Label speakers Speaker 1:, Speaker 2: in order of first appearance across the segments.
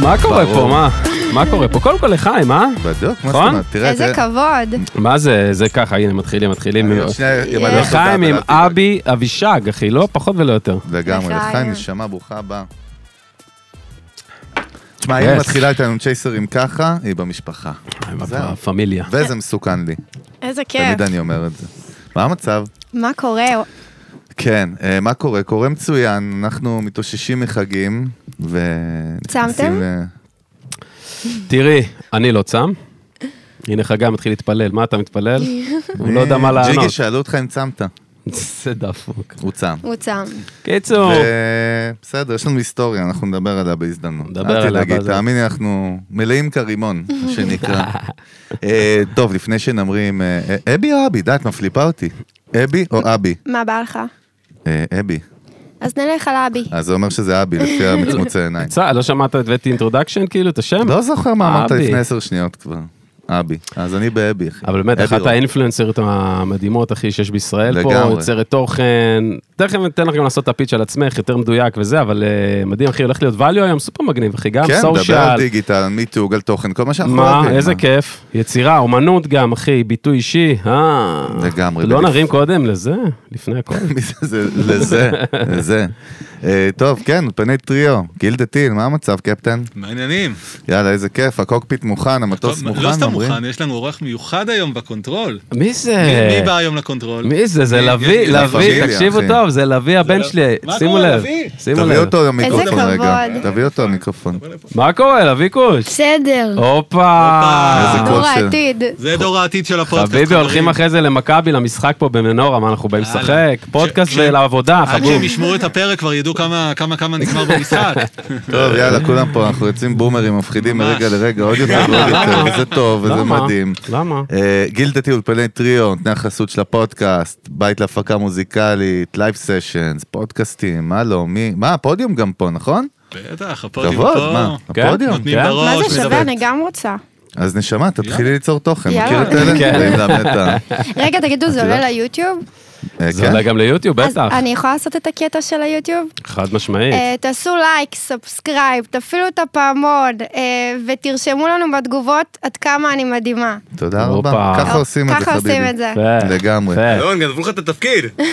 Speaker 1: מה קורה פה?
Speaker 2: ברור.
Speaker 1: מה? מה קורה פה? קודם כל לחיים, אה?
Speaker 2: בדוק, מה זאת
Speaker 1: נכון?
Speaker 2: אומרת? תראה,
Speaker 3: איזה
Speaker 2: זה...
Speaker 3: כבוד.
Speaker 1: מה זה? זה ככה, הנה, מתחילים, מתחילים.
Speaker 2: אני עוד שנייה אמלא
Speaker 3: אה,
Speaker 2: לך את
Speaker 1: לחיים עם
Speaker 2: ההטלת תדאג.
Speaker 1: אבי אבישג, אחי, לא פחות ולא יותר.
Speaker 2: לגמרי,
Speaker 3: לחיים.
Speaker 2: לחיים, נשמה, ברוכה הבאה. תשמע, היא
Speaker 1: Yes.
Speaker 2: מתחילה איתנו צ'ייסרים ככה, היא במשפחה. זהו.
Speaker 1: פמיליה.
Speaker 2: וזה מסוכן לי,
Speaker 3: איזה כיף.
Speaker 2: תמיד אני אומר את זה. מה המצב?
Speaker 3: מה קורה?
Speaker 2: כן, אה, מה קורה? קורה מצוין, אנחנו מתאוששים מחגים, ו...
Speaker 3: צמתם?
Speaker 2: נכנסים ל-
Speaker 1: תראי, אני לא צם. הנה חגי מתחיל להתפלל, מה אתה מתפלל? הוא לא יודע מה
Speaker 2: אה, ג'יגי,
Speaker 1: לענות.
Speaker 2: שאלו אותך אם צמת,
Speaker 1: זה דפוק.
Speaker 2: הוא צם.
Speaker 3: הוא צם.
Speaker 1: קיצור,
Speaker 2: ו- בסדר, יש לנו היסטוריה, אנחנו נדבר עליה בהזדמנות.
Speaker 1: נדבר עליה
Speaker 2: אל תדאגי,
Speaker 1: בהזדמנות.
Speaker 2: תאמיני, אנחנו מלאים כרימון, מה שנקרא. אה, טוב, לפני שנמרים, אה, אה, אבי או אבי? די, את מפליפה אותי. אבי או אבי?
Speaker 3: מה בא לך?
Speaker 2: אה, אבי.
Speaker 3: אז נלך על אבי.
Speaker 2: אז זה אומר שזה אבי, לפי המצמוצי עיניים.
Speaker 1: צ- לא שמעת את וטי אינטרודקשן, כאילו, את השם?
Speaker 2: לא זוכר מה אמרת
Speaker 1: אבי.
Speaker 2: לפני עשר שניות כבר. אבי. אז אני באבי, אחי.
Speaker 1: אבל באמת,
Speaker 2: אבי
Speaker 1: אחת
Speaker 2: רון.
Speaker 1: האינפלואנסריות המדהימות, אחי, שיש בישראל פה,
Speaker 2: לגמרי.
Speaker 1: יוצרת תוכן. תכף ניתן לך גם לעשות את הפיץ' על עצמך, יותר מדויק וזה, אבל אה, מדהים, אחי, הולך להיות value היום סופר מגניב, אחי, גם
Speaker 2: כן,
Speaker 1: סושיאל.
Speaker 2: דבר על דיגיטל, מיתוג, על תוכן, כל מה שאנחנו
Speaker 1: מה,
Speaker 2: אוהבים.
Speaker 1: איזה כיף. יצירה, אומנות גם, אחי, ביטוי אישי. אה.
Speaker 2: לגמרי,
Speaker 1: לא
Speaker 2: בדיוק.
Speaker 1: נרים קודם לזה, לפני הכל.
Speaker 2: מי זה? זה- לזה, לזה. אה, טוב, כן, פני טריו, גיל דה טיל, מה המצב, קפטן?
Speaker 4: מה העניינים?
Speaker 2: יאללה, איזה כיף, הקוקפיט מוכן, המטוס
Speaker 4: טוב, לא
Speaker 2: מוכן,
Speaker 4: סתם
Speaker 2: אומרים. אה.
Speaker 4: מוכן, יש לנו אורח מיוחד היום בקונטרול.
Speaker 1: מי
Speaker 4: מי
Speaker 1: זה?
Speaker 4: מי בא היום לקונטרול?
Speaker 1: מי זה? זה
Speaker 4: מי-
Speaker 1: לביא,
Speaker 4: יש-
Speaker 2: לה
Speaker 1: לביא,
Speaker 2: פמיליה,
Speaker 1: תקשיבו
Speaker 2: אחי.
Speaker 1: טוב, זה לביא הבן
Speaker 4: לא-
Speaker 1: שלי,
Speaker 4: מה
Speaker 1: שימו
Speaker 4: קורה,
Speaker 1: לב,
Speaker 4: לביא?
Speaker 1: שימו
Speaker 2: תביא
Speaker 1: לב.
Speaker 2: אותו למיקרופון
Speaker 3: איזה
Speaker 2: רגע.
Speaker 3: כבוד.
Speaker 2: תביא אותו למיקרופון.
Speaker 1: מה קורה, לביא קוש?
Speaker 5: בסדר.
Speaker 2: אה,
Speaker 1: הופה.
Speaker 2: איזה
Speaker 3: דור
Speaker 2: כושר.
Speaker 3: העתיד.
Speaker 4: זה דור העתיד של הפודקאסט.
Speaker 1: חביבי, הולכים
Speaker 4: חברים.
Speaker 1: אחרי זה למכבי, למשחק פה במנורה, מה אנחנו באים
Speaker 4: יאללה.
Speaker 1: לשחק?
Speaker 4: כש-
Speaker 1: פודקאסט
Speaker 4: כש-
Speaker 1: ולעבודה,
Speaker 4: עד
Speaker 1: חבוב.
Speaker 4: שהם אה, ישמעו את הפרק כבר ידעו כמה כמה כמה נגמר במשחק.
Speaker 2: טוב, יאללה, כולם פה, אנחנו יוצאים בומרים מפחידים
Speaker 4: ממש.
Speaker 2: מרגע לרגע, עוד יותר ועוד יותר, וזה טוב, וזה
Speaker 1: למה?
Speaker 2: מדהים.
Speaker 1: למה?
Speaker 2: אה, גיל דתי אולפני טריו, נותני החסות של הפודקאסט, בית להפקה מוזיקלית, לייב סשנס, פודקאסטים, מה לא, מי, מה, הפודיום גם פה, נכון?
Speaker 4: בטח, הפודיום פה.
Speaker 2: כבוד, מה,
Speaker 1: כן?
Speaker 2: הפודיום.
Speaker 4: נותנים
Speaker 1: כן?
Speaker 4: בראש.
Speaker 3: מה זה שווה?
Speaker 4: מדברים.
Speaker 3: אני גם רוצה.
Speaker 2: אז נשמה, תתחילי ליצור תוכן,
Speaker 3: יאללה.
Speaker 2: מכיר את אלה?
Speaker 1: כן.
Speaker 2: באים לאמן את ה-
Speaker 3: רגע, תגידו, זה
Speaker 2: יודעת?
Speaker 3: עולה ליוטיוב?
Speaker 2: אה,
Speaker 1: זה
Speaker 2: כן?
Speaker 1: עולה גם ליוטיוב,
Speaker 3: אז
Speaker 1: בטח. כן.
Speaker 3: אני יכולה לעשות את הקטע של היוטיוב?
Speaker 1: חד משמעית.
Speaker 3: אה, תעשו לייק, סאבסקרייב, תפעילו את הפעמון, אה, ותרשמו לנו בתגובות עד כמה אני מדהימה.
Speaker 2: תודה
Speaker 1: הופה.
Speaker 2: רבה. ככה עושים את זה, חביבי.
Speaker 3: ככה עושים את זה.
Speaker 1: יפה,
Speaker 2: לגמרי. לא?
Speaker 1: יפה.
Speaker 6: אלון, גנבו לך את התפקיד.
Speaker 1: אה,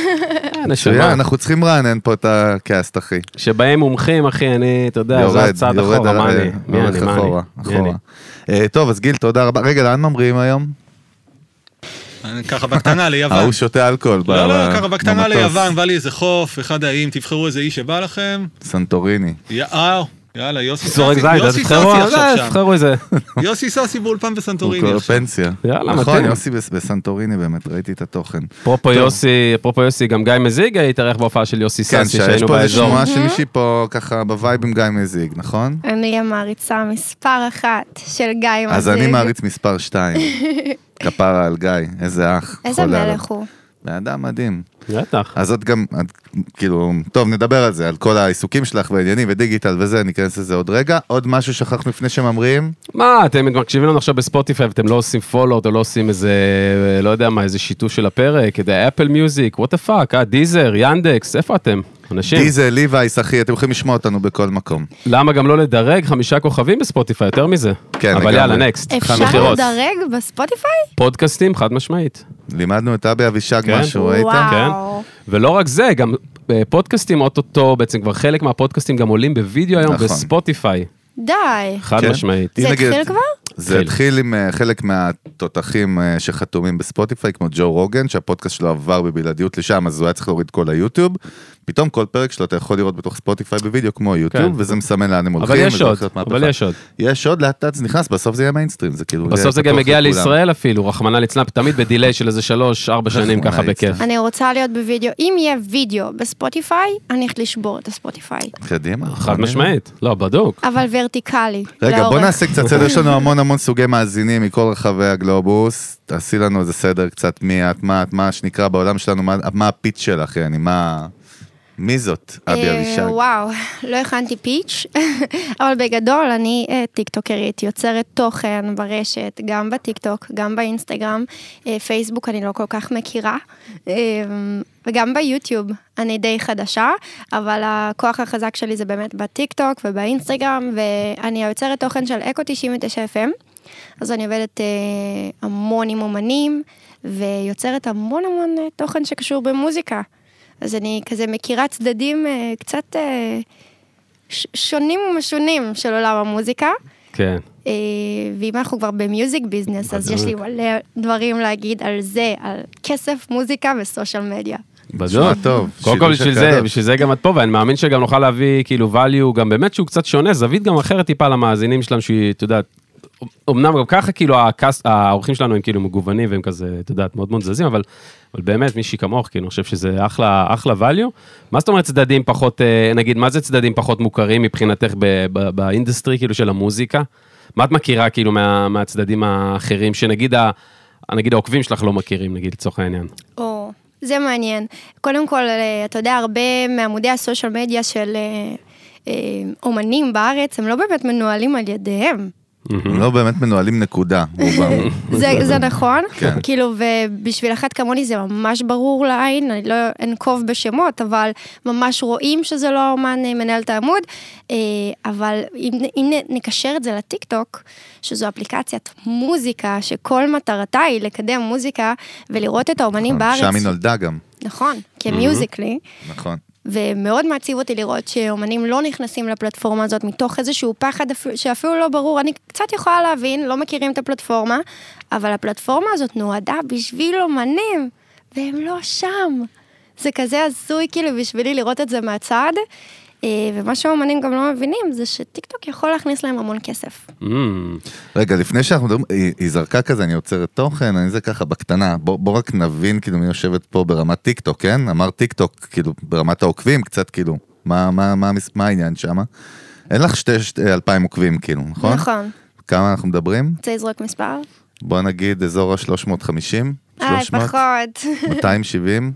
Speaker 1: נשמה.
Speaker 2: מצוין, אנחנו צריכים לרענן פה את הקאסט, אחי.
Speaker 1: שבהם מומחים, אחי, אני, אתה יודע, זה
Speaker 2: יורד,
Speaker 1: הצעד
Speaker 2: יורד,
Speaker 1: אחורה, מה
Speaker 2: אה,
Speaker 1: אני? מי
Speaker 2: הולך
Speaker 1: אני? מה אני?
Speaker 2: אחורה,
Speaker 1: מי אני?
Speaker 2: אחורה. אה, טוב, אז גיל, תודה רבה. רגע, לאן ממריאים היום?
Speaker 4: אני אה, ככה בקטנה ליוון.
Speaker 2: ההוא שותה אלכוהול. ב-
Speaker 4: לא,
Speaker 2: ב-
Speaker 4: לא, ככה בקטנה
Speaker 2: במטוס.
Speaker 4: ליוון, בא לי איזה חוף, אחד האיים, תבחרו איזה אי שבא לכם.
Speaker 2: סנטוריני.
Speaker 4: יאו, יאללה, יוסי
Speaker 1: זורק
Speaker 4: סאסי.
Speaker 1: זין, אז
Speaker 4: יוסי
Speaker 1: תבחרו,
Speaker 4: סאסי עכשיו
Speaker 1: אה,
Speaker 4: שם.
Speaker 1: תבחרו איזה.
Speaker 4: יוסי סאסי באולפן
Speaker 2: הוא
Speaker 4: בסנטוריני
Speaker 2: כבר
Speaker 4: עכשיו.
Speaker 2: פנסיה.
Speaker 1: יאללה,
Speaker 2: נכון,
Speaker 1: מתאים.
Speaker 2: יוסי בס- בסנטוריני באמת, ראיתי את התוכן.
Speaker 1: אפרופו יוסי, אפרופו יוסי, גם גיא מזיגה התארח בהופעה של יוסי
Speaker 2: כן,
Speaker 1: סאסי
Speaker 2: שיש
Speaker 1: שהיינו
Speaker 2: פה איזה
Speaker 1: באזור.
Speaker 2: שמועה שמישהי פה ככה בווייב עם גיא מזיג, נכון?
Speaker 3: אני המעריצה מספר אחת של גיא מזיג.
Speaker 2: אז אני מעריץ מספר 2. כפרה על גיא, איזה אח.
Speaker 3: איזה
Speaker 2: חולה עליו.
Speaker 3: מלך הוא.
Speaker 2: בן אדם מדהים.
Speaker 1: בטח.
Speaker 2: אז את גם, את, כאילו, טוב, נדבר על זה, על כל העיסוקים שלך והעניינים ודיגיטל וזה, ניכנס לזה עוד רגע. עוד משהו שכחנו לפני שממריאים?
Speaker 1: מה, אתם מקשיבים לנו עכשיו בספוטיפיי ואתם לא עושים פולו, או לא עושים איזה, לא יודע מה, איזה שיתוף של הפרק, איזה אפל מיוזיק, וואט פאק, אה, דיזר, ינדקס, איפה אתם? אנשים.
Speaker 2: דיזל, ליווייס, אחי, אתם יכולים לשמוע אותנו בכל מקום.
Speaker 1: למה גם לא לדרג חמישה כוכבים בספוטיפיי, יותר מזה.
Speaker 2: כן,
Speaker 1: אבל
Speaker 2: לגמרי.
Speaker 1: יאללה, נקסט.
Speaker 3: אפשר
Speaker 1: מכירות.
Speaker 3: לדרג בספוטיפיי?
Speaker 1: פודקאסטים, חד משמעית.
Speaker 2: לימדנו את אבי אבישג
Speaker 1: כן.
Speaker 2: משהו, ראית?
Speaker 3: וואו.
Speaker 1: ולא רק זה, גם אה, פודקאסטים אוטוטו, בעצם כבר חלק מהפודקאסטים גם עולים בווידאו היום
Speaker 2: נכון.
Speaker 1: בספוטיפיי,
Speaker 3: די.
Speaker 1: חד
Speaker 2: כן.
Speaker 1: משמעית.
Speaker 3: זה
Speaker 2: הנה,
Speaker 3: התחיל
Speaker 2: נגיד-
Speaker 3: כבר?
Speaker 2: זה
Speaker 1: התחיל.
Speaker 2: התחיל עם אה, חלק מהתותחים אה, שחתומים בספוטיפיי, כמו ג'ו רוגן, שהפודקאסט שלו עבר בבלעדיות לשם, אז הוא היה צריך להוריד כל היוטיוב. פתאום כל פרק שלו אתה יכול לראות בתוך ספוטיפיי בווידאו כמו
Speaker 1: כן.
Speaker 2: יוטיוב, וזה מסמן לאן הם הולכים.
Speaker 1: אבל יש
Speaker 2: וזה
Speaker 1: עוד,
Speaker 2: הולך להיות
Speaker 1: אבל
Speaker 2: מהפכה.
Speaker 1: יש עוד.
Speaker 2: יש עוד, לאט לאט זה נכנס, בסוף זה יהיה מיינסטרים, זה כאילו... יהיה
Speaker 1: בסוף זה גם
Speaker 2: פתוח
Speaker 1: מגיע
Speaker 2: לכולם.
Speaker 1: לישראל אפילו, רחמנא ליצלן, תמיד בדיליי של איזה שלוש, ארבע שנים
Speaker 2: רחמנא
Speaker 1: ככה בכיף.
Speaker 2: ליצלן.
Speaker 3: אני רוצה להיות בווידאו. אם יהיה וידאו בספוטיפיי, אני איך לשבור את הספוטיפיי.
Speaker 2: קדימה.
Speaker 1: חד
Speaker 2: מעניין.
Speaker 1: משמעית, לא, בדוק.
Speaker 3: אבל ורטיקלי.
Speaker 2: רגע, בוא
Speaker 3: לאורך.
Speaker 2: נעשה קצת סדר, יש לנו המון המון סוגי מאזינים מכל רחבי הגלובוס. תעשי לנו איזה סדר קצת מי את, מה את, מה שנקרא בעולם שלנו, מה- מה הפיץ שלך, יעני, מה... מי זאת, אבי
Speaker 3: אה,
Speaker 2: אבישג?
Speaker 3: וואו, לא הכנתי פיץ', אבל בגדול אני אה, טיקטוקרית, יוצרת תוכן ברשת, גם בטיקטוק, גם באינסטגרם. אה, פייסבוק אני לא כל כך מכירה. אה, וגם ביוטיוב. אני די חדשה, אבל הכוח החזק שלי זה באמת בטיקטוק ובאינסטגרם, ואני היוצרת תוכן של אקו 99 FM. אז אני עובדת אה, המון עם אומנים, ויוצרת המון המון אה, תוכן שקשור במוזיקה. אז אני כזה מכירה צדדים אה, קצת אה, ש- שונים ומשונים של עולם המוזיקה.
Speaker 1: כן.
Speaker 3: אה, ואם אנחנו כבר במיוזיק ביזנס, אז יש לי מלא דברים להגיד על זה, על כסף, מוזיקה וסושיאל מדיה.
Speaker 1: בדיוק.
Speaker 2: טוב,
Speaker 1: קודם כל
Speaker 2: שילוב של
Speaker 1: בשביל זה,
Speaker 2: קהדות.
Speaker 1: בשביל זה גם את פה, ואני מאמין שגם נוכל להביא כאילו value, גם באמת שהוא קצת שונה, זווית גם אחרת טיפה למאזינים שלנו, שהיא, אתה יודע, אמנם גם ככה כאילו הקאס- האורחים שלנו הם כאילו מגוונים והם כזה, אתה יודעת, מאוד מאוד זזים, אבל, אבל באמת מישהי כמוך, כאילו, אני חושב שזה אחלה, אחלה value. מה זאת אומרת צדדים פחות, אה, נגיד, מה זה צדדים פחות מוכרים מבחינתך ב- ב- באינדסטרי כאילו של המוזיקה? מה את מכירה כאילו מה, מהצדדים האחרים, שנגיד ה... נגיד העוקבים שלך לא מכירים, נגיד, לצורך העניין.
Speaker 3: או, זה מעניין. קודם כל, אה, אתה יודע, הרבה מעמודי הסושיאל מדיה של אה, אה, אומנים בארץ, הם לא באמת מנוהלים על ידיהם.
Speaker 2: הם לא באמת מנוהלים נקודה, רובם.
Speaker 3: זה, זה נכון?
Speaker 2: כן.
Speaker 3: כאילו, ובשביל אחת כמוני זה ממש ברור לעין, אני לא אנקוב בשמות, אבל ממש רואים שזה לא האומן אה, מנהל את העמוד. אה, אבל אם, אם נ- נקשר את זה לטיקטוק, שזו אפליקציית מוזיקה, שכל מטרתה היא לקדם מוזיקה ולראות את האומנים בארץ.
Speaker 2: שם היא Mhm. נולדה גם,
Speaker 3: נכון, כמיוזיקלי.
Speaker 2: נכון.
Speaker 3: ומאוד מעציב אותי לראות שאומנים לא נכנסים לפלטפורמה הזאת מתוך איזשהו פחד אפ- שאפילו לא ברור, אני קצת יכולה להבין, לא מכירים את הפלטפורמה, אבל הפלטפורמה הזאת נועדה בשביל אומנים, והם לא שם. זה כזה הזוי כאילו בשבילי לראות את זה מהצד, אה, ומה שהאומנים גם לא מבינים זה שטיקטוק יכול להכניס להם המון כסף.
Speaker 1: אמ,
Speaker 2: רגע, לפני שאנחנו מדברים, היא- היא זרקה כזה, אני עוצרת תוכן, אני זה ככה בקטנה. בוא, בוא רק נבין, כאילו, מי יושבת פה ברמת טיק טוק, כן? אמר טיק טוק, כאילו, ברמת העוקבים, קצת כאילו, מה, מה, מה, המס- מה העניין שם? אין לך שתי, שתי אלפיים עוקבים, כאילו, נכון?
Speaker 3: נכון.
Speaker 2: כמה אנחנו מדברים?
Speaker 3: רוצה לזרוק מספר?
Speaker 2: בוא נגיד אזור ה-350,
Speaker 3: אה,
Speaker 2: 300,
Speaker 3: פחות,
Speaker 2: 270,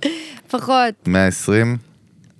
Speaker 3: פחות,
Speaker 2: 120.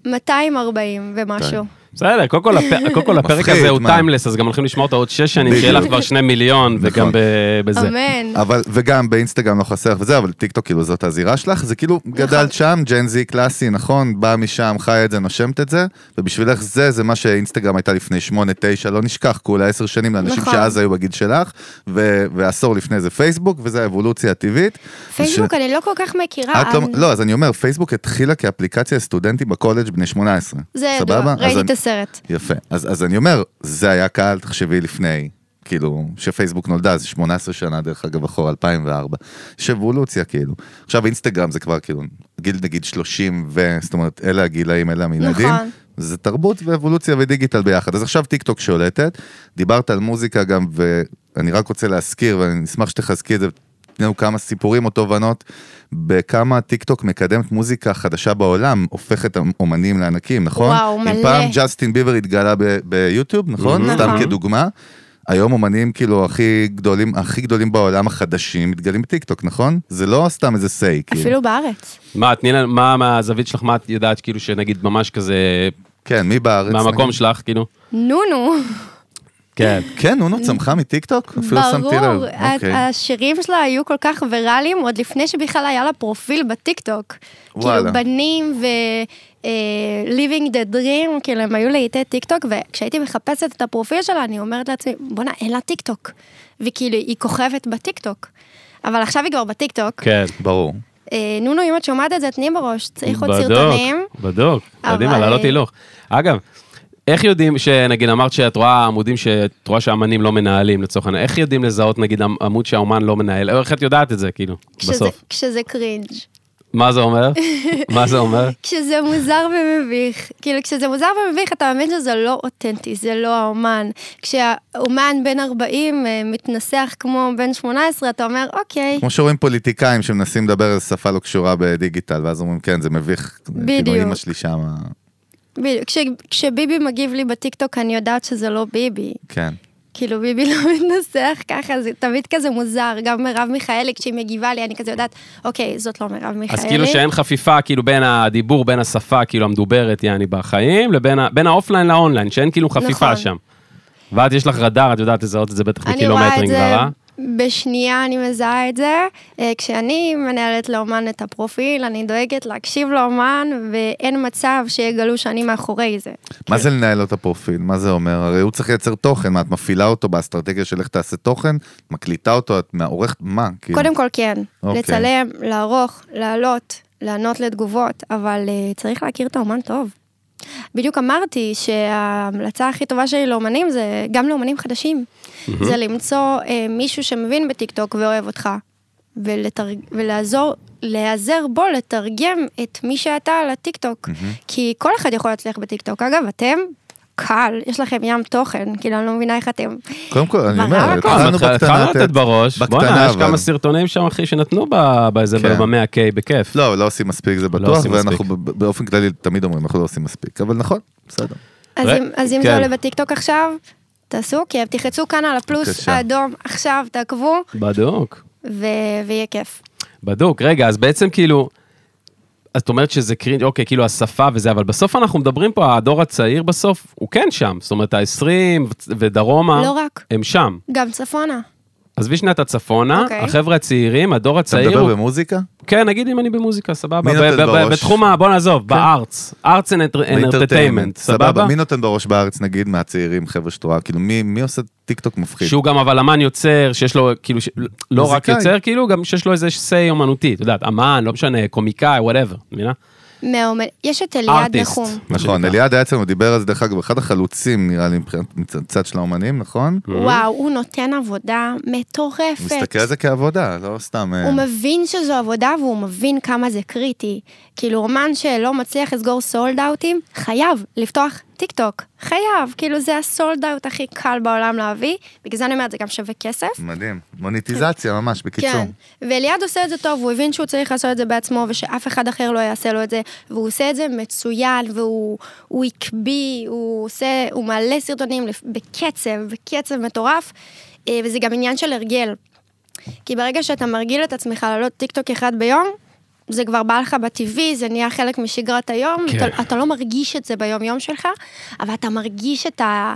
Speaker 3: 240 ומשהו.
Speaker 1: בסדר, קודם כל הפ- קודם כל הפרק
Speaker 2: מפחיד,
Speaker 1: הזה הוא
Speaker 2: מה?
Speaker 1: טיימלס, אז גם הולכים לשמוע אותו עוד שש שנים,
Speaker 2: בדיוק.
Speaker 1: שיהיה לך כבר שני מיליון, וגם
Speaker 2: נכון.
Speaker 1: ב- בזה.
Speaker 3: אמן.
Speaker 2: אבל, וגם באינסטגרם לא חסר לך וזה, אבל טיק טוק כאילו זאת הזירה שלך, זה כאילו
Speaker 3: נכון.
Speaker 2: גדלת שם, ג'ן זי קלאסי, נכון? באה משם, חיה את זה, נושמת את זה, ובשבילך זה, זה מה שאינסטגרם הייתה לפני שמונה, תשע, לא נשכח, כולה עשר שנים לאנשים
Speaker 3: נכון.
Speaker 2: שאז היו בגיל שלך, ו- ועשור לפני זה פייסבוק, וזו האבולוציה הטבעית.
Speaker 3: פייסבוק אני לא כל כך מכירה.
Speaker 2: את לא,
Speaker 3: אני-
Speaker 2: לא, אז אני אומר, פייסבוק התחילה כאפליקציה לסטודנטים בקולג' בני 18.
Speaker 3: זה
Speaker 2: סבבה?
Speaker 3: ידוע,
Speaker 2: אז
Speaker 3: ראיתי
Speaker 2: אני-
Speaker 3: את הסרט.
Speaker 2: יפה. אז, אז אני אומר, זה היה קהל, תחשבי לפני, כאילו, שפייסבוק נולדה, זה 18 שנה, דרך אגב, אחורה, 2004. יש אבולוציה, כאילו. עכשיו אינסטגרם זה כבר, כאילו, גיל נגיד 30 ו... זאת אומרת, אלה הגילאים, אלה המנעדים.
Speaker 3: נכון.
Speaker 2: זה תרבות ואבולוציה ודיגיטל ביחד. אז עכשיו טיק טוק שולטת, דיברת על מוזיקה גם, ואני רק רוצה להזכיר, ואני אשמח שתחזקי את זה, תני לנו כמה סיפורים או תובנות, בכמה טיק טוק מקדמת מוזיקה חדשה בעולם, הופכת אמ-, אומנים לענקים, נכון?
Speaker 3: וואו,
Speaker 2: אם
Speaker 3: מלא.
Speaker 2: פעם ג'סטין ביבר התגלה ב- ביוטיוב, נכון?
Speaker 1: Mhm.
Speaker 2: סתם
Speaker 3: נכון.
Speaker 2: כדוגמה. היום אומנים כאילו הכי גדולים, הכי גדולים בעולם החדשים מתגלים בטיקטוק, נכון? זה לא סתם איזה סיי, כאילו.
Speaker 3: אפילו בארץ.
Speaker 1: מה, תני לנו, מה מהזווית שלך, מה את יודעת, כאילו, שנגיד ממש כזה,
Speaker 2: כן, מי בארץ?
Speaker 1: מהמקום
Speaker 2: נגיד?
Speaker 1: שלך, כאילו?
Speaker 3: נונו,
Speaker 1: כן.
Speaker 2: כן, נונו צמחה מטיקטוק? אפילו שמתי לב.
Speaker 3: ברור, ה-
Speaker 2: אוקיי.
Speaker 3: השירים שלה היו כל כך ויראליים עוד לפני שבכלל היה לה פרופיל בטיקטוק.
Speaker 2: וואלה.
Speaker 3: כאילו בנים ו... אה, living the dream, כאילו הם היו לעיתי טיקטוק, וכשהייתי מחפשת את הפרופיל שלה, אני אומרת לעצמי, בואנה, אין לה טיקטוק. וכאילו, היא כוכבת בטיקטוק. אבל עכשיו היא כבר בטיקטוק.
Speaker 1: כן.
Speaker 2: ברור.
Speaker 3: אה, נונו, אם את שומעת את זה, תני בראש, צריך עוד
Speaker 1: בדוק,
Speaker 3: סרטונים.
Speaker 1: בדוק,
Speaker 3: אבל-
Speaker 1: קדימה, לעלות הילוך. אגב, איך יודעים, שנגיד אמרת שאת רואה עמודים שאת רואה שהאמנים לא מנהלים, לצורך העניין, איך יודעים לזהות נגיד עמוד שהאומן לא מנהל? איך את יודעת את זה, כאילו,
Speaker 3: כשזה-
Speaker 1: בסוף?
Speaker 3: כשזה קרינג'.
Speaker 1: מה זה אומר? מה זה אומר?
Speaker 3: כשזה מוזר ומביך. כאילו, כשזה מוזר ומביך, אתה מבין שזה לא אותנטי, זה לא האומן. כשהאומן בן 40 אה, מתנסח כמו בן 18, אתה אומר, אוקיי,
Speaker 2: כמו שרואים פוליטיקאים שמנסים לדבר איזה שפה לא קשורה בדיגיטל, ואז אומרים, כן, זה מביך. כאילו,
Speaker 3: בדיוק.
Speaker 2: אימא שלי שמה,
Speaker 3: בדיוק. כש, כשביבי מגיב לי בטיקטוק, אני יודעת שזה לא ביבי.
Speaker 2: כן.
Speaker 3: כאילו, ביבי לא מתנסח ככה, זה תמיד כזה מוזר. גם מרב מיכאלי, כשהיא מגיבה לי, אני כזה יודעת, אוקיי, זאת לא מרב מיכאלי.
Speaker 1: אז כאילו שאין חפיפה כאילו בין הדיבור, בין השפה כאילו המדוברת, יעני, בחיים, לבין ה- בין האופליין לאונליין, שאין כאילו חפיפה
Speaker 3: נכון.
Speaker 1: שם. ואת יש לך רדאר, את יודעת לזהות את זה בטח
Speaker 3: אני רואה את
Speaker 1: מקילומטרים
Speaker 3: זה
Speaker 1: כבר, אה?
Speaker 3: בשנייה אני מזהה את זה. אה, כשאני מנהלת לאומן את הפרופיל, אני דואגת להקשיב לאומן, ואין מצב שיגלו שאני מאחורי זה.
Speaker 2: מה זה לנהל לו את הפרופיל? מה זה אומר? הרי הוא צריך לייצר תוכן, מה, את מפעילה אותו באסטרטגיה של איך תעשה תוכן? את מקליטה אותו, את מעורכת, מה? כאילו,
Speaker 3: קודם כל כן,
Speaker 2: אוקיי.
Speaker 3: לצלם, לערוך, לעלות, לענות לתגובות, אבל אה, צריך להכיר את האומן טוב. בדיוק אמרתי שההמלצה הכי טובה שלי לאומנים זה גם לאומנים חדשים. זה למצוא אה, מישהו שמבין בטיקטוק ואוהב אותך, ולתרג... ולעזור, להיעזר בו לתרגם את מי שאתה על הטיקטוק. כי כל אחד יכול להצליח בטיקטוק. אגב, אתם, קל, יש לכם ים תוכן, כאילו אני לא מבינה איך אתם.
Speaker 2: קודם כל, אני
Speaker 3: ברק
Speaker 2: אומר,
Speaker 3: הכל,
Speaker 2: התחלנו
Speaker 1: מתחיל-
Speaker 2: בקטנה,
Speaker 1: חרטט בראש,
Speaker 2: בקטנה,
Speaker 1: בואנה, יש
Speaker 2: אבל-
Speaker 1: כמה סרטונים שם, אחי, שנתנו ב- באיזה
Speaker 2: כן.
Speaker 1: ב-100K בכיף.
Speaker 2: לא, לא עושים מספיק, זה בטוח,
Speaker 1: עושים
Speaker 2: ואנחנו
Speaker 1: מספיק.
Speaker 2: ב- באופן כללי תמיד אומרים, אנחנו לא עושים מספיק, אבל נכון, בסדר.
Speaker 3: אז,
Speaker 1: ר-
Speaker 3: אם, אז אם
Speaker 1: כן.
Speaker 3: זה עולה בטיקטוק עכשיו, תעשו, כי תחצו כאן על הפלוס
Speaker 2: בבקשה.
Speaker 3: האדום עכשיו, תעקבו,
Speaker 1: בדוק.
Speaker 3: ו- ויהיה כיף.
Speaker 1: בדוק, רגע, אז בעצם כאילו, אז את אומרת שזה קרינג', אוקיי, כאילו השפה וזה, אבל בסוף אנחנו מדברים פה, הדור הצעיר בסוף, הוא כן שם, זאת אומרת ה-20 ודרומה,
Speaker 3: לא רק,
Speaker 1: הם שם.
Speaker 3: גם צפונה.
Speaker 1: עזבי שנייה את הצפונה,
Speaker 3: אוקיי.
Speaker 1: החבר'ה הצעירים, הדור
Speaker 2: אתה
Speaker 1: הצעיר,
Speaker 2: מדבר
Speaker 1: הוא-
Speaker 2: במוזיקה?
Speaker 1: כן, נגיד אם אני במוזיקה, סבבה,
Speaker 2: מי
Speaker 1: ב-
Speaker 2: נותן
Speaker 1: ב- ב-
Speaker 2: בראש?
Speaker 1: בתחום ה... בוא
Speaker 3: כן.
Speaker 1: נעזוב, בארץ, ארץ אנטרטיימנט, סבבה?
Speaker 2: מי נותן בראש בארץ, נגיד, מהצעירים, חבר'ה שאתה רואה? כאילו, מי מי עושה טיקטוק מפחיד?
Speaker 1: שהוא גם אבל אמן יוצר, שיש לו, כאילו, ש... לא רק
Speaker 2: מוזיקאי.
Speaker 1: יוצר, כאילו, גם שיש לו איזה say אומנותי, את יודעת, אמן, לא משנה, קומיקאי, וואטאבר, מבינה? אה,
Speaker 3: מהאומנ... יש את אליעד
Speaker 1: ארטיסט.
Speaker 3: נחום.
Speaker 1: מה
Speaker 2: נכון,
Speaker 1: שנקרא.
Speaker 2: אליעד היה אצלנו, דיבר על זה, דרך אגב, אחד החלוצים, נראה לי, מבחינת מצד צד של האומנים, נכון?
Speaker 3: וואו, הוא נותן עבודה מטורפת.
Speaker 2: הוא מסתכל על זה כעבודה, לא סתם... אה,
Speaker 3: הוא מבין שזו עבודה והוא מבין כמה זה קריטי. כאילו, אומן שלא מצליח לסגור סולד אאוטים, חייב לפתוח טיק טוק. חייב. כאילו, זה הסולד אאוט הכי קל בעולם להביא. בגלל זה אני אומרת, זה גם שווה כסף.
Speaker 2: מדהים. מוניטיזציה, ממש, בקיצור.
Speaker 3: כן, ואליעד עושה את זה טוב, הוא הבין שהוא צריך לעשות את זה בעצמו ושאף אחד אחר לא יעשה לו את זה, והוא עושה את זה מצוין, והוא הוא עקבי, הוא עושה, הוא מעלה סרטונים לפ- בקצב, בקצב מטורף, אה, וזה גם עניין של הרגל. כי ברגע שאתה מרגיל את עצמך לעלות טיקטוק אחד ביום, זה כבר בא לך בטבעי, זה נהיה חלק משגרת היום,
Speaker 1: כן.
Speaker 3: כן. אתה, אתה לא מרגיש את זה ביום-יום שלך, אבל אתה מרגיש את, ה,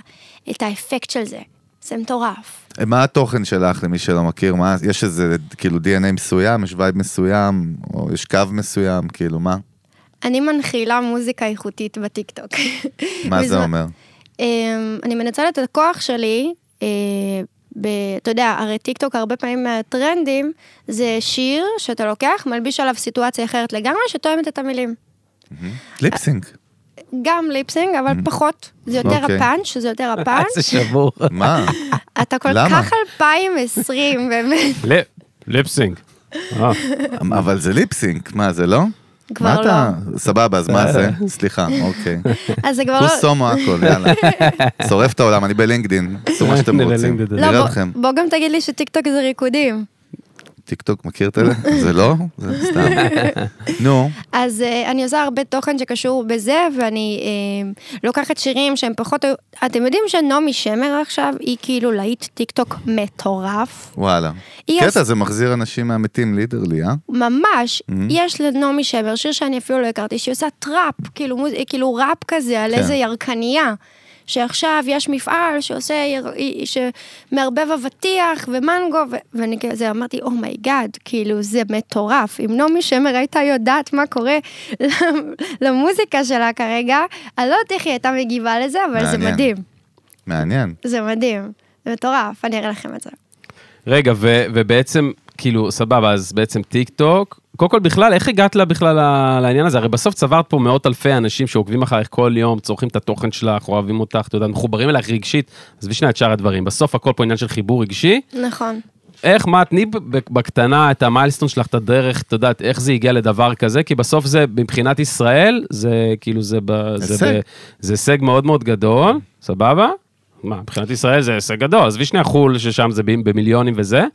Speaker 3: את האפקט של זה. זה מטורף.
Speaker 2: מה התוכן שלך, למי שלא מכיר? מה, יש איזה, כאילו, DNA מסוים, יש וייב מסוים, או יש קו מסוים, כאילו, מה?
Speaker 3: אני מנחילה מוזיקה איכותית בטיקטוק.
Speaker 2: מה זה
Speaker 3: בזמן-
Speaker 2: אומר?
Speaker 3: אמ, אני מנצלת את הכוח שלי, אה, ב- אתה יודע, הרי טיקטוק הרבה פעמים מהטרנדים, זה שיר שאתה לוקח, מלביש עליו סיטואציה אחרת לגמרי, שתואמת את המילים.
Speaker 2: ליפסינק.
Speaker 3: גם ליפסינג, אבל פחות. זה יותר
Speaker 2: Mm-hmm. אוקיי.
Speaker 3: הפאנץ', זה יותר
Speaker 1: זה
Speaker 3: הפאנץ'.
Speaker 1: שבור.
Speaker 2: מה?
Speaker 3: אתה כל
Speaker 2: למה?
Speaker 3: כך 2020, באמת,
Speaker 1: ליפסינג.
Speaker 2: אבל זה ליפסינק, מה, זה לא?
Speaker 3: כבר
Speaker 2: מה
Speaker 3: לא.
Speaker 2: אתה- סבבה, אז מה זה? סליחה, אוקיי.
Speaker 3: אז זה כבר לא...
Speaker 2: כוס סומו הכל, יאללה. שורף את העולם, אני בלינקדין, עשו מה שאתם
Speaker 1: אני
Speaker 2: רוצים.
Speaker 1: בלינקדין.
Speaker 3: לא,
Speaker 2: נראה
Speaker 3: בוא-
Speaker 2: אתכם.
Speaker 3: בוא גם תגיד לי שטיקטוק זה ריקודים.
Speaker 2: טיקטוק, מכיר את אלה? זה לא? זה סתם. נו,
Speaker 3: אז uh, אני עושה הרבה תוכן שקשור בזה, ואני uh, לוקחת שירים שהם פחות... היו- אתם יודעים שנעמי שמר עכשיו היא כאילו להיט טיק טוק מטורף?
Speaker 2: וואלה.
Speaker 3: היא
Speaker 2: קטע,
Speaker 3: עוש-
Speaker 2: זה מחזיר אנשים מהמתים לידרלי, אה?
Speaker 3: ממש, mm-hmm. יש לנעמי שמר שיר שאני אפילו לא הכרתי, שהיא עושה טראפ, כאילו, מוז... כאילו ראפ כזה על
Speaker 2: כן.
Speaker 3: כן. איזה ירקניה. שעכשיו יש מפעל שעושה, יר- אה, שמערבב אבטיח ומנגו, ו... ואני כזה אמרתי, אומייגאד, oh my God", כאילו זה מטורף. אם נעמי שמר הייתה יודעת מה קורה למ- למוזיקה שלה כרגע, אני לא יודעת איך היא הייתה מגיבה לזה, אבל זה
Speaker 2: מעניין.
Speaker 3: מדהים.
Speaker 2: מעניין.
Speaker 3: זה מדהים. זה מטורף, אני אראה לכם את זה.
Speaker 1: רגע, ו- ובעצם, כאילו, סבבה, אז בעצם טיק טוק. קודם כל, בכלל, איך הגעת לה בכלל ל- לעניין הזה? הרי בסוף צברת פה מאות אלפי אנשים שעוקבים אחריך כל יום, צורכים את התוכן שלך, אוהבים אותך, אתה יודע, מחוברים אלייך רגשית. עזבי שנייה את שאר הדברים. בסוף הכל פה עניין של חיבור רגשי.
Speaker 3: נכון.
Speaker 1: איך, מה, תני ב- ב- בקטנה את המיילסטון שלך, את הדרך, את יודעת, איך זה הגיע לדבר כזה, כי בסוף זה, מבחינת ישראל, זה כאילו, זה ב- זה
Speaker 2: הישג.
Speaker 1: ב- זה הישג מאוד מאוד גדול, סבבה? מה, מבחינת ישראל זה הישג גדול, עזבי שנייה חו"ל, ששם זה ב- במיליונים וזה,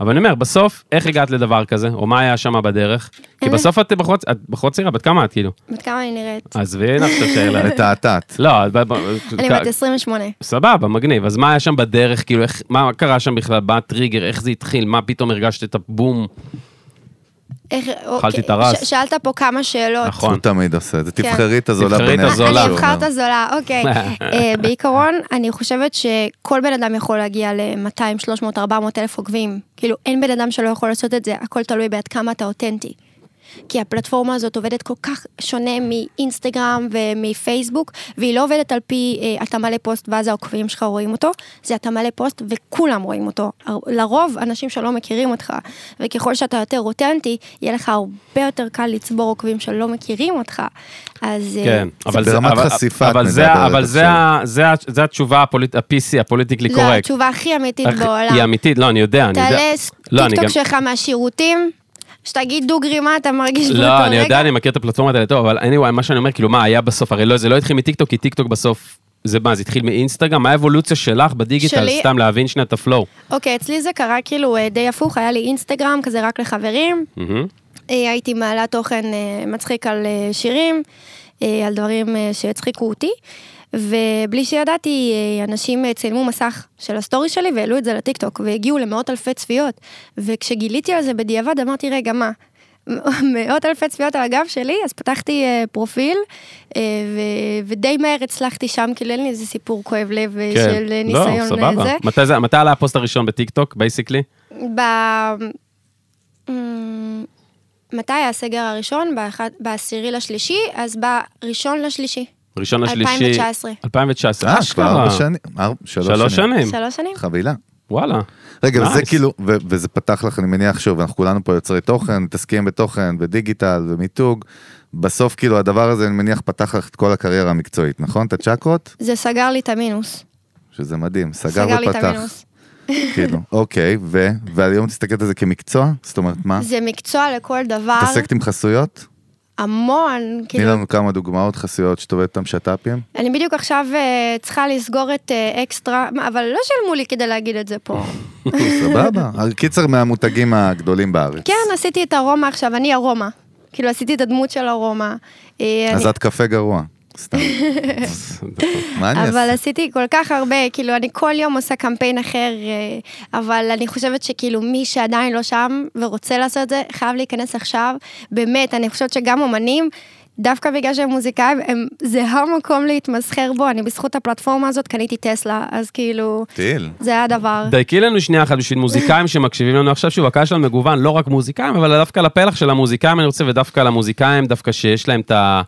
Speaker 1: אבל אני אומר, בסוף, איך הגעת לדבר כזה, או מה היה שם בדרך? כי בסוף את בחורה צ- את בחורה צעירה, בת כמה את כאילו?
Speaker 3: בת כמה אני נראית?
Speaker 1: עזבי, לך את השאלה.
Speaker 2: מתעתעת.
Speaker 1: לא, את ב- ב-
Speaker 3: אני
Speaker 1: כ-
Speaker 3: בת 28.
Speaker 1: סבבה, מגניב. אז מה היה שם בדרך, כאילו, איך, מה קרה שם בכלל, מה הטריגר, איך זה התחיל, מה פתאום הרגשת את הבום?
Speaker 3: איך-
Speaker 1: אכלתי את
Speaker 3: אוקיי,
Speaker 1: הרס.
Speaker 3: ש- שאלת פה כמה שאלות.
Speaker 1: נכון.
Speaker 2: הוא תמיד עושה את זה,
Speaker 3: כן.
Speaker 2: תבחרי את הזולה
Speaker 1: תבחרי את
Speaker 2: ביניהם.
Speaker 1: הזולה.
Speaker 2: הוא
Speaker 3: אני אבחר
Speaker 2: אומר.
Speaker 3: את הזולה, אוקיי. אה, בעיקרון, אני חושבת שכל בן אדם יכול להגיע ל-200, 300, 400 אלף עוקבים. כאילו, אין בן אדם שלא יכול לעשות את זה, הכל תלוי בעד כמה אתה אותנטי. כי הפלטפורמה הזאת עובדת כל כך שונה מאינסטגרם ומפייסבוק, והיא לא עובדת על פי אה, אתה מלא פוסט ואז העוקבים שלך רואים אותו, זה אתה מלא פוסט וכולם רואים אותו. הר- לרוב אנשים שלא מכירים אותך, וככל שאתה יותר אותנטי, יהיה לך הרבה יותר קל לצבור עוקבים שלא מכירים אותך. אז... אה,
Speaker 1: כן,
Speaker 3: זה-
Speaker 1: אבל זה,
Speaker 2: ברמת
Speaker 1: אבל,
Speaker 2: חשיפה
Speaker 1: אבל
Speaker 2: את
Speaker 1: זה,
Speaker 2: מדברת
Speaker 1: אבל זה, ה-
Speaker 2: עכשיו.
Speaker 1: זה, ה- זה התשובה הפוליט, ה-PC, הפוליטיקלי
Speaker 3: זו
Speaker 1: קורקט.
Speaker 3: לא, התשובה הכי אמיתית
Speaker 1: איך-
Speaker 3: בעולם.
Speaker 1: היא אמיתית, לא, אני יודע, אני יודע.
Speaker 3: תעלה
Speaker 1: לא, אני
Speaker 3: טיקטוק
Speaker 1: גם-
Speaker 3: שלך מהשירותים, שתגיד דוגרי מה אתה מרגיש באותו רגע.
Speaker 1: לא, אני יודע, אני מכיר את הפלטפורמות האלה טוב, אבל anyway, מה שאני אומר, כאילו, מה היה בסוף? הרי לא, זה לא התחיל מטיקטוק, כי טיקטוק בסוף, זה מה, זה התחיל מאינסטגרם? מה האבולוציה שלך בדיגיטל?
Speaker 3: שלי-
Speaker 1: סתם להבין שנייה את הפלואו.
Speaker 3: אוקיי, אצלי זה קרה כאילו אה, די הפוך, היה לי אינסטגרם כזה רק לחברים,
Speaker 1: מהמם.
Speaker 3: אה, הייתי מעלה תוכן אה, מצחיק על אה, שירים, אה, על דברים אה, שהצחיקו אותי, ובלי שידעתי, אה, אנשים אה, צילמו מסך של הסטורי שלי והעלו את זה לטיקטוק, והגיעו למאות אלפי צפיות, וכשגיליתי על זה בדיעבד אמרתי, רגע, מה? מאות אלפי צפיות על הגב שלי, אז פתחתי אה, פרופיל, אה, ו- ודי מהר הצלחתי שם, כאילו אין לי איזה סיפור כואב לב אה, של
Speaker 1: לא,
Speaker 3: אה, ניסיון אה,
Speaker 1: סבבה.
Speaker 3: זה.
Speaker 1: מתי זה- מתי עלה הפוסט הראשון בטיקטוק, בייסיקלי?
Speaker 3: ב... אמ, מתי היה הסגר הראשון? באחד- בעשירי לשלישי, אז בראשון לשלישי.
Speaker 1: ראשון השלישי...
Speaker 3: 2019.
Speaker 1: 2019.
Speaker 2: אה, כבר
Speaker 1: אשכרה.
Speaker 2: ארבע שנים, ארבע-
Speaker 1: שלוש שנים.
Speaker 3: שלוש שנים?
Speaker 2: חבילה.
Speaker 1: וואלה.
Speaker 2: רגע, וזה
Speaker 1: Nice.
Speaker 2: כאילו, ו- וזה פתח לך, אני מניח, שוב, אנחנו כולנו פה יוצרי תוכן, מתעסקים בתוכן, בדיגיטל, במיתוג. בסוף, כאילו, הדבר הזה, אני מניח, פתח לך את כל הקריירה המקצועית, נכון? את הצ'קרות?
Speaker 3: זה סגר לי את המינוס.
Speaker 2: שזה מדהים, סגר
Speaker 3: סגר לי את
Speaker 2: ופתח.
Speaker 3: המינוס.
Speaker 2: כאילו, אוקיי, ו... והיום מסתכלת על זה כמקצוע? זאת אומרת, מה?
Speaker 3: זה מקצוע לכל דבר,
Speaker 2: מתעסקת עם חסויות?
Speaker 3: המון,
Speaker 2: תני
Speaker 3: כאילו,
Speaker 2: לנו כמה דוגמאות חסויות שאת עובדת איתן שת"פים.
Speaker 3: אני בדיוק עכשיו אה, צריכה לסגור את אה, אקסטרה, מה, אבל לא שילמו לי כדי להגיד את זה פה.
Speaker 2: סבבה. קיצר, מהמותגים הגדולים בארץ.
Speaker 3: כן, עשיתי את ארומה עכשיו, אני ארומה. כאילו, עשיתי את הדמות של ארומה. אה, אני-
Speaker 2: אז את קפה גרוע. סתם. מה אני
Speaker 3: אבל
Speaker 2: אעשה?
Speaker 3: עשיתי כל כך הרבה, כאילו, אני כל יום עושה קמפיין אחר, אה, אבל אני חושבת שכאילו מי שעדיין לא שם ורוצה לעשות את זה, חייב להיכנס עכשיו. באמת, אני חושבת שגם אומנים... דווקא בגלל שהם מוזיקאים, הם, זה המקום להתמסחר בו, אני בזכות הפלטפורמה הזאת קניתי טסלה, אז כאילו,
Speaker 2: טיל.
Speaker 3: זה היה הדבר.
Speaker 1: דייקי לנו שנייה אחת בשביל מוזיקאים שמקשיבים לנו עכשיו, שוב, הקהל שלנו מגוון, לא רק מוזיקאים, אבל דווקא לפלח של המוזיקאים אני רוצה, ודווקא למוזיקאים, דווקא שיש להם את ה...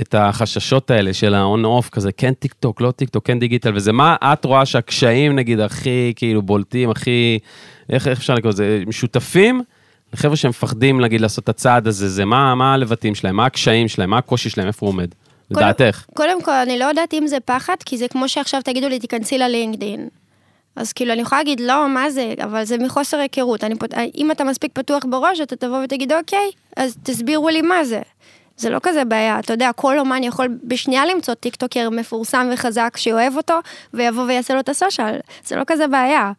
Speaker 1: את החששות האלה של ההון-אוף כזה, כן טיק טוק, לא טיק טוק, כן דיגיטל, וזה מה את רואה שהקשיים נגיד הכי כאילו בולטים, הכי, איך, איך אפשר לקרוא לזה, משותפים לחבר'ה שמפחדים נגיד לעשות את הצעד הזה, זה מה, מה הלבטים שלהם, מה הקשיים שלהם, מה הקושי שלהם, איפה הוא עומד,
Speaker 3: קודם-
Speaker 1: לדעתך.
Speaker 3: קודם כל, אני לא יודעת אם זה פחד, כי זה כמו שעכשיו תגידו לי, תיכנסי ללינקדאין. אז כאילו, אני יכולה להגיד, לא, מה זה, אבל זה מחוסר היכרות. אני פות... אה, אם אתה מספיק פתוח בראש, אתה תבוא ותגיד, אוקיי, אז תסבירו לי מה זה. זה לא כזה בעיה, אתה יודע, כל אומן יכול בשנייה למצוא טיקטוקר מפורסם וחזק שאוהב אותו, ויבוא ויעשה לו את הסושיאל, זה לא כזה בעיה.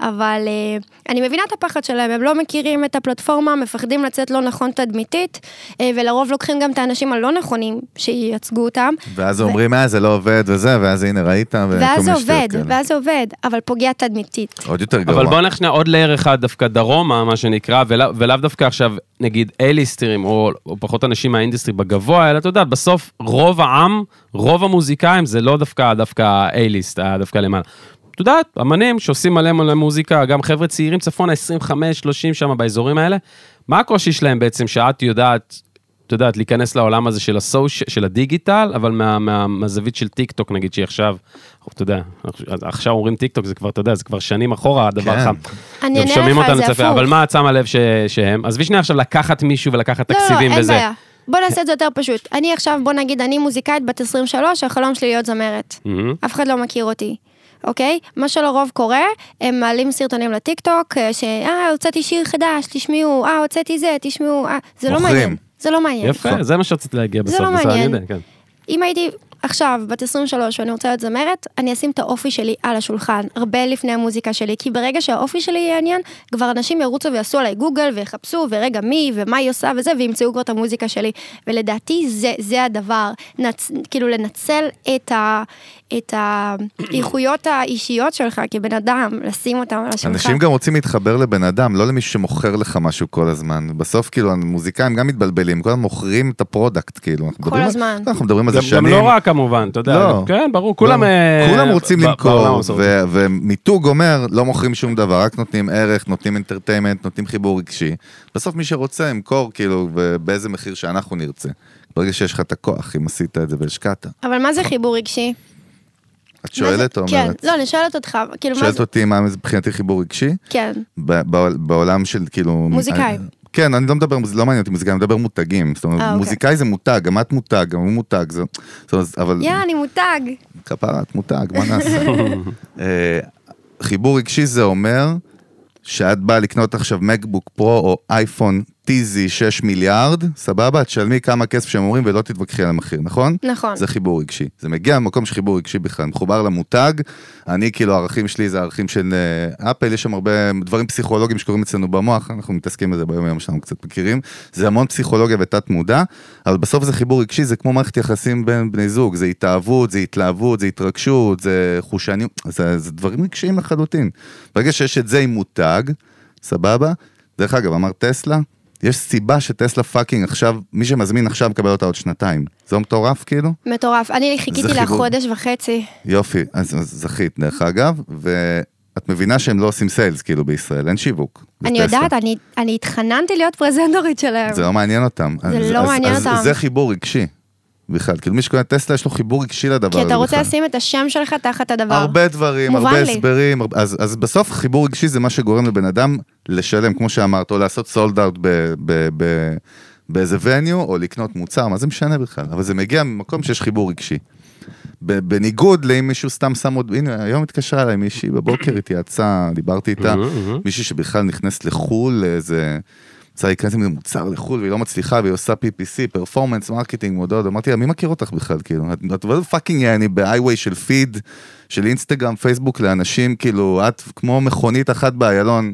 Speaker 3: אבל אה, אני מבינה את הפחד שלהם, הם לא מכירים את הפלטפורמה, מפחדים לצאת לא נכון תדמיתית, אה, ולרוב לוקחים גם את האנשים הלא נכונים שייצגו אותם,
Speaker 2: ואז אומרים, אה, זה לא עובד וזה, ואז הנה, ראית, וכל מיני
Speaker 3: ואז זה
Speaker 2: שטויות
Speaker 3: עובד,
Speaker 2: כאלה.
Speaker 3: ואז זה עובד, אבל פוגע תדמיתית.
Speaker 2: עוד יותר גרוע.
Speaker 1: אבל בוא נלך שנייה עוד לייר אחד דווקא דרומה, מה שנקרא, ולא- ולאו דווקא עכשיו, נגיד אייליסטרים, או, או פחות אנשים מהאינדסטרי בגבוה, אלא אתה יודע, בסוף רוב העם, רוב המוזיקאים, זה לא דווקא, דווקא אייליסט, אה, דווקא למעלה. את יודעת, אמנים שעושים מלא מלא מוזיקה, גם חבר'ה צעירים צפונה, 25, 30 שם באזורים האלה, מה הקושי שלהם בעצם, שאת יודעת, את יודעת, להיכנס לעולם הזה של הסוש... של הדיגיטל, אבל מה, מה, מהזווית של טיק טוק, נגיד, שהיא עכשיו, אתה יודע, עכשיו אומרים טיק טוק, זה כבר, אתה יודע, זה כבר שנים אחורה, הדבר
Speaker 2: כן.
Speaker 1: חם.
Speaker 3: אני
Speaker 1: גם
Speaker 3: אענה
Speaker 1: שומעים
Speaker 3: לך על
Speaker 1: אותנו
Speaker 3: זה
Speaker 1: צפה,
Speaker 3: הפוך.
Speaker 1: אבל מה את שמה לב ש... שהם? עזבי שנייה עכשיו לקחת מישהו ולקחת תקציבים
Speaker 3: לא, לא, אין
Speaker 1: וזה.
Speaker 3: בעיה. בוא נעשה את זה יותר פשוט. אני עכשיו, בוא נגיד, אני מוזיקאית בת 23, החלום שלי להיות זמרת.
Speaker 1: מהמם.
Speaker 3: אף אחד לא מכיר אותי. אוקיי? מה שלרוב קורה, הם מעלים סרטונים לטיקטוק, אה, ש... אה, הוצאתי שיר חדש, תשמעו, אה, הוצאתי זה, תשמעו, אה, זה לא
Speaker 2: מוכרים.
Speaker 3: מעניין. זה לא מעניין.
Speaker 1: יפה, זה מה שרציתי להגיע
Speaker 3: זה
Speaker 1: בסוף.
Speaker 3: לא
Speaker 1: בסדר, אני
Speaker 3: מעניין.
Speaker 1: יודע, כן.
Speaker 3: אם הייתי, עכשיו, בת 23 ואני רוצה להיות זמרת, אני אשים את האופי שלי על השולחן, הרבה לפני המוזיקה שלי, כי ברגע שהאופי שלי יהיה עניין, כבר אנשים ירוצו ויעשו עליי גוגל ויחפשו, ורגע מי ומה היא עושה וזה, וימצאו כבר את המוזיקה שלי. ולדעתי זה, זה הדבר, נצ... כאילו לנצל את, ה... את האיכויות האישיות שלך כבן אדם, לשים אותם על השולחן.
Speaker 2: אנשים גם רוצים להתחבר לבן אדם, לא למישהו שמוכר לך משהו כל הזמן. בסוף, כאילו, המוזיקאים גם מתבלבלים, כל הזמן מוכרים את הפרודקט, כאילו. אנחנו
Speaker 3: כל
Speaker 2: מדברים על-
Speaker 3: הזמן.
Speaker 2: אנחנו מדברים על
Speaker 1: גם-
Speaker 2: זה
Speaker 1: גם
Speaker 2: שנים.
Speaker 1: לא רע כמובן, אתה יודע.
Speaker 2: לא.
Speaker 1: כן, ברור, כולם...
Speaker 2: לא,
Speaker 1: אה,
Speaker 2: כולם רוצים
Speaker 1: ב- בעולם
Speaker 2: למכור,
Speaker 1: המסורתי.
Speaker 2: ו- ומיתוג אומר, לא מוכרים שום דבר, רק נותנים ערך, נותנים אינטרטיימנט, נותנים חיבור רגשי. בסוף מי שרוצה ימכור, כאילו, באיזה מחיר שאנחנו נרצה. ברגע שיש לך את הכוח, אם עשית את זה והשקעת.
Speaker 3: אבל מה זה חיבור רגשי?
Speaker 2: את
Speaker 3: מה זה-
Speaker 2: שואלת או
Speaker 3: כן,
Speaker 2: אומרת?
Speaker 3: לא, אני שואלת אותך, כאילו, מה
Speaker 2: שואלת
Speaker 3: זה...
Speaker 2: אותי מה מבחינתי חיבור רגשי?
Speaker 3: כן.
Speaker 2: ב- בעול- בעולם של כאילו...
Speaker 3: מוזיקאי.
Speaker 2: אני- כן, אני לא מדבר, זה לא מעניין אותי מוזיקאי, אני מדבר מותגים. זאת
Speaker 3: אה,
Speaker 2: אומרת,
Speaker 3: אוקיי.
Speaker 2: מוזיקאי זה מותג, גם את מותג, גם הוא מותג, זה- זאת אומרת, אבל...
Speaker 3: יא, אני מותג.
Speaker 2: כפרה, את מותג, מה נעשה? אה, חיבור רגשי זה אומר שאת באה לקנות עכשיו מקבוק פרו או אייפון טיזי 6 מיליארד, סבבה? את תשלמי כמה כסף שהם אומרים ולא תתווכחי על המחיר, נכון?
Speaker 3: נכון.
Speaker 2: זה חיבור רגשי. זה מגיע ממקום של חיבור רגשי בכלל, מחובר למותג. אני, כאילו, הערכים שלי זה הערכים של אה, אפל, יש שם הרבה דברים פסיכולוגיים שקורים אצלנו במוח, אנחנו מתעסקים בזה ביום יום שלנו, קצת מכירים. זה המון פסיכולוגיה ותת מודע, אבל בסוף זה חיבור רגשי, זה כמו מערכת יחסים בין בני זוג, זה התאהבות, זה התלהבות, זה התרגשות, זה חושניות, זה, זה דברים רגשיים לחלוטין. ברגע שיש את זה עם מותג, סבבה? דרך אגב, אמר טסלה, יש סיבה שטסלה פאקינג עכשיו, מי שמזמין עכשיו מקבל אותה עוד שנתיים. זה לא מטורף כאילו?
Speaker 3: מטורף. אני חיכיתי לה
Speaker 2: חיבור.
Speaker 3: חודש וחצי.
Speaker 2: יופי, אז אז זכית דרך אגב, ואת מבינה שהם לא עושים סיילס כאילו בישראל, אין שיווק.
Speaker 3: אני
Speaker 2: לטסלה.
Speaker 3: יודעת, אני- אני התחננתי להיות פרזנטורית שלהם.
Speaker 2: זה לא מעניין אותם.
Speaker 3: זה
Speaker 2: אז-
Speaker 3: לא
Speaker 2: אז-
Speaker 3: מעניין
Speaker 2: אז
Speaker 3: אותם.
Speaker 2: זה חיבור רגשי. בכלל, כאילו מי שקונה טסלה יש לו חיבור רגשי לדבר הזה
Speaker 3: כי
Speaker 2: בכלל.
Speaker 3: אתה רוצה לשים את השם שלך תחת הדבר.
Speaker 2: הרבה דברים,
Speaker 3: מובן
Speaker 2: הרבה
Speaker 3: לי.
Speaker 2: הסברים, הרבה- אז, אז בסוף חיבור רגשי זה מה שגורם לבן אדם לשלם, כמו שאמרת, או לעשות סולד אאוט באיזה וניו, או לקנות מוצר, מה זה משנה בכלל, אבל זה מגיע ממקום שיש חיבור רגשי. ב- בניגוד לאם מישהו סתם שם עוד, הנה היום התקשרה אליי מישהי בבוקר, התייעצה, דיברתי איתה, מישהי שבכלל נכנסת לחו"ל, לאיזה... רוצה להיכנס עם איזה מוצר לחו"ל והיא לא מצליחה והיא עושה PPC, פרפורמנס, מרקטינג, מודעות, אמרתי לה, מי מכיר אותך בכלל, כאילו, את- את לא פאקינג יעני ב-highway של פיד, של אינסטגרם, פייסבוק לאנשים, כאילו, את כמו מכונית אחת באיילון,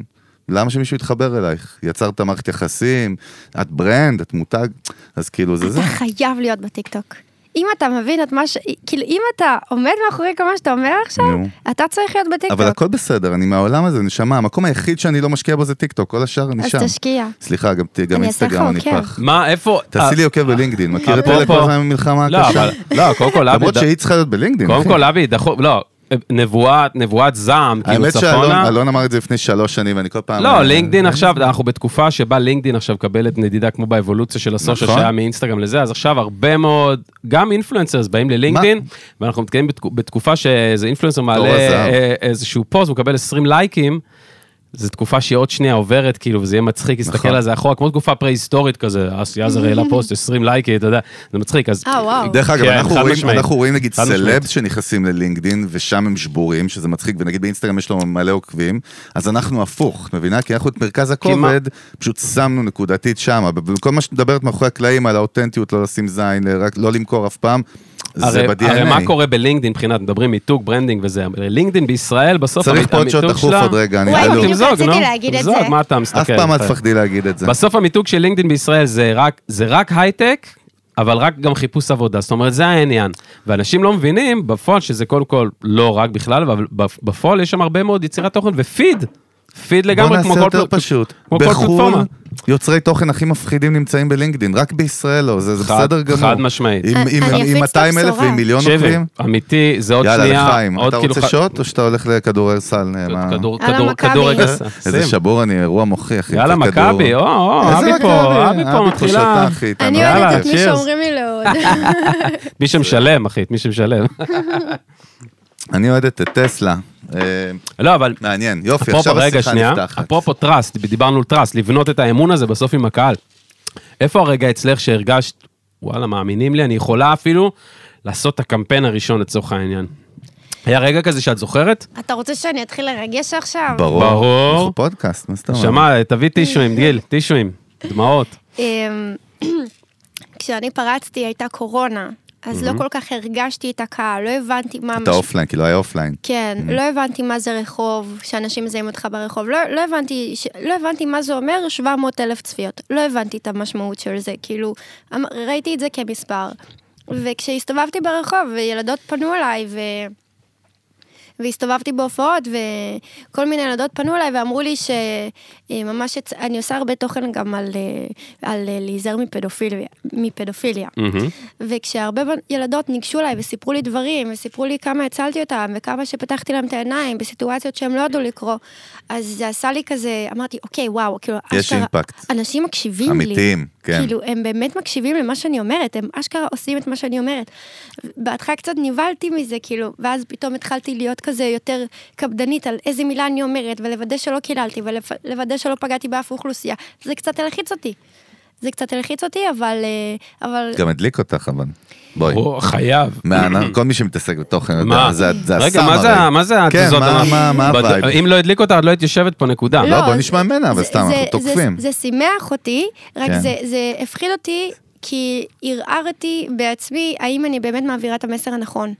Speaker 2: למה שמישהו יתחבר אלייך? יצרת מערכת יחסים, את ברנד, את מותג, אז כאילו זה זה.
Speaker 3: אתה חייב להיות בטיקטוק. אם אתה מבין את מה ש... כאילו, אם אתה עומד מאחורי כל מה שאתה אומר עכשיו,
Speaker 2: נו.
Speaker 3: אתה צריך להיות בטיקטוק.
Speaker 2: אבל הכל בסדר, אני מהעולם הזה, נשמה, המקום היחיד שאני לא משקיע בו זה טיקטוק, כל השאר אני
Speaker 3: אז
Speaker 2: שם.
Speaker 3: תשקיע.
Speaker 2: סליחה, גם גם
Speaker 3: אני אעשה לך כן.
Speaker 2: אינסטגרם אני
Speaker 3: עוקב.
Speaker 2: פח.
Speaker 1: מה, איפה...
Speaker 2: תעשי לי
Speaker 1: אה,
Speaker 2: עוקב בלינקדאין, מכיר את אלה
Speaker 1: אפרופו-
Speaker 2: כל הזמן במלחמה
Speaker 1: לא,
Speaker 2: הקשה?
Speaker 1: אבל... לא, קודם כל, אבי...
Speaker 2: למרות
Speaker 1: ד-
Speaker 2: שהיא צריכה להיות בלינקדאין.
Speaker 1: קודם
Speaker 2: אחי.
Speaker 1: כל, אבי, דחוף... לא, נבואת, נבואת זעם, כאילו
Speaker 2: האמת שאלון
Speaker 1: צפונה.
Speaker 2: אלון אמר את זה לפני שלוש שנים, ואני כל פעם... אה,
Speaker 1: לא, לינקדין עכשיו, אנחנו בתקופה שבה לינקדין עכשיו מקבלת נדידה כמו באבולוציה של הסושיאל
Speaker 2: נכון.
Speaker 1: שהיה מאינסטגרם לזה, אז עכשיו הרבה מאוד, גם אינפלואנסרס באים ללינקדין, ואנחנו נתקעים בתק- בתקופה שאיזה אינפלואנסר מעלה
Speaker 2: הזהב.
Speaker 1: אה, איזשהו פוסט, הוא מקבל 20 לייקים. זו תקופה שהיא עוד שנייה עוברת, כאילו, וזה יהיה מצחיק להסתכל
Speaker 2: נכון.
Speaker 1: על זה אחורה, כמו תקופה פרה-היסטורית כזה, אסי עזר העלה פוסט 20 לייקים, אתה יודע, זה מצחיק, אז...
Speaker 3: אה, וואו.
Speaker 2: דרך אגב,
Speaker 1: כן,
Speaker 2: אנחנו
Speaker 1: חד
Speaker 2: רואים-
Speaker 1: משמעית.
Speaker 2: אנחנו רואים נגיד
Speaker 1: חד משמעית.
Speaker 2: סלבס שנכנסים ללינקדין, ושם הם שבורים, שזה מצחיק, ונגיד באינסטגרם יש לו מלא עוקבים, אז אנחנו הפוך, את מבינה? כי אנחנו את מרכז הכובד, פשוט שמנו נקודתית שם, וכל מה שאת מדברת מאחורי הקלעים על האותנטיות, לא לשים זין, רק לא למכור אף פעם, זה
Speaker 1: הרי, הרי מה
Speaker 2: ב-DNA.
Speaker 1: קורה בלינקדין מבחינת, מדברים מיתוג, ברנדינג וזה, לינקדין בישראל בסוף
Speaker 2: צריך
Speaker 1: המית-
Speaker 2: פה עוד שעות
Speaker 1: המיתוג
Speaker 2: דחוף
Speaker 1: שלה-
Speaker 2: עוד רגע, אני
Speaker 3: וואי,
Speaker 2: עלוב.
Speaker 3: בדיוק.
Speaker 1: תמזוג,
Speaker 3: רציתי
Speaker 1: נו.
Speaker 3: להגיד את
Speaker 1: תמזוג,
Speaker 3: זה.
Speaker 1: מה אתה מסתכל?
Speaker 2: אף פעם אל
Speaker 1: אתה-
Speaker 2: תפחדי להגיד את זה.
Speaker 1: בסוף המיתוג של לינקדאין בישראל זה רק, זה רק הייטק, אבל רק גם חיפוש עבודה. זאת אומרת, זה העניין. ואנשים לא מבינים בפועל שזה קודם כל לא רק בכלל, אבל בפ- בפועל יש שם הרבה מאוד יצירת תוכן ופיד. פיד לגמרי כמו כל
Speaker 2: בוא נעשה יותר
Speaker 1: פל-
Speaker 2: פשוט.
Speaker 1: כמו כל פלטפורמה.
Speaker 2: בחו"ל, יוצרי תוכן הכי מפחידים נמצאים בלינקדין, רק בישראל לא, זה זה
Speaker 1: חד-
Speaker 2: בסדר גמור.
Speaker 1: חד משמעית.
Speaker 2: עם-
Speaker 3: אני
Speaker 2: עם-
Speaker 3: אפיץ את
Speaker 2: עם 200 אלף
Speaker 3: הבשורה.
Speaker 2: ועם מיליון
Speaker 1: תקשיבי,
Speaker 2: עוקבים.
Speaker 1: אמיתי, זה עוד
Speaker 2: לא יאללה,
Speaker 1: שנייה,
Speaker 2: לחיים,
Speaker 1: עוד
Speaker 2: אתה
Speaker 1: כאילו
Speaker 2: רוצה
Speaker 1: ח-
Speaker 2: שוט או שאתה הולך לכדורסל? מה?
Speaker 1: כדור-
Speaker 3: יאללה,
Speaker 1: כדור-
Speaker 3: מכבי.
Speaker 1: כדורגל.
Speaker 2: אה? איזה
Speaker 1: שים.
Speaker 2: שבור אני, אירוע מוחי, אחי.
Speaker 1: יאללה,
Speaker 2: זה כדור.
Speaker 1: מכבי, או, או,
Speaker 2: איזה
Speaker 1: אבי פה,
Speaker 2: מכבי?
Speaker 1: אבי פה
Speaker 2: שותה,
Speaker 1: מתחילה.
Speaker 2: אחי, אתה
Speaker 3: אני
Speaker 2: נראה
Speaker 1: יאללה,
Speaker 3: אוהבת את מי
Speaker 1: cheers.
Speaker 3: שאומרים לי לעוד.
Speaker 1: מי שמשלם, אחי, את מי שמשלם.
Speaker 2: אני אוהד את טסלה. אה,
Speaker 1: לא, אבל
Speaker 2: מעניין, יופי,
Speaker 1: אפרופו,
Speaker 2: עכשיו
Speaker 1: רגע,
Speaker 2: השיחה
Speaker 1: שנייה,
Speaker 2: נפתחת.
Speaker 1: אפרופו טראסט, דיברנו על טראסט, לבנות את האמון הזה בסוף עם הקהל. איפה הרגע אצלך שהרגשת, וואלה, מאמינים לי, אני יכולה אפילו לעשות את הקמפיין הראשון לצורך העניין. היה רגע כזה שאת זוכרת?
Speaker 3: אתה רוצה שאני אתחיל לרגש עכשיו?
Speaker 2: ברור.
Speaker 1: ברור.
Speaker 2: אנחנו פודקאסט, מה זאת אומרת?
Speaker 1: שמע, תביא טישויים, גיל, טישויים, דמעות.
Speaker 3: אמ, כשאני פרצתי הייתה קורונה. אז לא כל כך הרגשתי את הקהל, לא הבנתי מה...
Speaker 2: Mm-hmm. את
Speaker 3: המש-
Speaker 2: האופליין, כי לא היה אופליין.
Speaker 3: כן, לא הבנתי מה זה רחוב, שאנשים מזהים אותך ברחוב, לא, לא, הבנתי, ש... לא הבנתי מה זה אומר 700 אלף צפיות, לא הבנתי את המשמעות של זה, כאילו, אמ- ראיתי את זה כמספר. וכשהסתובבתי ברחוב, וילדות פנו אליי, ו... והסתובבתי בהופעות, וכל מיני ילדות פנו אליי ואמרו לי שממש, הצ... אני עושה הרבה תוכן גם על, אה, על אה, להיזהר מפדופיליה. מפדופיליה.
Speaker 1: מהמם.
Speaker 3: וכשהרבה בנ- ילדות ניגשו אליי וסיפרו לי דברים, וסיפרו לי כמה הצלתי אותם, וכמה שפתחתי להם את העיניים בסיטואציות שהם לא ידעו לקרוא, אז זה עשה לי כזה, אמרתי, אוקיי, וואו, כאילו,
Speaker 2: יש אימפקט.
Speaker 3: אנשים מקשיבים לי.
Speaker 2: אמיתיים, כן.
Speaker 3: כאילו, הם באמת מקשיבים למה שאני אומרת, הם אשכרה עושים את מה שאני אומרת. בהתחלה קצת נבהלתי מזה, כאילו, ואז פתאום התחלתי להיות כזה יותר קפדנית על איזה מילה אני אומרת, ולוודא שלא קיללתי, ולוודא שלא פגעתי באף אוכלוסייה. זה קצת הלחיץ אותי. זה קצת הלחיץ אותי, אבל... אה, אבל...
Speaker 2: גם הדליק אותך, אבל. בואי.
Speaker 1: או, חייב.
Speaker 2: מה, כל מי שמתעסק בתוכן, יודע,
Speaker 1: מה?
Speaker 2: זה זה הסם
Speaker 1: רגע, מה זה ה-
Speaker 2: הרי.
Speaker 1: מה זה
Speaker 2: כן,
Speaker 1: התזות?
Speaker 2: מה- מה- מה
Speaker 1: בד-
Speaker 2: הווייב?
Speaker 1: אם לא הדליק אותה, את לא היית יושבת פה, נקודה.
Speaker 2: לא, בוא
Speaker 3: אז-
Speaker 2: נשמע ממנה, אבל
Speaker 3: זה-
Speaker 2: סתם,
Speaker 3: זה-
Speaker 2: אנחנו
Speaker 3: זה-
Speaker 2: תוקפים.
Speaker 3: זה שימח אותי, רק
Speaker 2: כן.
Speaker 3: זה- זה הפחיד אותי, כי ערערתי בעצמי, האם אני באמת מעבירה את המסר הנכון.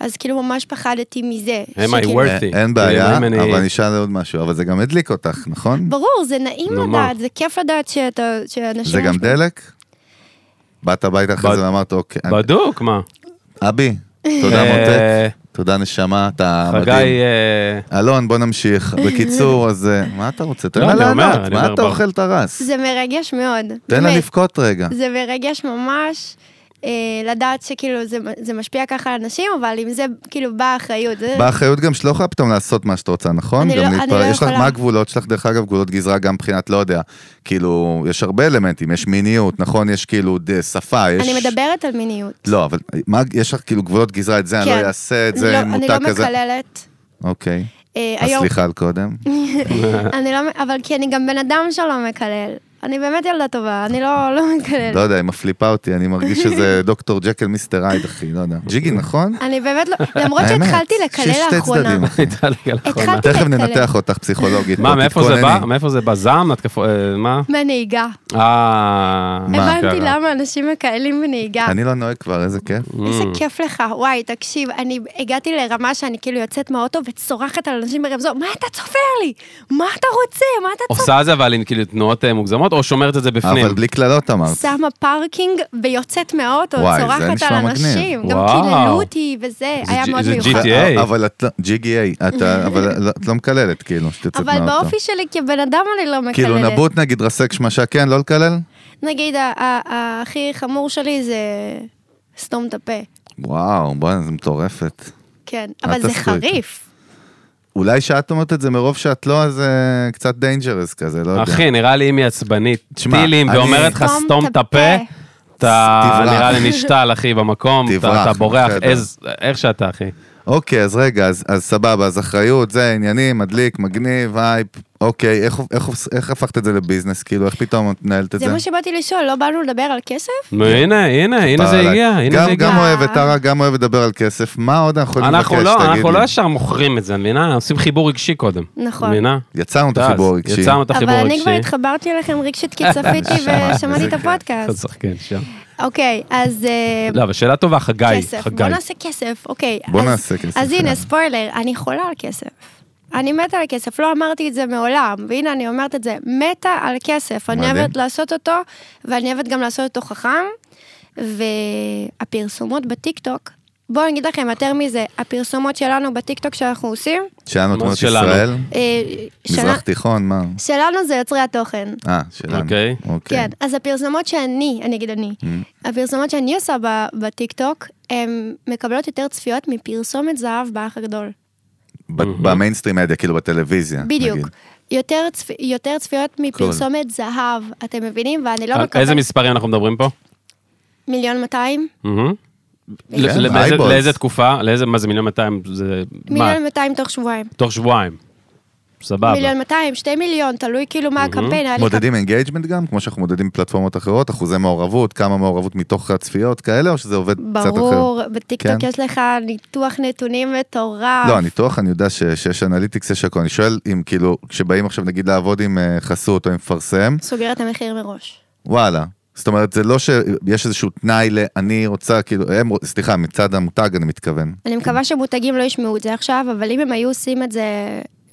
Speaker 3: אז כאילו ממש פחדתי מזה.
Speaker 1: Am I
Speaker 3: שכאילו-
Speaker 1: worth-
Speaker 2: אה, אין-
Speaker 1: worthy.
Speaker 2: אין בעיה,
Speaker 1: אה, כאילו, אם אני-
Speaker 2: אבל אני אשאל עוד משהו, אבל זה גם הדליק אותך, נכון?
Speaker 3: ברור, זה נעים
Speaker 1: נו, מה?
Speaker 3: לדעת, זה כיף לדעת שאתה, שאנשים...
Speaker 2: זה גם
Speaker 3: משפיעים.
Speaker 2: דלק? באת הביתה אחרי
Speaker 1: בד-
Speaker 2: זה ואמרת, אוקיי,
Speaker 1: בדוק, מה?
Speaker 2: אבי, תודה
Speaker 1: אה,
Speaker 2: מותק, תודה נשמה, אתה
Speaker 1: חגי...
Speaker 2: מדהים.
Speaker 1: אה,
Speaker 2: אלון, בוא נמשיך. בקיצור, אז אה, מה אתה רוצה? תן
Speaker 1: לא,
Speaker 2: לה
Speaker 1: אני אומר,
Speaker 2: לענות,
Speaker 1: אני
Speaker 2: מה
Speaker 1: אומר,
Speaker 2: אתה
Speaker 1: בר-
Speaker 2: אוכל את הרס?
Speaker 3: זה מרגש מאוד.
Speaker 2: תן לה
Speaker 3: באמת.
Speaker 2: לבכות רגע.
Speaker 3: זה מרגש ממש. אה, לדעת שכאילו זה, זה משפיע ככה על אנשים, אבל עם זה כאילו באה האחריות. זה-
Speaker 2: באחריות גם שלא יכולה פתאום לעשות מה שאת רוצה, נכון?
Speaker 3: אני
Speaker 2: גם
Speaker 3: לא- אני
Speaker 2: להתפר-
Speaker 3: לא
Speaker 2: יש לך,
Speaker 3: יכולה.
Speaker 2: מה הגבולות שלך? דרך אגב, גבולות גזרה גם מבחינת, לא יודע, כאילו, יש הרבה אלמנטים, יש מיניות, נכון? יש כאילו ד- שפה, יש...
Speaker 3: אני מדברת על מיניות.
Speaker 2: לא, אבל מה, יש לך כאילו גבולות גזרה, את זה אני
Speaker 3: כן.
Speaker 2: לא אעשה, את
Speaker 3: אני
Speaker 2: זה
Speaker 3: לא-
Speaker 2: מותג
Speaker 3: אני לא
Speaker 2: כזה.
Speaker 3: מקללת.
Speaker 2: אוקיי.
Speaker 3: אה,
Speaker 2: אז
Speaker 3: היום-
Speaker 2: סליחה על קודם.
Speaker 3: אני לא, אבל כי אני גם בן אדם שלא מקלל. אני באמת ילדה טובה, אני לא, לא מקלל.
Speaker 2: לא יודע, היא מפליפה אותי, אני מרגיש שזה דוקטור ג'קל מיסטר הייד, אחי, לא יודע. ג'יגי, נכון?
Speaker 3: אני באמת לא, למרות
Speaker 2: האמת,
Speaker 3: אוקיי. שהתחלתי לקלל
Speaker 2: שיש שתי
Speaker 3: לאחרונה.
Speaker 2: צדדים.
Speaker 1: הייתה לי לאחרונה.
Speaker 3: התחלתי-
Speaker 2: תכף
Speaker 3: לקלל.
Speaker 2: ננתח אותך פסיכולוגית.
Speaker 1: מה,
Speaker 2: בוא,
Speaker 1: מאיפה זה
Speaker 2: תתכונני.
Speaker 1: בא? מאיפה זה בא? זעם? התקפו... אה, מה?
Speaker 3: מהנהיגה.
Speaker 1: אה...
Speaker 2: מה?
Speaker 3: הבנתי
Speaker 1: קרה?
Speaker 3: למה אנשים מקללים בנהיגה.
Speaker 2: אני לא נוהג כבר, איזה כיף.
Speaker 3: איזה
Speaker 1: Mm.
Speaker 3: כיף לך, וואי, תקשיב, אני הגעתי לרמה שאני כאילו יוצאת מהאוטו וצורחת על אנשים ברמזור, מה אתה צופר לי? מה אתה רוצה? מה אתה צופר?
Speaker 1: עושה את זה אבל עם כאילו תנועות אה, מוגזמות, או שומרת את זה בפנים?
Speaker 2: אבל בלי קללות אמרת.
Speaker 3: שמה פארקינג ויוצאת מהאוטו,
Speaker 2: וואי, זה
Speaker 3: צורחת
Speaker 2: נשמע
Speaker 3: על
Speaker 2: מגניב.
Speaker 3: אנשים, גם
Speaker 1: וואו.
Speaker 3: קיללו אותי וזה,
Speaker 1: זה
Speaker 3: היה
Speaker 1: ג'-
Speaker 3: מאוד
Speaker 1: זה
Speaker 3: מיוחד.
Speaker 1: GTA.
Speaker 2: אה, אבל את לא, GGA, אתה- אבל לא- את לא מקללת, כאילו, שתצאת מהאוטו.
Speaker 3: אבל באופי שלי כבן אדם אני לא מקללת.
Speaker 2: כאילו נבוט נגיד רסק שמשה, כן, לא לקלל?
Speaker 3: נגיד, ה- ה- ה- הכי חמור שלי זה סתום את הפה.
Speaker 2: וואו, בוא'נה, זה מטורפת.
Speaker 3: כן,
Speaker 2: אל
Speaker 3: אבל זה
Speaker 2: תעשו את זה.
Speaker 3: חריף.
Speaker 2: אולי שאת אומרת את זה מרוב שאת לא, אז אה, קצת דייג'רס כזה, לא יודע.
Speaker 1: אחי, נראה לי אם היא עצבנית,
Speaker 2: תשמע,
Speaker 1: טילים,
Speaker 2: אני-
Speaker 1: ואומרת לך
Speaker 3: סתום
Speaker 1: סתום
Speaker 3: את
Speaker 1: את הפה,
Speaker 3: הפה."
Speaker 1: אתה
Speaker 2: תברח.
Speaker 1: נראה לי נשתל, אחי, במקום, אתה-
Speaker 2: תברח,
Speaker 1: אתה בורח,
Speaker 2: בסדר.
Speaker 1: איז- איך שאתה, אחי.
Speaker 2: אוקיי, אז רגע, אז, אז סבבה, אז אחריות, זה עניינים, מדליק, מגניב, הייפ. אוקיי, איך, איך, איך הפכת את זה לביזנס? כאילו, איך פתאום את מנהלת את זה?
Speaker 3: זה מה שבאתי לשאול, לא באנו לדבר על כסף?
Speaker 1: נו,
Speaker 2: כן.
Speaker 1: הנה, הנה, הנה זה
Speaker 2: עליי.
Speaker 1: הגיע, הנה
Speaker 2: גם,
Speaker 1: זה
Speaker 2: גם
Speaker 1: הגיע.
Speaker 2: אוהב את טרה, גם אוהב לדבר על כסף. מה עוד אנחנו יכולים לבקש,
Speaker 1: אנחנו
Speaker 2: תגיד
Speaker 1: לא, אנחנו
Speaker 2: לי?
Speaker 1: לא ישר מוכרים את זה, מבינה? עושים חיבור רגשי קודם.
Speaker 3: נכון.
Speaker 1: מבינה?
Speaker 2: יצרנו את
Speaker 1: טס,
Speaker 2: החיבור הרגשי.
Speaker 1: לא- יצרנו את
Speaker 3: אבל
Speaker 1: החיבור
Speaker 3: אני
Speaker 1: הרגשי.
Speaker 3: כבר התחברתי אליכם רגשית כי צפיתי
Speaker 2: נשמה,
Speaker 3: ושמעתי את
Speaker 2: איזה
Speaker 1: אתה
Speaker 3: הפודקאסט.
Speaker 1: צוחק, כן, שם.
Speaker 3: אוקיי, אז אה,
Speaker 1: לא, אבל שאלה טובה, חגי,
Speaker 3: כסף.
Speaker 1: חגי.
Speaker 3: בוא נעשה כסף, אוקיי.
Speaker 2: בוא
Speaker 3: אז-
Speaker 2: נעשה כסף, כן.
Speaker 3: אז
Speaker 2: יאללה.
Speaker 3: הנה, ספוילר, אני חולה על כסף. אני מתה על כסף, לא אמרתי את זה מעולם, והנה אני אומרת את זה, מתה על כסף. אני
Speaker 2: מדהים.
Speaker 3: אוהבת לעשות אותו, ואני אוהבת גם לעשות אותו חכם. והפרסומות בטיקטוק, בואו אני אגיד לכם יותר מזה, הפרסומות שלנו בטיקטוק שאנחנו עושים,
Speaker 2: שלנו תמונות
Speaker 1: שלנו.
Speaker 2: ישראל,
Speaker 3: אה, שלה-
Speaker 2: מזרח תיכון, מה?
Speaker 3: שלנו זה יוצרי התוכן.
Speaker 2: אה, שלנו.
Speaker 1: אוקיי.
Speaker 2: אוקיי.
Speaker 3: כן, אז הפרסומות שאני, אני אגיד אני,
Speaker 2: Mm.
Speaker 3: הפרסומות שאני עושה ב- בטיקטוק, הן מקבלות יותר צפיות מפרסומת זהב באח הגדול.
Speaker 2: ב- במיינסטרים מדיה, כאילו בטלוויזיה.
Speaker 3: בדיוק.
Speaker 2: נגיד.
Speaker 3: יותר, צפ... יותר צפיות מפרסומת זהב, אתם מבינים? ואני לא
Speaker 1: על
Speaker 3: מקבלת...
Speaker 1: אה, איזה מספרים אנחנו מדברים פה?
Speaker 3: מיליון 200?
Speaker 1: מהמם.
Speaker 3: כן,
Speaker 1: ל- ל-
Speaker 2: eyeballs.
Speaker 1: באיזה- לאיזה תקופה? לאיזה, מה זה מיליון 200? זה... מה?
Speaker 3: מיליון 200 תוך שבועיים.
Speaker 1: תוך שבועיים. סבבה.
Speaker 3: מיליון 200, 2 מיליון, תלוי כאילו מה הקמפיין. היה לי
Speaker 2: Mm-hmm. מודדים אינגייג'מנט גם, כמו שאנחנו מודדים בפלטפורמות אחרות, אחוזי מעורבות, כמה מעורבות מתוך הצפיות כאלה, או שזה עובד קצת אחר?
Speaker 3: ברור, בטיקטוק
Speaker 2: כן.
Speaker 3: יש לך ניתוח נתונים מטורף.
Speaker 2: לא, הניתוח, אני יודע ש- שיש אנליטיקס, יש הכל. אני שואל אם כאילו, כשבאים עכשיו נגיד לעבוד עם אה, חסות או עם מפרסם,
Speaker 3: סוגרת המחיר מראש.
Speaker 2: וואלה, זאת אומרת, זה לא שיש איזשהו תנאי ל... אני רוצה, כאילו, הם, רוצ- סליחה, מצד המותג אני מתכוון.
Speaker 3: אני מקווה שמותגים לא ישמעו את זה עכשיו, אבל אם הם היו עושים את זה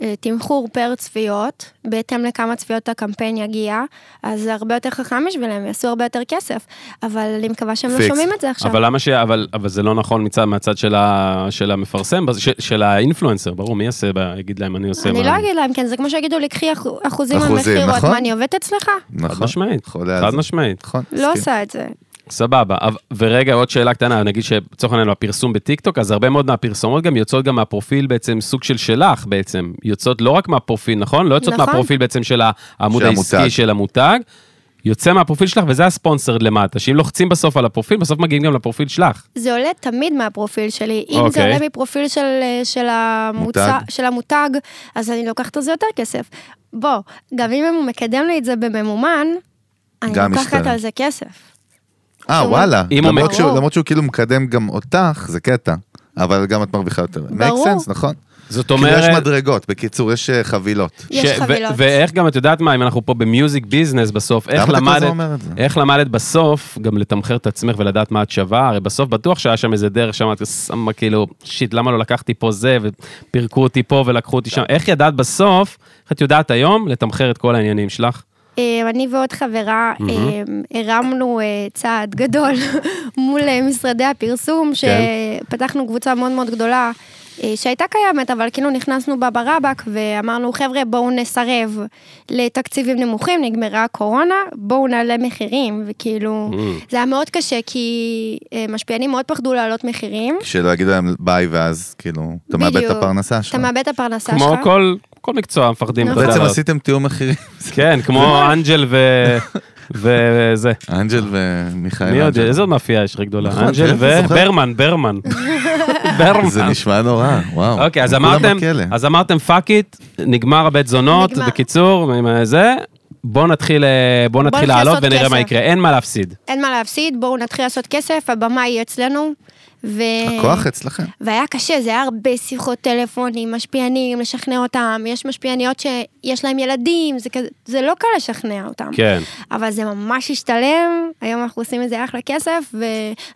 Speaker 3: אה, תמחור פר צפיות, בהתאם לכמה צפיות הקמפיין יגיע, אז זה הרבה יותר חכם בשבילם, יעשו הרבה יותר כסף. אבל אני מקווה שהם לא
Speaker 2: פיקס.
Speaker 3: שומעים את זה עכשיו.
Speaker 1: אבל למה ש... אבל, אבל זה לא נכון מצד, מהצד של, ה, של המפרסם, בז- של, של האינפלואנסר, ברור, מי יעשה, ב- יגיד להם, אני עושה...
Speaker 3: אני
Speaker 1: מה-
Speaker 3: לא אגיד להם כן, זה כמו שיגידו לי, קחי אחוז- אחוזים
Speaker 2: אחוזים,
Speaker 3: מהמכירות,
Speaker 2: נכון.
Speaker 3: מה, אני עובדת אצלך?
Speaker 1: חד
Speaker 2: נכון.
Speaker 1: משמעית,
Speaker 2: חולה על
Speaker 1: חד
Speaker 2: זה.
Speaker 1: משמעית,
Speaker 2: נכון.
Speaker 3: לא
Speaker 2: מסכים.
Speaker 3: עושה את זה.
Speaker 1: סבבה. אב- ורגע, עוד שאלה קטנה, נגיד שלצורך העניין הפרסום בטיקטוק, אז הרבה מאוד מהפרסומות גם יוצאות גם מהפרופיל בעצם, סוג של שלך בעצם, יוצאות לא רק מהפרופיל, נכון? לא יוצאות
Speaker 3: נכון.
Speaker 1: מהפרופיל בעצם של העמוד
Speaker 2: של
Speaker 1: העסקי
Speaker 2: המותג.
Speaker 1: של המותג, יוצא מהפרופיל שלך, וזה הספונסר למטה, שאם לוחצים בסוף על הפרופיל, בסוף מגיעים גם לפרופיל שלך.
Speaker 3: זה עולה תמיד מהפרופיל שלי. אם זה
Speaker 1: אוקיי.
Speaker 3: עולה מפרופיל של, אה, של, המוצא,
Speaker 2: מותג.
Speaker 3: של המותג, אז אני לוקחת על זה יותר כסף. בוא, גם אם הוא מקדם לי את זה בממומן, אני
Speaker 2: גם
Speaker 3: לוקחת
Speaker 2: ישתלם.
Speaker 3: על זה כסף.
Speaker 2: אה,
Speaker 3: הוא-
Speaker 2: וואלה.
Speaker 1: אם הוא
Speaker 2: למרות
Speaker 1: מק-
Speaker 2: שהוא-
Speaker 3: ברור.
Speaker 2: למרות שהוא כאילו מקדם גם אותך, זה קטע. אבל גם את מרוויחה יותר.
Speaker 3: ברור.
Speaker 2: make sense, נכון?
Speaker 1: זאת
Speaker 2: כאילו
Speaker 1: אומרת...
Speaker 2: יש מדרגות, בקיצור, יש אה, חבילות.
Speaker 3: יש
Speaker 1: ש- ו-
Speaker 3: חבילות.
Speaker 1: ואיך גם, את יודעת מה, אם אנחנו פה במיוזיק ביזנס בסוף,
Speaker 2: למה
Speaker 1: איך
Speaker 2: אתה כל הזמן
Speaker 1: למדת,
Speaker 2: אומר את זה?
Speaker 1: Mm-hmm. איך למדת בסוף גם לתמחר את עצמך ולדעת מה את שווה? הרי בסוף בטוח שהיה שם איזה דרך שם, את שמה כאילו, שיט, למה לא לקחתי פה זה, ופירקו אותי פה ולקחו אותי שם. איך ידעת בסוף, איך את יודעת היום לתמחר את כל העניינים שלך?
Speaker 3: אה, אני ועוד חברה אה, הרמנו אה, צעד גדול מול אה, משרדי הפרסום,
Speaker 1: כן.
Speaker 3: שפתחנו קבוצה מאוד מאוד גדולה. אה, שהייתה קיימת, אבל כאילו נכנסנו בה ברבק ואמרנו, חבר'ה, בואו נסרב לתקציבים נמוכים, נגמרה הקורונה, בואו נעלה מחירים. וכאילו, זה היה מאוד קשה, כי אה, משפיענים מאוד פחדו להעלות מחירים.
Speaker 2: שלא יגידו להם ביי ואז, כאילו, אתה מאבד את
Speaker 3: בדיוק.
Speaker 2: הפרנסה שלך.
Speaker 3: אתה מאבד את הפרנסה שלך.
Speaker 1: נכון. כמו כל, כל מקצוע מפחדים.
Speaker 3: נכון.
Speaker 1: אתה יודע,
Speaker 2: בעצם
Speaker 1: לעלות.
Speaker 2: עשיתם תיאום מחירים.
Speaker 1: כן, כמו אנג'ל ו- וזה.
Speaker 2: אנג'ל ומיכאל.
Speaker 1: מי עוד?
Speaker 2: אנג'ל.
Speaker 1: איזה עוד מאפייה יש לך גדולה?
Speaker 2: נכון,
Speaker 1: אנג'ל
Speaker 2: אתה זוכר?
Speaker 1: וברמן, ברמן. ברמן.
Speaker 2: זה נשמע נורא, וואו.
Speaker 1: אוקיי, אז
Speaker 2: נכון. הם כולם
Speaker 1: אמרתם,
Speaker 2: בכלא.
Speaker 1: אז אמרתם פאק איט, נגמר הבית זונות,
Speaker 3: נגמר.
Speaker 1: בקיצור, עם זה, בוא נתחיל, אה, בוא נתחיל
Speaker 3: נתחיל
Speaker 1: לעלות
Speaker 3: לעשות
Speaker 1: ונראה מה
Speaker 3: כסף.
Speaker 1: יקרה, אין מה להפסיד.
Speaker 3: אין מה להפסיד, בואו נתחיל לעשות כסף, הבמה היא אצלנו. ו...
Speaker 2: הכוח אצלכם.
Speaker 3: והיה קשה, זה היה הרבה שיחות טלפון עם משפיענים, לשכנע אותם, יש משפיעניות שיש להם ילדים, זה, כזה, זה לא קל לשכנע אותם.
Speaker 1: כן.
Speaker 3: אבל זה ממש השתלם, היום אנחנו עושים מזה אחלה כסף,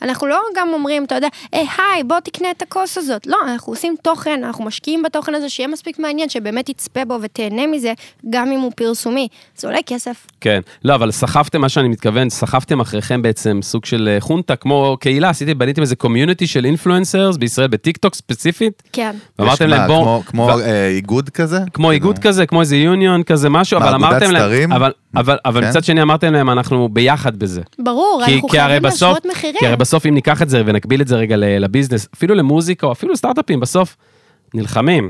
Speaker 3: ואנחנו לא גם אומרים, אתה יודע, היי, היי, בוא תקנה את הכוס הזאת. לא, אנחנו עושים תוכן, אנחנו משקיעים בתוכן הזה, שיהיה מספיק מעניין, שבאמת תצפה בו ותהנה מזה, גם אם הוא פרסומי. זה עולה כסף.
Speaker 1: כן. לא, אבל סחפתם, מה שאני מתכוון, סחפתם אחריכם בעצם סוג של אה, חונטה, כמו קהילה, עשיתם, בניתם איזה קומיוניטי של אינפלואנסרס בישראל, בטיקטוק ספציפית,
Speaker 3: כן.
Speaker 1: ואמרתם
Speaker 2: יש מה,
Speaker 1: להם, בואו...
Speaker 2: כמו- כן. כמו אה, איגוד כזה?
Speaker 1: כמו איגוד כזה, כמו איזה יוניון כזה, משהו,
Speaker 2: מה,
Speaker 1: אבל
Speaker 2: אגודת
Speaker 1: אמרתם להם,
Speaker 2: סתרים?
Speaker 1: אבל, אבל, אבל
Speaker 2: כן.
Speaker 1: מצד שני אמרתם להם, אנחנו ביחד בזה.
Speaker 3: ברור,
Speaker 1: כי,
Speaker 3: אנחנו
Speaker 1: כי הרי
Speaker 3: חייבים
Speaker 1: בסוף,
Speaker 3: להשוות מחירים.
Speaker 1: כי הרי בסוף אם ניקח את זה ונקביל את זה רגע ל- לביזנס, אפילו למוזיקה או אפילו סטארט-אפים, בסוף נלחמים.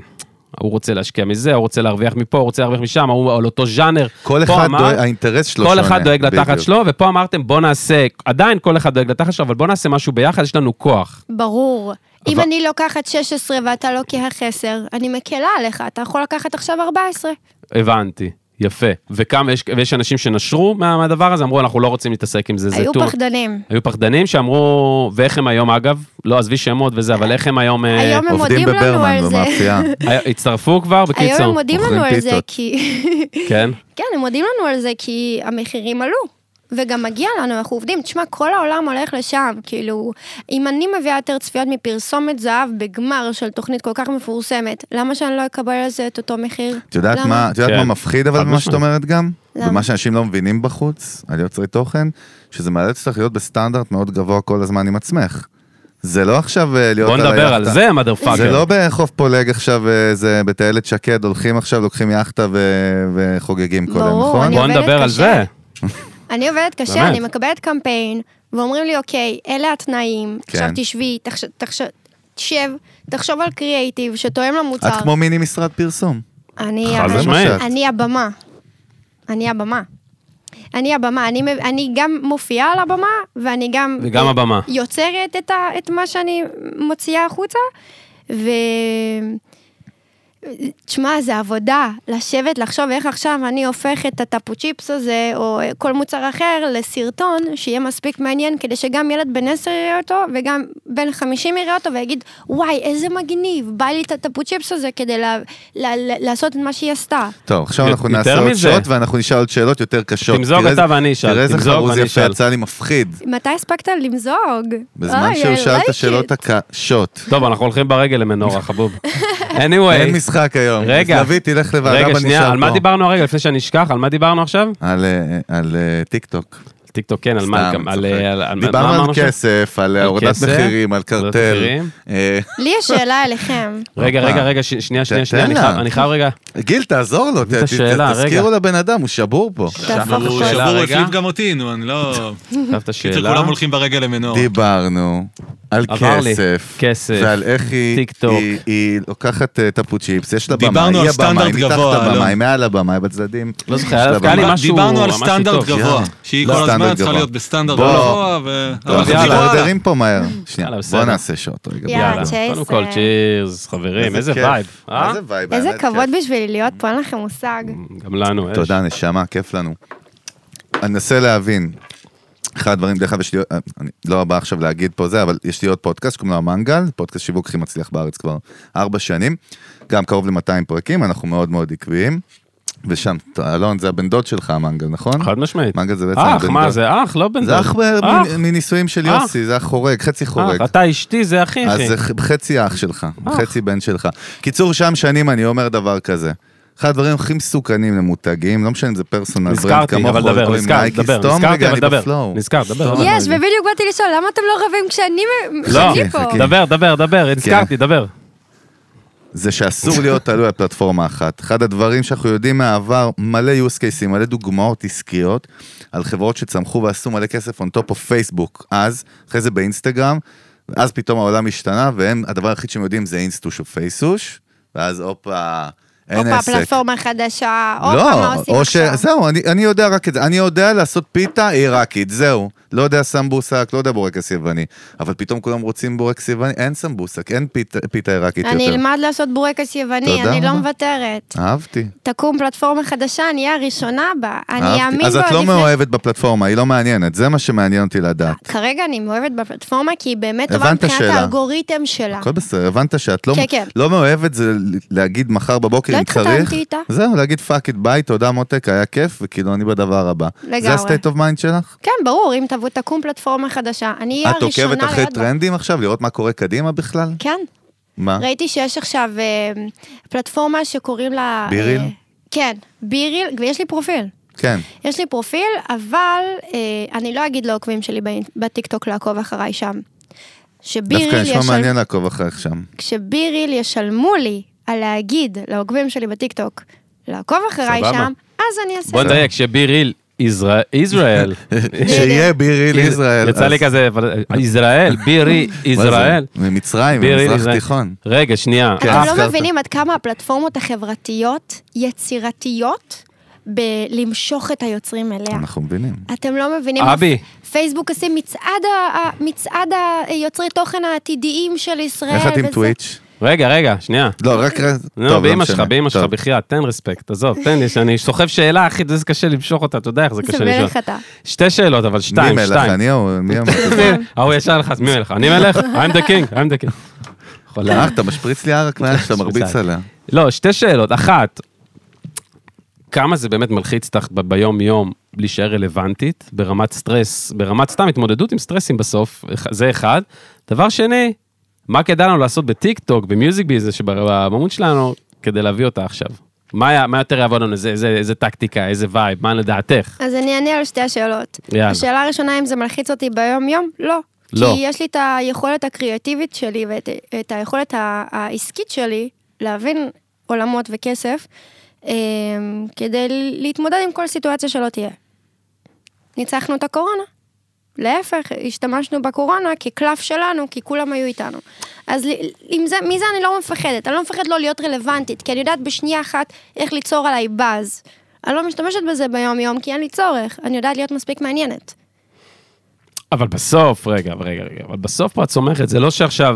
Speaker 1: הוא רוצה להשקיע מזה, הוא רוצה להרוויח מפה, הוא רוצה להרוויח משם, הוא על אותו ז'אנר.
Speaker 2: כל
Speaker 1: פה
Speaker 2: אחד
Speaker 1: אמר-
Speaker 2: דואג, האינטרס שלו
Speaker 1: כל
Speaker 2: שונה.
Speaker 1: אחד דואג לתחת
Speaker 2: בדיוק.
Speaker 1: שלו, ופה אמרתם בוא נעשה, עדיין כל אחד דואג לתחת שלו, אבל בוא נעשה משהו ביחד, יש לנו כוח.
Speaker 3: ברור. אם
Speaker 1: אבל-
Speaker 3: אני לוקחת 16 ואתה לוקח 10, אני מקלה עליך, אתה יכול לקחת עכשיו 14.
Speaker 1: הבנתי, יפה. וכמה, יש, ויש אנשים שנשרו מה- מהדבר הזה, אמרו אנחנו לא רוצים להתעסק עם זה, זה
Speaker 3: היו
Speaker 1: טור.
Speaker 3: פחדנים.
Speaker 1: היו פחדנים שאמרו, ואיך הם היום אגב, לא עזבי שמות וזה, אבל איך הם היום... אה,
Speaker 3: היום הם
Speaker 2: עובדים
Speaker 3: מודים לנו
Speaker 2: בברמן,
Speaker 3: על זה.
Speaker 2: במאפייה.
Speaker 1: היה- הצטרפו כבר,
Speaker 3: היום הם
Speaker 1: בקיצור.
Speaker 3: מודים לנו
Speaker 2: אוכלים
Speaker 3: על זה,
Speaker 2: פיתות.
Speaker 3: כי...
Speaker 1: כן.
Speaker 3: כן, הם מודים לנו על זה, כי המחירים עלו. וגם מגיע לנו, אנחנו עובדים. תשמע, כל העולם הולך לשם. כאילו, אם אני מביאה יותר צפיות מפרסומת זהב בגמר של תוכנית כל כך מפורסמת, למה שאני לא אקבל על זה את אותו מחיר?
Speaker 2: את יודעת
Speaker 3: למה?
Speaker 2: מה, את יודעת
Speaker 1: כן.
Speaker 2: מה מפחיד אבל
Speaker 1: חד
Speaker 2: במה
Speaker 1: משמעית.
Speaker 2: שאת אומרת גם?
Speaker 3: למה?
Speaker 2: ומה שאנשים לא מבינים בחוץ, על יוצרי תוכן, שזה מאלץ אותך להיות בסטנדרט מאוד גבוה כל הזמן עם עצמך. זה לא עכשיו אה, להיות
Speaker 1: בוא
Speaker 2: על
Speaker 1: נדבר על
Speaker 2: היאכטה.
Speaker 1: זה, מדר פאקר.
Speaker 2: זה לא בחוף פולג עכשיו, אה, זה בטיילת שקד, הולכים עכשיו, לוקחים יאכטה ו- וחוגגים כל היום,
Speaker 3: ברור,
Speaker 2: נכון?
Speaker 3: אני
Speaker 1: בוא
Speaker 3: עובדת
Speaker 1: נדבר על
Speaker 3: קשה.
Speaker 1: זה.
Speaker 3: אני עובדת קשה,
Speaker 1: באמת.
Speaker 3: אני מקבלת קמפיין, ואומרים לי, אוקיי, אלה התנאים,
Speaker 2: כן.
Speaker 3: עכשיו תשבי, תחש- תחש- תשב, תחשוב על קריאייטיב שתואם למוצר.
Speaker 2: את כמו מיני משרד פרסום.
Speaker 3: אני
Speaker 1: חד
Speaker 3: הבמה.
Speaker 1: משמעית.
Speaker 3: אני הבמה. אני הבמה. אני הבמה, אני, מב- אני גם מופיעה על הבמה, ואני גם...
Speaker 1: וגם
Speaker 3: אה,
Speaker 1: הבמה.
Speaker 3: יוצרת את, ה, את מה שאני מוציאה החוצה, ו... תשמע, זה עבודה, לשבת, לחשוב איך עכשיו אני הופך את הטפו צ'יפס הזה, או כל מוצר אחר, לסרטון שיהיה מספיק מעניין, כדי שגם ילד בן 10 יראה אותו, וגם בן 50 יראה אותו, ויגיד, וואי, איזה מגניב, בא לי את הטפו צ'יפס הזה כדי לה, לה, לה, לעשות את מה שהיא עשתה.
Speaker 2: טוב, עכשיו
Speaker 1: י-
Speaker 2: אנחנו
Speaker 1: יותר
Speaker 2: נעשה עוד
Speaker 1: מזה.
Speaker 2: שעות ואנחנו נשאל עוד שאלות יותר קשות.
Speaker 1: תמזוג
Speaker 2: תראה
Speaker 1: אתה
Speaker 2: איזה-
Speaker 1: ואני אשאל,
Speaker 2: תראה איזה
Speaker 1: תמזוג
Speaker 2: חרוז
Speaker 1: ואני
Speaker 2: יפה
Speaker 1: אשאל.
Speaker 2: יצא לי מפחיד,
Speaker 3: מתי הספקת למזוג?
Speaker 2: בזמן שהוא
Speaker 3: אוי, I
Speaker 2: שאל את
Speaker 3: like
Speaker 2: השאלות
Speaker 3: it.
Speaker 2: הקשות.
Speaker 1: טוב, אנחנו הולכים ברגל למנורה, חבוב.
Speaker 2: אין
Speaker 1: anyway,
Speaker 2: משחק היום.
Speaker 1: רגע.
Speaker 2: אז לביא, תלך לוועדה
Speaker 1: רגע,
Speaker 2: ואני
Speaker 1: שנייה,
Speaker 2: אשאר
Speaker 1: על מה
Speaker 2: פה.
Speaker 1: דיברנו הרגע, לפני שאני אשכח, על מה דיברנו עכשיו?
Speaker 2: על, אה, על אה, טיק טוק.
Speaker 1: טיק טוק, כן, על מה,
Speaker 2: סתם,
Speaker 1: גם- על
Speaker 2: צוחק.
Speaker 1: אה, על- על- מה
Speaker 2: דיברנו
Speaker 1: אמרנו
Speaker 2: על
Speaker 1: עכשיו?
Speaker 2: כסף, על
Speaker 1: על
Speaker 2: הורדת
Speaker 1: כסף,
Speaker 2: מחירים, על
Speaker 1: הורדת
Speaker 2: קרטל.
Speaker 1: מחירים.
Speaker 2: אה,
Speaker 3: לי יש שאלה אליכם.
Speaker 1: רגע,
Speaker 2: הופה.
Speaker 1: רגע, רגע, ש- שנייה, שנייה,
Speaker 2: תן
Speaker 1: שנייה, אני
Speaker 2: לה.
Speaker 1: חייב- אני חייב רגע.
Speaker 2: גיל, תעזור לו, ת-
Speaker 1: את
Speaker 2: ת-
Speaker 1: השאלה, רגע.
Speaker 2: תזכירו לבן אדם, הוא שבור פה.
Speaker 3: תהפוך
Speaker 4: הוא
Speaker 3: הכל.
Speaker 1: שאלה
Speaker 4: שבור
Speaker 1: רגע.
Speaker 4: החליף גם אותי, נו, אני לא...
Speaker 1: כתב את
Speaker 4: קיצר,
Speaker 1: השאלה.
Speaker 4: כולם הולכים ברגל למנור.
Speaker 2: דיברנו על
Speaker 1: עבר לי.
Speaker 2: כסף,
Speaker 1: כסף.
Speaker 2: ועל איך היא,
Speaker 1: טיק טוק.
Speaker 2: היא, היא לוקחת אה, טפו צ'יפס, יש לה במה,
Speaker 4: דיברנו
Speaker 2: היא
Speaker 4: על
Speaker 2: הבמה, היא
Speaker 4: סטנדרט
Speaker 2: מתחת
Speaker 4: גבוה,
Speaker 2: לבמה,
Speaker 4: לא?
Speaker 2: היא מעל הבמה, היא בצדדים.
Speaker 1: לא זוכר,
Speaker 2: יש
Speaker 1: היה
Speaker 2: לה
Speaker 1: דווקא היה לי
Speaker 2: במה.
Speaker 1: משהו
Speaker 4: דיברנו על
Speaker 1: ממש
Speaker 4: סטנדרט
Speaker 1: טוב,
Speaker 4: גבוה,
Speaker 2: יאללה.
Speaker 4: שהיא
Speaker 2: לא
Speaker 4: כל
Speaker 2: סטנדרט
Speaker 4: הזמן צריכה
Speaker 2: גבוה.
Speaker 4: להיות בסטנדרט
Speaker 2: בוא. לא,
Speaker 4: גבוה, ו...
Speaker 2: טוב,
Speaker 4: אבל
Speaker 1: יאללה.
Speaker 4: חצי וואלה.
Speaker 2: מדרדרים פה מהר. שנייה,
Speaker 1: יאללה, בסדר.
Speaker 2: בוא נעשה שעות רגע.
Speaker 3: יאללה,
Speaker 2: בוא.
Speaker 3: צ'ק.
Speaker 1: קודם כל,
Speaker 3: אה, צ'ייס.
Speaker 1: צ'ירס, חברים, איזה
Speaker 2: כיף.
Speaker 1: וייב, אה?
Speaker 2: איזה וייב.
Speaker 3: איזה
Speaker 2: באמת
Speaker 3: כבוד
Speaker 2: כיף. לא,
Speaker 3: בשבילי להיות פה, אין לכם מושג.
Speaker 1: גם לנו, אש.
Speaker 2: תודה, נשמה, כיף לנו. אני מנסה להבין. אחד הדברים, דרך אגב, יש לי, עוד- אני לא בא עכשיו להגיד פה זה, אבל יש לי עוד פודקאסט שקוראים לו המנגל, פודקאסט שיווק הכי מצליח בארץ כבר ארבע שנים, גם קרוב ל-200 פרקים, אנחנו מאוד מאוד עקביים, ושם, ת- אלון, זה הבן דוד שלך המנגל, נכון?
Speaker 1: חד משמעית.
Speaker 2: מנגל זה בעצם
Speaker 1: אח,
Speaker 2: הבן
Speaker 1: מה
Speaker 2: דוד.
Speaker 1: זה אח? לא בן דוד.
Speaker 2: זה אח ב-
Speaker 1: אח,
Speaker 2: מ- מנישואים של
Speaker 1: אח.
Speaker 2: יוסי, זה אח חורג, חצי חורג.
Speaker 1: אח, אתה אשתי, זה אחי,
Speaker 2: אז
Speaker 1: אחי.
Speaker 2: זה ח- חצי אח שלך,
Speaker 1: אח.
Speaker 2: חצי בן שלך. קיצור, שם שנים אני אומר דבר כזה. אחד הדברים הכי מסוכנים למותגים, לא משנה אם זה פרסונל ברנד,
Speaker 1: נזכרתי, אבל דבר, נזכר, דבר,
Speaker 2: סתום
Speaker 1: נזכרתי,
Speaker 2: רגע,
Speaker 1: אבל
Speaker 2: אני
Speaker 1: דבר.
Speaker 2: בפלואו. לא,
Speaker 1: נזכר, דבר, דבר.
Speaker 3: יש, ובדיוק באתי לשאול, למה אתם לא רבים כשאני
Speaker 1: לא,
Speaker 3: כשאני פה?
Speaker 2: חכי. כן.
Speaker 1: דבר, דבר, דבר, נזכרתי, דבר.
Speaker 2: זה שאסור להיות תלוי על פלטפורמה אחת. אחד הדברים שאנחנו יודעים מהעבר, מלא use cases, מלא דוגמאות עסקיות, על חברות שצמחו ועשו מלא כסף on top of פייסבוק, אז, אחרי זה באינסטגרם, אז פתאום העולם השתנה, והם, הדבר היחיד שהם יודעים זה אינסטוש או פייסוש, ואז הופה, אין
Speaker 3: הופה,
Speaker 2: עסק.
Speaker 3: הפלטפורמה החדשה, הופה, אוקיי, מה
Speaker 2: לא,
Speaker 3: עושים
Speaker 2: או ש...
Speaker 3: עכשיו?
Speaker 2: זהו, אני, אני יודע רק את זה. אני יודע לעשות פיתה עיראקית, זהו. לא יודע סמבוסק, לא יודע בורקס יווני. אבל פתאום כולם רוצים בורקס יווני, אין סמבוסק, אין פיתה, פיתה עיראקית
Speaker 3: אני
Speaker 2: יותר.
Speaker 3: אלמד לעשות בורקס יווני,
Speaker 2: תודה
Speaker 3: אני
Speaker 2: רבה.
Speaker 3: לא
Speaker 2: אה.
Speaker 3: מוותרת.
Speaker 2: אהבתי,
Speaker 3: תקום פלטפורמה חדשה, אני אהיה הראשונה בה, אני אה.
Speaker 2: אהבתי.
Speaker 3: אאמין
Speaker 2: אז
Speaker 3: בו
Speaker 2: את
Speaker 3: עוד
Speaker 2: לא
Speaker 3: לפני...
Speaker 2: מאוהבת בפלטפורמה, היא לא מעניינת, זה מה שמעניין אותי לדעת.
Speaker 3: כרגע אני מאוהבת בפלטפורמה, כי היא באמת טובה
Speaker 2: הבנת
Speaker 3: מבחינת
Speaker 2: שאלה.
Speaker 3: האלגוריתם שלה.
Speaker 2: הכל בסדר, הבנת שאת לא,
Speaker 3: כן, כן.
Speaker 2: לא מאוהבת זה להגיד מחר בבוקר
Speaker 3: לא
Speaker 2: אם צריך.
Speaker 3: התחתנתי איתה.
Speaker 2: זהו, להגיד פאק איט ביי, תודה מותק, היה כיף, וכאילו אני בדבר הבא. זה
Speaker 3: לגמרי.
Speaker 2: הסטייט אוף מיינד שלך?
Speaker 3: כן, ברור, אם תבוא, תקום פלטפורמה חדשה, אני אהיה
Speaker 2: את
Speaker 3: הראשונה
Speaker 2: עוקבת אחרי
Speaker 3: להיות בה.
Speaker 2: טרנדים עכשיו, לראות מה קורה קדימה בכלל?
Speaker 3: כן,
Speaker 2: מה?
Speaker 3: ראיתי שיש עכשיו אה, פלטפורמה שקוראים לה...
Speaker 2: ביריל?
Speaker 3: אה, כן, ביריל, ויש לי פרופיל.
Speaker 2: כן.
Speaker 3: יש לי פרופיל, אבל אה, אני לא אגיד לעוקבים שלי באינ- בטיקטוק לעקוב אחריי שם.
Speaker 2: דווקא
Speaker 3: שביריל
Speaker 2: נשמע
Speaker 3: ישל...
Speaker 2: מעניין לעקוב אחריך שם.
Speaker 3: כשביריל ישלמו לי על להגיד לעוקבים שלי בטיקטוק לעקוב אחריי
Speaker 1: סבבה.
Speaker 3: שם, אז אני אעשה
Speaker 1: בוא
Speaker 3: את זה.
Speaker 1: נדייק, שביריל ישראל, ישראל.
Speaker 2: שיהיה ביריל ישראל.
Speaker 1: יצא לי
Speaker 2: אז-
Speaker 1: כזה, אבל- ישראל, בירי
Speaker 2: מה זה?
Speaker 1: ישראל.
Speaker 2: ממצרים,
Speaker 1: ביריל
Speaker 2: ממזרח
Speaker 1: ישראל.
Speaker 2: תיכון.
Speaker 1: רגע, שנייה.
Speaker 2: כן,
Speaker 1: אה,
Speaker 3: אתם
Speaker 2: הזכרת.
Speaker 3: לא מבינים עד כמה הפלטפורמות החברתיות יצירתיות בלמשוך את היוצרים אליה.
Speaker 2: אנחנו מבינים.
Speaker 3: אתם לא מבינים,
Speaker 1: אבי.
Speaker 3: פייסבוק עושים מצעד, ה- ה- מצעד היוצרי תוכן העתידיים של ישראל.
Speaker 2: איך את עם
Speaker 3: וזה.
Speaker 2: טוויץ'?
Speaker 1: רגע, רגע, שנייה.
Speaker 2: לא, רק... רק- טוב,
Speaker 1: נו,
Speaker 2: לא
Speaker 1: באמא
Speaker 2: משנה.
Speaker 1: שלך, באמא שלך,
Speaker 2: טוב.
Speaker 1: בחייאת, תן רספקט, עזוב, תן לי, שאני סוחב שאלה, אחי, זה קשה למשוך אותה, אתה יודע איך זה קשה
Speaker 3: זה
Speaker 1: לשאול.
Speaker 3: מלך אתה.
Speaker 1: שתי שאלות, אבל
Speaker 2: מי
Speaker 1: שתיים,
Speaker 2: מלך?
Speaker 1: שתיים.
Speaker 2: אני או... מי אמר?
Speaker 1: מי- ההוא ישר לך, אז מי מלך? אני מלך? I'm the king, I'm the king. חולה.
Speaker 2: אה, אתה משפריץ לי ערק מאז שאתה מרביץ
Speaker 1: שתיים.
Speaker 2: עליה.
Speaker 1: לא, שתי שאלות. אחת, כמה זה באמת מלחיץ אותך ב- ביום-יום להישאר רלוונטית, ברמת סטרס, ברמת סתם התמודדות עם סטרסים בסוף, אח- זה אחד. דבר שני, מה כדאי לנו לעשות בטיק טוק, במיוזיק ביזנס, שבמהות שלנו, כדי להביא אותה עכשיו? מה, היה- מה יותר יעבוד לנו? איזה, איזה, איזה טקטיקה, איזה וייב, מה לדעתך?
Speaker 3: אז אני אענה על שתי השאלות.
Speaker 1: יאללה.
Speaker 3: השאלה הראשונה, אם זה מלחיץ אותי ביום-יום? לא.
Speaker 1: לא.
Speaker 3: כי יש לי את היכולת הקריאטיבית שלי ואת את היכולת ה- העסקית שלי להבין עולמות וכסף, אמ, כדי להתמודד עם כל סיטואציה שלא תהיה. ניצחנו את הקורונה. להפך, השתמשנו בקורונה כקלף שלנו, כי כולם היו איתנו. אז לי- עם זה, מזה אני לא מפחדת, אני לא מפחדת לא להיות רלוונטית, כי אני יודעת בשנייה אחת איך ליצור עליי באז. אני לא משתמשת בזה ביום-יום, כי אין לי צורך, אני יודעת להיות מספיק מעניינת.
Speaker 1: אבל בסוף, רגע, רגע, רגע, אבל בסוף פה את סומכת, זה לא שעכשיו,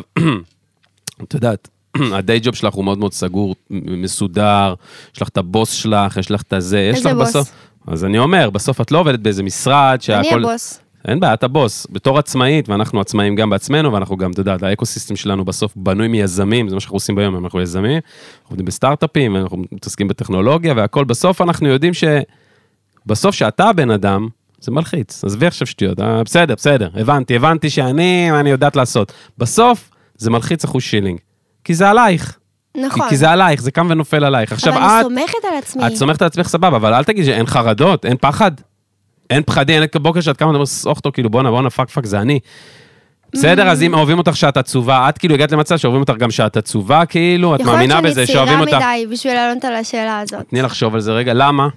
Speaker 1: את יודעת, הדיי ג'וב שלך הוא מאוד מאוד סגור, מ- מסודר, יש לך את הבוס שלך, יש לך את הזה, יש
Speaker 3: איזה
Speaker 1: לך
Speaker 3: בוס?
Speaker 1: בסוף... אז אני אומר, בסוף את לא עובדת באיזה משרד
Speaker 3: אני
Speaker 1: שהכל...
Speaker 3: הבוס.
Speaker 1: אין בעיה, את הבוס. בתור עצמאית, ואנחנו עצמאים גם בעצמנו, ואנחנו גם, אתה יודע, האקוסיסטם שלנו בסוף בנוי מיזמים, זה מה שאנחנו עושים ביום, אנחנו יזמים, אנחנו עובדים בסטארט-אפים, אנחנו מתעסקים בטכנולוגיה והכל, בסוף אנחנו יודעים ש... בסוף שאתה הבן אדם, זה מלחיץ. עזבי עכשיו שטויות, אה, בסדר, בסדר, הבנתי, הבנתי שאני, מה אני יודעת לעשות. בסוף, זה מלחיץ אחוז שילינג. כי זה עלייך. כי,
Speaker 3: נכון.
Speaker 1: כי זה עלייך, זה קם ונופל עלייך. עכשיו
Speaker 3: אבל
Speaker 1: את...
Speaker 3: אני סומכת על עצמי.
Speaker 1: את סומכת על עצמך סבבה, אבל אל תגיד שאין חרדות, אין פחד. אין פחדים, אין בוקר שאת קמה, אתה מסוך אותו, כאילו בואנה, בואנה, פאק פאק, זה אני. בסדר, אז אם אוהבים אותך שאת עצובה, את כאילו הגעת למצב שאוהבים אותך גם שאת עצובה, כאילו, את מאמינה בזה, שאוהבים
Speaker 3: יכול להיות
Speaker 1: אותך.
Speaker 3: שאני צעירה מדי בשביל לענות על השאלה הזאת.
Speaker 1: תני לחשוב על זה רגע, למה?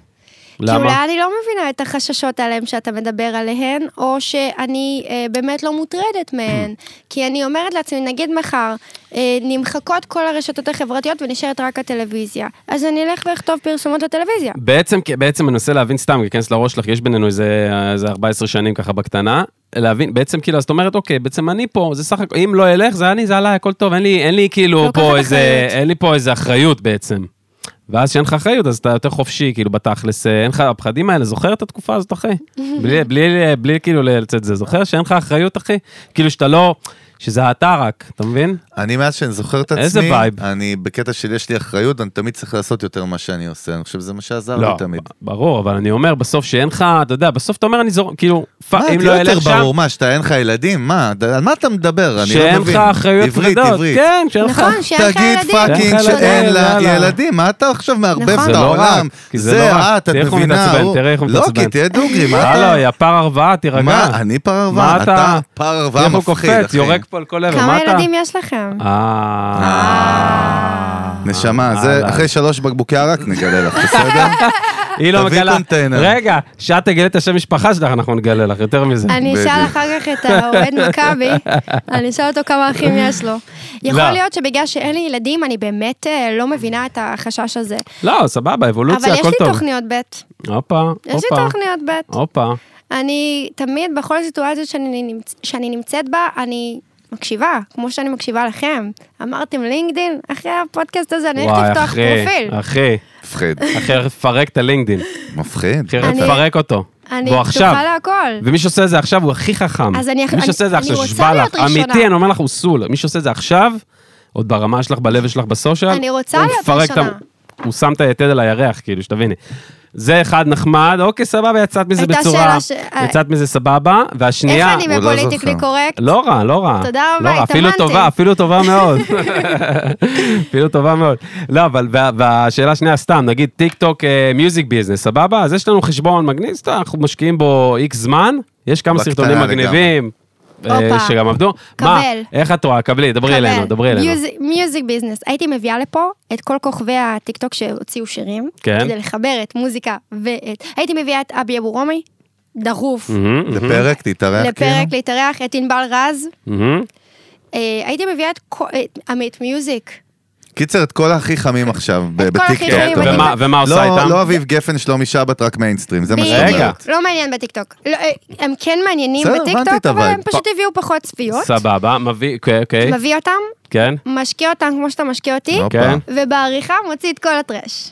Speaker 3: כי
Speaker 1: למה?
Speaker 3: אולי אני לא מבינה את החששות עליהם שאתה מדבר עליהן, או שאני אה, באמת לא מוטרדת מהן. כי אני אומרת לעצמי, נגיד מחר, אה, נמחקות כל הרשתות החברתיות ונשארת רק הטלוויזיה. אז אני אלך ואכתוב פרסומות לטלוויזיה.
Speaker 1: בעצם, בעצם אני מנסה להבין סתם, להיכנס לראש שלך, יש בינינו איזה, איזה 14 שנים ככה בקטנה, להבין, בעצם כאילו, אז את אומרת, אוקיי, בעצם אני פה, זה סך הכל, אם לא אלך, זה אני, זה עליי, הכל טוב, אין לי, אין לי כאילו
Speaker 3: לוקחת
Speaker 1: פה איזה,
Speaker 3: אחריות.
Speaker 1: אין לי פה איזה אחריות בעצם. ואז כשאין לך אחריות, אז אתה יותר חופשי, כאילו, בתכלס, אה, אין לך, הפחדים האלה, זוכר את התקופה הזאת, אחי? בלי, בלי, בלי כאילו לצאת זה, זוכר שאין לך אחריות, אחי? כאילו שאתה לא, שזה אתה רק, אתה מבין?
Speaker 2: אני מאז שאני זוכר את עצמי,
Speaker 1: איזה וייב.
Speaker 2: אני בקטע של יש לי אחריות, אני תמיד צריך לעשות יותר ממה שאני עושה, אני חושב שזה מה שעזר לי לא, תמיד.
Speaker 1: לא, ברור, אבל אני אומר, בסוף שאין לך, אתה יודע, בסוף אתה אומר, אני זורק, כאילו, פ-
Speaker 2: מה,
Speaker 1: אם
Speaker 2: תהיה
Speaker 1: לא
Speaker 2: יותר
Speaker 1: אלך שם,
Speaker 2: ברור, מה, שאתה אין לך ילדים? מה, ד- על מה אתה מדבר? אני לא מבין.
Speaker 1: שאין לך אחריות
Speaker 2: עברית,
Speaker 1: כבדות.
Speaker 2: עברית.
Speaker 1: כן, שאין לך.
Speaker 3: נכון, שאין לך
Speaker 2: תגיד
Speaker 3: ילדים.
Speaker 1: שאין
Speaker 2: פאקינג
Speaker 1: לך
Speaker 2: שאין
Speaker 1: ילדים,
Speaker 2: לה
Speaker 1: יאללה.
Speaker 2: ילדים, מה אתה עכשיו מערבב
Speaker 3: נכון.
Speaker 2: את
Speaker 3: זה
Speaker 1: לא
Speaker 2: העולם?
Speaker 1: רק, כי זה לא רק.
Speaker 2: את, את
Speaker 1: תראה איך הוא
Speaker 2: מבינה,
Speaker 1: מתעצבן,
Speaker 2: הוא-
Speaker 1: תראה איך הוא
Speaker 2: לא,
Speaker 1: מתעצבן.
Speaker 2: כי תהיה דוגרי, מה
Speaker 1: הלו,
Speaker 2: אתה...
Speaker 1: יא פר הרוועה, תירגע.
Speaker 2: מה, אני פרווה,
Speaker 1: מה
Speaker 2: אתה פרווה
Speaker 1: איך הוא
Speaker 2: מפחיד,
Speaker 1: קופץ,
Speaker 2: אחי.
Speaker 1: יורק פה על כל עבר,
Speaker 3: כמה
Speaker 1: מה אתה?
Speaker 3: ילדים יש לכם?
Speaker 1: אה...
Speaker 2: נשמה,
Speaker 1: הלאה.
Speaker 2: זה אחרי שלוש בקבוקי ערק נגלה לך, בסדר?
Speaker 1: היא לא
Speaker 2: תביא
Speaker 1: מגלה.
Speaker 2: קונטיינר.
Speaker 1: רגע, שאת תגלה את השם משפחה שלך, אנחנו נגלה לך, יותר מזה.
Speaker 3: אני אשאל
Speaker 2: בדיוק.
Speaker 3: אחר כך את האוהד מכבי, אני אשאל אותו כמה אחים יש לו. יכול
Speaker 1: לא.
Speaker 3: להיות שבגלל שאין לי ילדים, אני באמת אה, לא מבינה את החשש הזה.
Speaker 1: לא, סבבה,
Speaker 3: אבל
Speaker 1: אבולוציה,
Speaker 3: יש
Speaker 1: הכל
Speaker 3: לי
Speaker 1: טוב.
Speaker 3: תוכניות ב',
Speaker 1: הופה,
Speaker 3: יש לי
Speaker 1: הופה,
Speaker 3: תוכניות ב'.
Speaker 1: הופה.
Speaker 3: אני תמיד, בכל סיטואציה שאני, נמצ... שאני נמצאת בה, אני מקשיבה, כמו שאני מקשיבה לכם. אמרתם לינקדין, אחרי הפודקאסט הזה אני הולכת
Speaker 1: וואי,
Speaker 3: לפתוח
Speaker 1: אחי,
Speaker 3: פרופיל.
Speaker 1: אחי,
Speaker 2: מפחיד,
Speaker 1: אחי, לפרק את הלינקדאין.
Speaker 2: מפחיד.
Speaker 1: אחי,
Speaker 3: אני-
Speaker 1: לפרק אותו.
Speaker 3: אני
Speaker 1: בוא עכשיו.
Speaker 3: פתוחה להכל.
Speaker 1: ומי שעושה את זה עכשיו הוא הכי חכם.
Speaker 3: אז אני-
Speaker 1: מי
Speaker 3: אני-
Speaker 1: שעושה את זה
Speaker 3: אני
Speaker 1: עכשיו,
Speaker 3: רוצה
Speaker 1: שבא
Speaker 3: להיות
Speaker 1: לך.
Speaker 3: ראשונה.
Speaker 1: אמיתי, אני אומר לך, הוא סול. מי שעושה את זה עכשיו, עוד ברמה שלך, בלב שלך, בסושיאל,
Speaker 3: אני רוצה
Speaker 1: הוא
Speaker 3: להיות
Speaker 1: מפרק את ה-
Speaker 3: ראשונה.
Speaker 1: הוא שם את היתד על הירח, כאילו, שתביני. זה אחד נחמד, אוקיי, סבבה, יצאת מזה
Speaker 3: הייתה
Speaker 1: בצורה...
Speaker 3: שאלה ש-
Speaker 1: יצאת מזה סבבה,
Speaker 3: איך
Speaker 1: והשנייה...
Speaker 3: אני
Speaker 2: הוא לא
Speaker 3: בפוליטיקלי
Speaker 2: זוכר.
Speaker 3: קורקט?
Speaker 1: לא רע, לא רע.
Speaker 3: תודה רבה,
Speaker 1: לא רע, אפילו
Speaker 3: התאמנתם.
Speaker 1: טובה, אפילו טובה מאוד. אפילו טובה מאוד. לא, אבל וה- והשאלה השנייה, סתם, נגיד טיק טוק אה, מיוזיק ביזנס, סבבה? אז יש לנו חשבון מגניב, סתם, אנחנו משקיעים בו איקס זמן, יש כמה
Speaker 2: בקטנה
Speaker 1: סרטונים
Speaker 2: לגמרי.
Speaker 1: מגניבים. אה,
Speaker 3: הופה.
Speaker 1: שגם עבדו.
Speaker 3: קבל.
Speaker 1: מה, איך את רואה? קבלי, דברי
Speaker 3: קבל.
Speaker 1: אלינו, דברי אלינו.
Speaker 3: מיוז- מיוזיק ביזנס. הייתי מביאה לפה את כל כוכבי הטיקטוק שהוציאו שירים,
Speaker 1: כן.
Speaker 3: כדי לחבר את מוזיקה ואת... הייתי מביאה את אבי אבו רומי, דחוף,
Speaker 1: מהמם, מהמם,
Speaker 2: לפרק, תתארח כאילו.
Speaker 1: כאילו-
Speaker 3: לפרק להתארח, את ענבל רז.
Speaker 1: מהמם.
Speaker 3: אה, הייתי מביאה את כל- את עמית מיוזיק.
Speaker 2: קיצר, את כל הכי חמים עכשיו, ב-
Speaker 3: כל הכי
Speaker 2: בטיקטוק.
Speaker 1: כן,
Speaker 3: חמים,
Speaker 2: אתה אומר.
Speaker 1: ומה- ומה עושה
Speaker 2: לא-
Speaker 1: איתם?
Speaker 2: לא אביב גפן, שלומי שבת, רק מיינסטרים, זה מה שאת
Speaker 1: רגע.
Speaker 2: אומרת.
Speaker 3: לא מעניין בטיקטוק. לא, אה, הם כן מעניינים
Speaker 2: בסדר, הבנתי את
Speaker 3: בטיקטוק, אבל
Speaker 2: הווייב.
Speaker 3: הם פשוט הביאו פחות צפיות.
Speaker 1: סבבה, מביא, אוקיי, אוקיי,
Speaker 3: מביא אותם,
Speaker 1: כן,
Speaker 3: משקיע אותם כמו שאתה משקיע אותי,
Speaker 2: הופה.
Speaker 1: כן.
Speaker 3: ובעריכה מוציא את כל הטרש.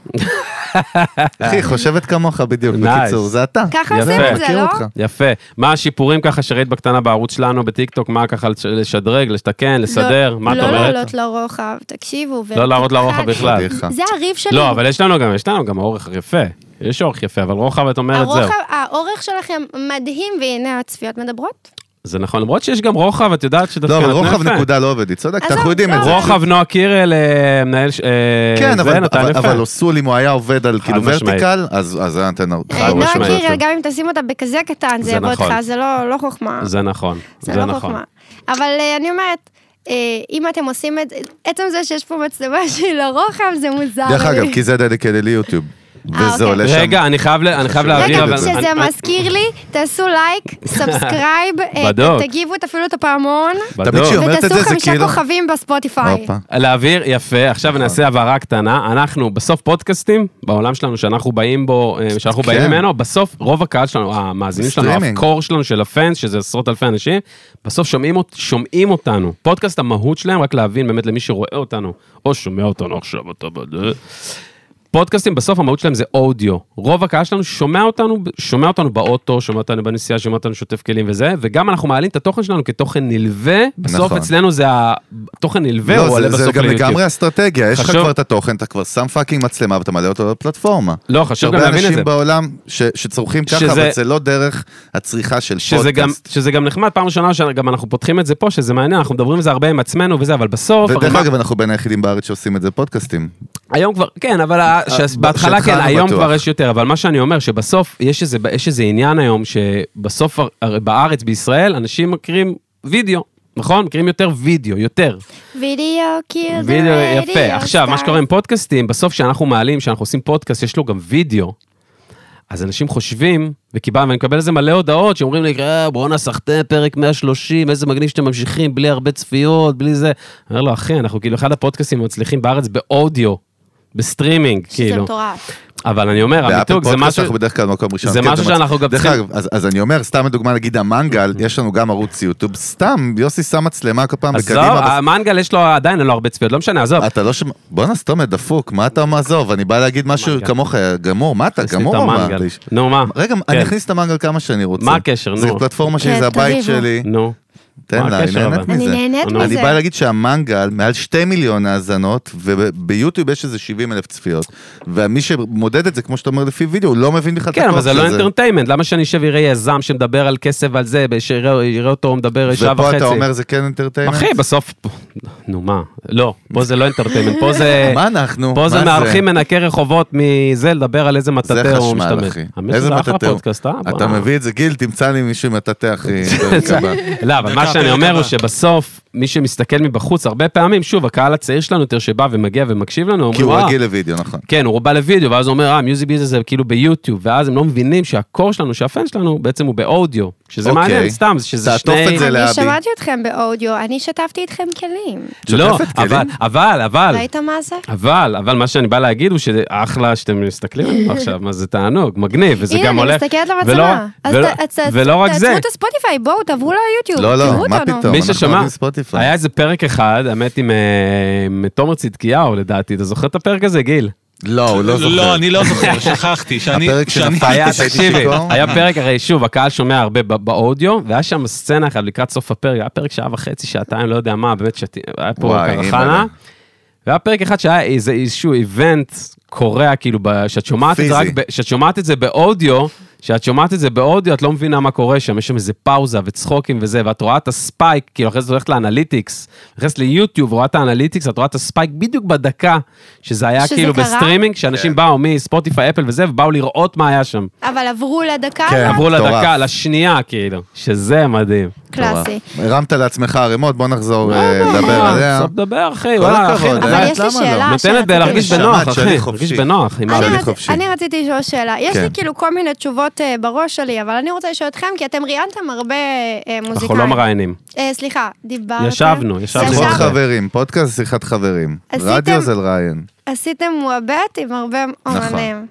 Speaker 2: אחי, חושבת כמוך בדיוק,
Speaker 1: Nice.
Speaker 2: בקיצור, זה אתה.
Speaker 3: ככה
Speaker 1: יפה.
Speaker 3: עושים את זה,
Speaker 2: מכיר
Speaker 3: לא?
Speaker 2: אותך.
Speaker 1: יפה. מה השיפורים ככה שראית בקטנה בערוץ שלנו, בטיקטוק, מה ככה לש- לשדרג, לשתקן, לסדר, מה את
Speaker 3: לא לא
Speaker 1: אומרת?
Speaker 3: לעלות לרוחב, תקשיבו.
Speaker 1: לא לעלות
Speaker 3: ותקרא
Speaker 1: לרוחב
Speaker 3: לי.
Speaker 1: בכלל.
Speaker 2: פדיחה.
Speaker 3: זה הריב שלי.
Speaker 1: לא, אבל יש לנו גם, יש לנו גם אורך יפה. יש אורך יפה, אבל רוחב את אומרת זהו.
Speaker 3: הרוחב, האורך שלכם מדהים, והנה הצפיות מדברות.
Speaker 1: זה נכון, למרות שיש גם רוחב, את יודעת שדווקא
Speaker 2: לא, אבל
Speaker 1: נתנו
Speaker 2: רוחב
Speaker 1: יפה.
Speaker 2: נקודה לא עובד, היא צודקת,
Speaker 3: עזוב,
Speaker 2: אנחנו יודעים את
Speaker 3: לא.
Speaker 2: זה.
Speaker 1: רוחב נועה קירל, אה, מנהל... ש- אה,
Speaker 2: כן,
Speaker 1: זה,
Speaker 2: אבל-
Speaker 1: נתן
Speaker 2: אבל-
Speaker 1: יפה.
Speaker 2: אבל אוסול, אם הוא היה עובד על כאילו
Speaker 1: משמעית.
Speaker 2: ורטיקל, אז אז היה נותן... הרבה
Speaker 1: חד
Speaker 3: אה, נועה
Speaker 2: יותר.
Speaker 1: משמעית. כן.
Speaker 3: קירל, גם אם תשים אותה בכזה קטן,
Speaker 1: זה
Speaker 3: זה יבוא
Speaker 1: נכון.
Speaker 3: אותך, זה לא לא חוכמה.
Speaker 1: זה נכון,
Speaker 3: זה
Speaker 1: זה
Speaker 3: לא
Speaker 1: נכון.
Speaker 3: חוכמה. אבל אה, אני אומרת, אה, אם אתם עושים את זה, עצם זה שיש פה מצלמה שהיא לרוחב, זה מוזר
Speaker 2: דרך
Speaker 3: לי.
Speaker 2: אגב, כי זה דדיקלי ליוטיוב. וזה
Speaker 3: אוקיי.
Speaker 2: עולה שם.
Speaker 1: רגע, אני חייב ל- אני חייב
Speaker 2: להגיד
Speaker 1: להעביר,
Speaker 3: רגע,
Speaker 2: את
Speaker 1: אה, אבל...
Speaker 2: זה.
Speaker 1: אני-
Speaker 3: כשזה
Speaker 1: אני-
Speaker 3: מזכיר לי, תעשו לייק, סאבסקרייב, אה,
Speaker 1: בדוק.
Speaker 3: תגיבו את- אפילו את הפעמון,
Speaker 2: תמיד
Speaker 1: בדוק.
Speaker 2: שהיא אומרת את
Speaker 3: ותעשו
Speaker 2: זה, זה
Speaker 3: חמישה
Speaker 2: כאילו...
Speaker 3: כוכבים בספוטיפיי.
Speaker 2: הופה.
Speaker 1: להעביר, יפה, עכשיו
Speaker 2: נכון.
Speaker 1: נעשה הבהרה קטנה, אנחנו בסוף פודקאסטים, בעולם שלנו שאנחנו באים בו, אה, שאנחנו
Speaker 2: כן.
Speaker 1: באים ממנו, בסוף רוב הקהל שלנו, המאזינים שלנו,
Speaker 2: סטרימינג.
Speaker 1: הקור שלנו של הפאנס, שזה עשרות אלפי אנשים, בסוף שומעים, אות- שומעים אותנו. פודקאסט המהות שלהם, רק להבין באמת למי שרואה אותנו, או שומע אותנו עכשיו, אתה בד... אה. פודקאסטים בסוף המהות שלהם זה אודיו. רוב הקהל שלנו שומע אותנו, שומע אותנו באוטו, שומע אותנו בנסיעה, שומע אותנו שוטף כלים וזה, וגם אנחנו מעלים את התוכן שלנו כתוכן נלווה, בסוף
Speaker 2: נכון.
Speaker 1: אצלנו זה התוכן נלווה, הוא
Speaker 2: לא,
Speaker 1: עולה
Speaker 2: זה- זה
Speaker 1: בסוף
Speaker 2: גם
Speaker 1: ליוטיוב.
Speaker 2: לגמרי אסטרטגיה, יש לך
Speaker 1: חשוב-
Speaker 2: כבר את התוכן, אתה כבר שם פאקינג מצלמה ואתה מעלה אותו לפלטפורמה.
Speaker 1: לא, חשוב גם
Speaker 2: הרבה
Speaker 1: להבין את זה.
Speaker 2: אנשים בעולם ש- שצורכים ככה,
Speaker 1: שזה-
Speaker 2: אבל זה לא דרך הצריכה של
Speaker 1: שזה גם,
Speaker 2: פודקאסט.
Speaker 1: שזה גם נחמד, פעם ראשונה שגם אנחנו פותחים את זה פה, שזה מעניין, אנחנו מדברים על זה הרבה עם עצמנו וזה, אבל בסוף, הרי
Speaker 2: ודרך
Speaker 1: מה-
Speaker 2: אגב, אנחנו בין היחידים בארץ שעושים את זה פודקאסטים.
Speaker 1: היום כבר, כן, אבל ה- ש-
Speaker 2: ב-
Speaker 1: בהתחלה כן,
Speaker 2: שהתחלנו
Speaker 1: היום
Speaker 2: אה, לא בטוח.
Speaker 1: כבר יש יותר, אבל מה שאני אומר, שבסוף יש איזה, יש איזה עניין היום, שבסוף הר- הרי בארץ, בישראל, אנשים מכירים וידאו, נכון? מכירים יותר וידאו, יותר.
Speaker 3: וידאו קיל דה
Speaker 1: וידאו, יפה.
Speaker 3: רדיו
Speaker 1: עכשיו, מה שקורה עם פודקאסטים, בסוף כשאנחנו מעלים, כשאנחנו עושים פודקאסט, יש לו גם וידאו. אז אנשים חושבים, וקיבלנו, ואני מקבל איזה מלא הודעות שאומרים לי, אה, בואנה סחטה, פרק 130, איזה מגניב שאתם ממשיכים, בלי הרבה צפיות, בלי זה. אני אומר לו, אחי, אנחנו כאילו אחד הפודקאסטים המצליחים בארץ באודיו, בסטרימינג,
Speaker 3: שזה
Speaker 1: כאילו.
Speaker 3: מטורף.
Speaker 1: אבל אני אומר,
Speaker 2: באפל
Speaker 1: המיתוג אה, זה
Speaker 2: פודקאסט
Speaker 1: משהו...
Speaker 2: אנחנו בדרך כלל במקום ראשון.
Speaker 1: זה
Speaker 2: כן,
Speaker 1: משהו
Speaker 2: מצ-
Speaker 1: שאנחנו גם
Speaker 2: דרך
Speaker 1: צריכים- אוקיי.
Speaker 2: אגב, אז- אז אני אומר, סתם לדוגמה, נגיד המנגל, יש לנו גם ערוץ יוטיוב, סתם, יוסי שם מצלמה כל פעם
Speaker 1: עזוב,
Speaker 2: בקדימה.
Speaker 1: המנגל יש לו עדיין אין לו הרבה צפיות, לא משנה, עזוב.
Speaker 2: בס- אתה לא שומע, בואנה סתום, דפוק, מה אתה מעזוב? אני בא להגיד משהו
Speaker 1: מנגל.
Speaker 2: כמוך, גמור, מה אתה,
Speaker 1: יש לי את
Speaker 2: גמור או מה?
Speaker 1: המנגל. נו, מה?
Speaker 2: רגע,
Speaker 1: כן.
Speaker 2: אני אכניס את המנגל כמה שאני רוצה.
Speaker 1: מה הקשר,
Speaker 2: זה
Speaker 1: נו?
Speaker 2: פלטפורמה שלי,
Speaker 3: כן,
Speaker 2: זה הבית
Speaker 3: תריבו.
Speaker 2: שלי.
Speaker 1: נו.
Speaker 2: תן
Speaker 1: מה
Speaker 2: לה, היא
Speaker 1: הקשר,
Speaker 2: נהנית
Speaker 1: אבל?
Speaker 2: מזה.
Speaker 3: אני נהנית
Speaker 1: נו.
Speaker 3: מזה.
Speaker 2: אני בא להגיד שהמנגל, מעל שתי מיליון האזנות, וביוטיוב יש איזה 70 אלף צפיות. ומי שמודד את זה, כמו שאתה אומר, לפי וידאו, הוא לא מבין בכלל את
Speaker 1: כן, אבל זה לא
Speaker 2: של
Speaker 1: אינטרטיימנט, למה שאני אשב ואראה יזם שמדבר על כסף ועל זה, שיראה יראה אותו מדבר שעה וחצי.
Speaker 2: ופה אתה אומר זה כן אינטרטיימנט?
Speaker 1: אחי, בסוף, נו מה, לא, פה זה לא אינטרטיימנט, פה זה...
Speaker 2: מה אנחנו?
Speaker 1: פה זה
Speaker 2: מה
Speaker 1: מארחים מנקי רחובות מזה, לדבר על איזה
Speaker 2: זה
Speaker 1: מטאטא הוא
Speaker 2: חשמל,
Speaker 1: משתמש.
Speaker 2: אחי.
Speaker 1: האמת
Speaker 2: איזה
Speaker 1: שזה אחלה
Speaker 2: מטאטא הוא.
Speaker 1: פודקאסט, אה?
Speaker 2: אתה
Speaker 1: בוא.
Speaker 2: מביא את זה, גיל, תמצא לי מישהו עם מטאטא, אחי. בפרק הבא.
Speaker 1: לא, אבל מה
Speaker 4: דקה,
Speaker 1: שאני
Speaker 4: פרק
Speaker 1: אומר
Speaker 4: הבא.
Speaker 1: הוא שבסוף, מי שמסתכל מבחוץ, הרבה פעמים, שוב, הקהל הצעיר שלנו יותר שבא ומגיע ומקשיב לנו,
Speaker 2: כי
Speaker 1: אומרים,
Speaker 2: הוא
Speaker 1: "אה,
Speaker 2: רגיל לוידאו, נכון.
Speaker 1: כן, הוא בא לוידאו, ואז הוא אומר, אה, מיוזיק ביזנס זה כאילו ביוטיוב, ואז הם לא מבינים שהקור שלנו, שהפן שלנו, בעצם הוא באודיו. שזה
Speaker 2: אוקיי.
Speaker 1: מעניין, סתם, שזה
Speaker 2: תעטוף
Speaker 1: שני...
Speaker 2: את זה לאבי.
Speaker 3: אני שמעתי אתכם באודיו, אני שתפתי איתכם כלים.
Speaker 1: לא,
Speaker 2: שוטפת כלים?
Speaker 1: אבל, אבל, אבל,
Speaker 3: ראית מה זה?
Speaker 1: אבל, אבל מה שאני בא להגיד הוא שאחלה שאתם מסתכלים עלינו עכשיו, מה זה תענוג, מגניב, וזה
Speaker 3: הנה,
Speaker 1: גם
Speaker 3: אני
Speaker 1: הולך.
Speaker 3: מסתכלת
Speaker 1: ולא-
Speaker 3: למצלמה. אז
Speaker 1: ולא-
Speaker 3: ת- אז ת-
Speaker 1: ולא רק זה.
Speaker 3: תעצרו את הספוטיפיי, בואו, תעברו ליוטיוב,
Speaker 2: לא,
Speaker 3: תראו
Speaker 2: לא,
Speaker 3: אותנו.
Speaker 2: מה פתאום,
Speaker 1: מי
Speaker 2: אנחנו
Speaker 1: ששמע,
Speaker 2: אוהבים ספוטיפיי.
Speaker 1: היה איזה פרק אחד, האמת, עם אה, עם תומר צדקיהו, לדעתי, אתה זוכר את הפרק הזה, גיל?
Speaker 2: לא, הוא לא זוכר.
Speaker 4: לא, אני לא זוכר, שכחתי. שאני-
Speaker 2: הפרק
Speaker 4: שאני-
Speaker 2: שנפל.
Speaker 1: היה,
Speaker 2: כשהייתי
Speaker 1: תקשיבי,
Speaker 2: שיכור.
Speaker 1: היה פרק, הרי שוב, הקהל שומע הרבה בא- באודיו, והיה שם סצנה אחת לקראת סוף הפרק, היה פרק שעה וחצי, שעתיים, לא יודע מה, באמת שתי, היה פה
Speaker 2: וואי,
Speaker 1: קרחנה.
Speaker 2: אימא'לה.
Speaker 1: והיה פרק אחד שהיה איזה איזשהו איבנט קורע, כאילו, ב- שאת שומעת את זה רק,
Speaker 2: פיזי.
Speaker 1: ב- שאת שומעת את זה באודיו, שאת שומעת את זה באודיו, את לא מבינה מה קורה שם, יש שם איזה פאוזה וצחוקים וזה, ואת רואה את הספייק, כאילו, אחרי זה את הולכת לאנליטיקס, נכנסת ליוטיוב, רואה את האנליטיקס, את רואה את הספייק בדיוק בדקה, שזה היה
Speaker 3: שזה
Speaker 1: כאילו
Speaker 3: קרה?
Speaker 1: בסטרימינג,
Speaker 2: כן.
Speaker 1: שאנשים באו מספוטיפיי, אפל וזה, ובאו לראות מה היה שם.
Speaker 3: אבל עברו לדקה לא,
Speaker 2: כן,
Speaker 3: הזאת?
Speaker 2: עברו
Speaker 1: עברו
Speaker 2: מטורף.
Speaker 1: לדקה, לשנייה, כאילו, שזה מדהים.
Speaker 3: קלאסי.
Speaker 2: הרמת לעצמך ערימות, בוא נחזור אה, לדבר
Speaker 1: אה,
Speaker 2: עליה.
Speaker 1: סוף דבר, אחי,
Speaker 2: כל
Speaker 1: וואלה, אחי,
Speaker 2: הכבוד,
Speaker 1: נותן-
Speaker 2: אה?
Speaker 3: אבל יש לי
Speaker 2: למה לא?
Speaker 3: שאלה
Speaker 1: נותנת
Speaker 3: שרציתי
Speaker 1: להרגיש
Speaker 3: לשאול.
Speaker 1: בנוח,
Speaker 2: שמעת שאני
Speaker 1: אחי,
Speaker 2: חופשי.
Speaker 1: להרגיש בנוח, עם
Speaker 3: אני
Speaker 2: שאלי
Speaker 1: ה-
Speaker 3: רצ-
Speaker 2: חופשי.
Speaker 3: אני רציתי לשאול שאלה. יש לי
Speaker 2: כן.
Speaker 3: כאילו כל מיני תשובות אה, בראש שלי, אבל אני רוצה לשאול אתכם, כי אתם ראיינתם הרבה אה,
Speaker 1: אנחנו לא
Speaker 3: מוזיקאים.
Speaker 1: מראיינים.
Speaker 3: אה, סליחה, דיברתם.
Speaker 1: ישבנו, ישבנו.
Speaker 2: שיחות
Speaker 1: עכשיו-
Speaker 2: חברים, פודקאסט זה שיחת חברים.
Speaker 3: עשיתם-
Speaker 2: רדיו זה לראיין.
Speaker 3: עשיתם מועבט עם הרבה
Speaker 2: נכון.
Speaker 3: אומנים,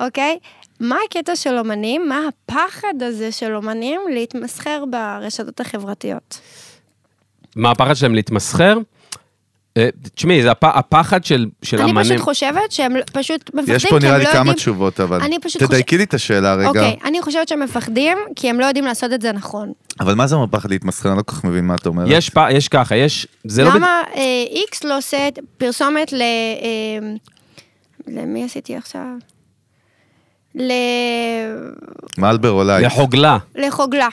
Speaker 3: אוקיי? מה הקטע של אומנים? מה הפחד הזה של אומנים להתמסחר ברשתות החברתיות?
Speaker 1: מה הפחד שלהם להתמסחר? אה, תשמעי, זה הפ- הפחד של של
Speaker 3: אני
Speaker 1: אמנים.
Speaker 3: פשוט חושבת שהם לא- פשוט מפחדים,
Speaker 2: יש פה
Speaker 3: כי הם
Speaker 2: נראה לי
Speaker 3: לא
Speaker 2: כמה
Speaker 3: יודעים-
Speaker 2: תשובות, אבל...
Speaker 3: אני פשוט
Speaker 2: תדייקי לי את השאלה רגע.
Speaker 3: אוקיי, אני חושבת שהם מפחדים, כי הם לא יודעים לעשות את זה נכון.
Speaker 2: אבל מה זה אומר פחד להתמסחר? אני לא כל כך מבין מה אתה אומר.
Speaker 1: יש פ- יש ככה, יש... זה לא... בד-
Speaker 3: למה אה, איקס לא עושה את- פרסומת ל... אה, למי עשיתי עכשיו? ל...
Speaker 2: מלבר אולי.
Speaker 1: לחוגלה.
Speaker 3: לחוגלה.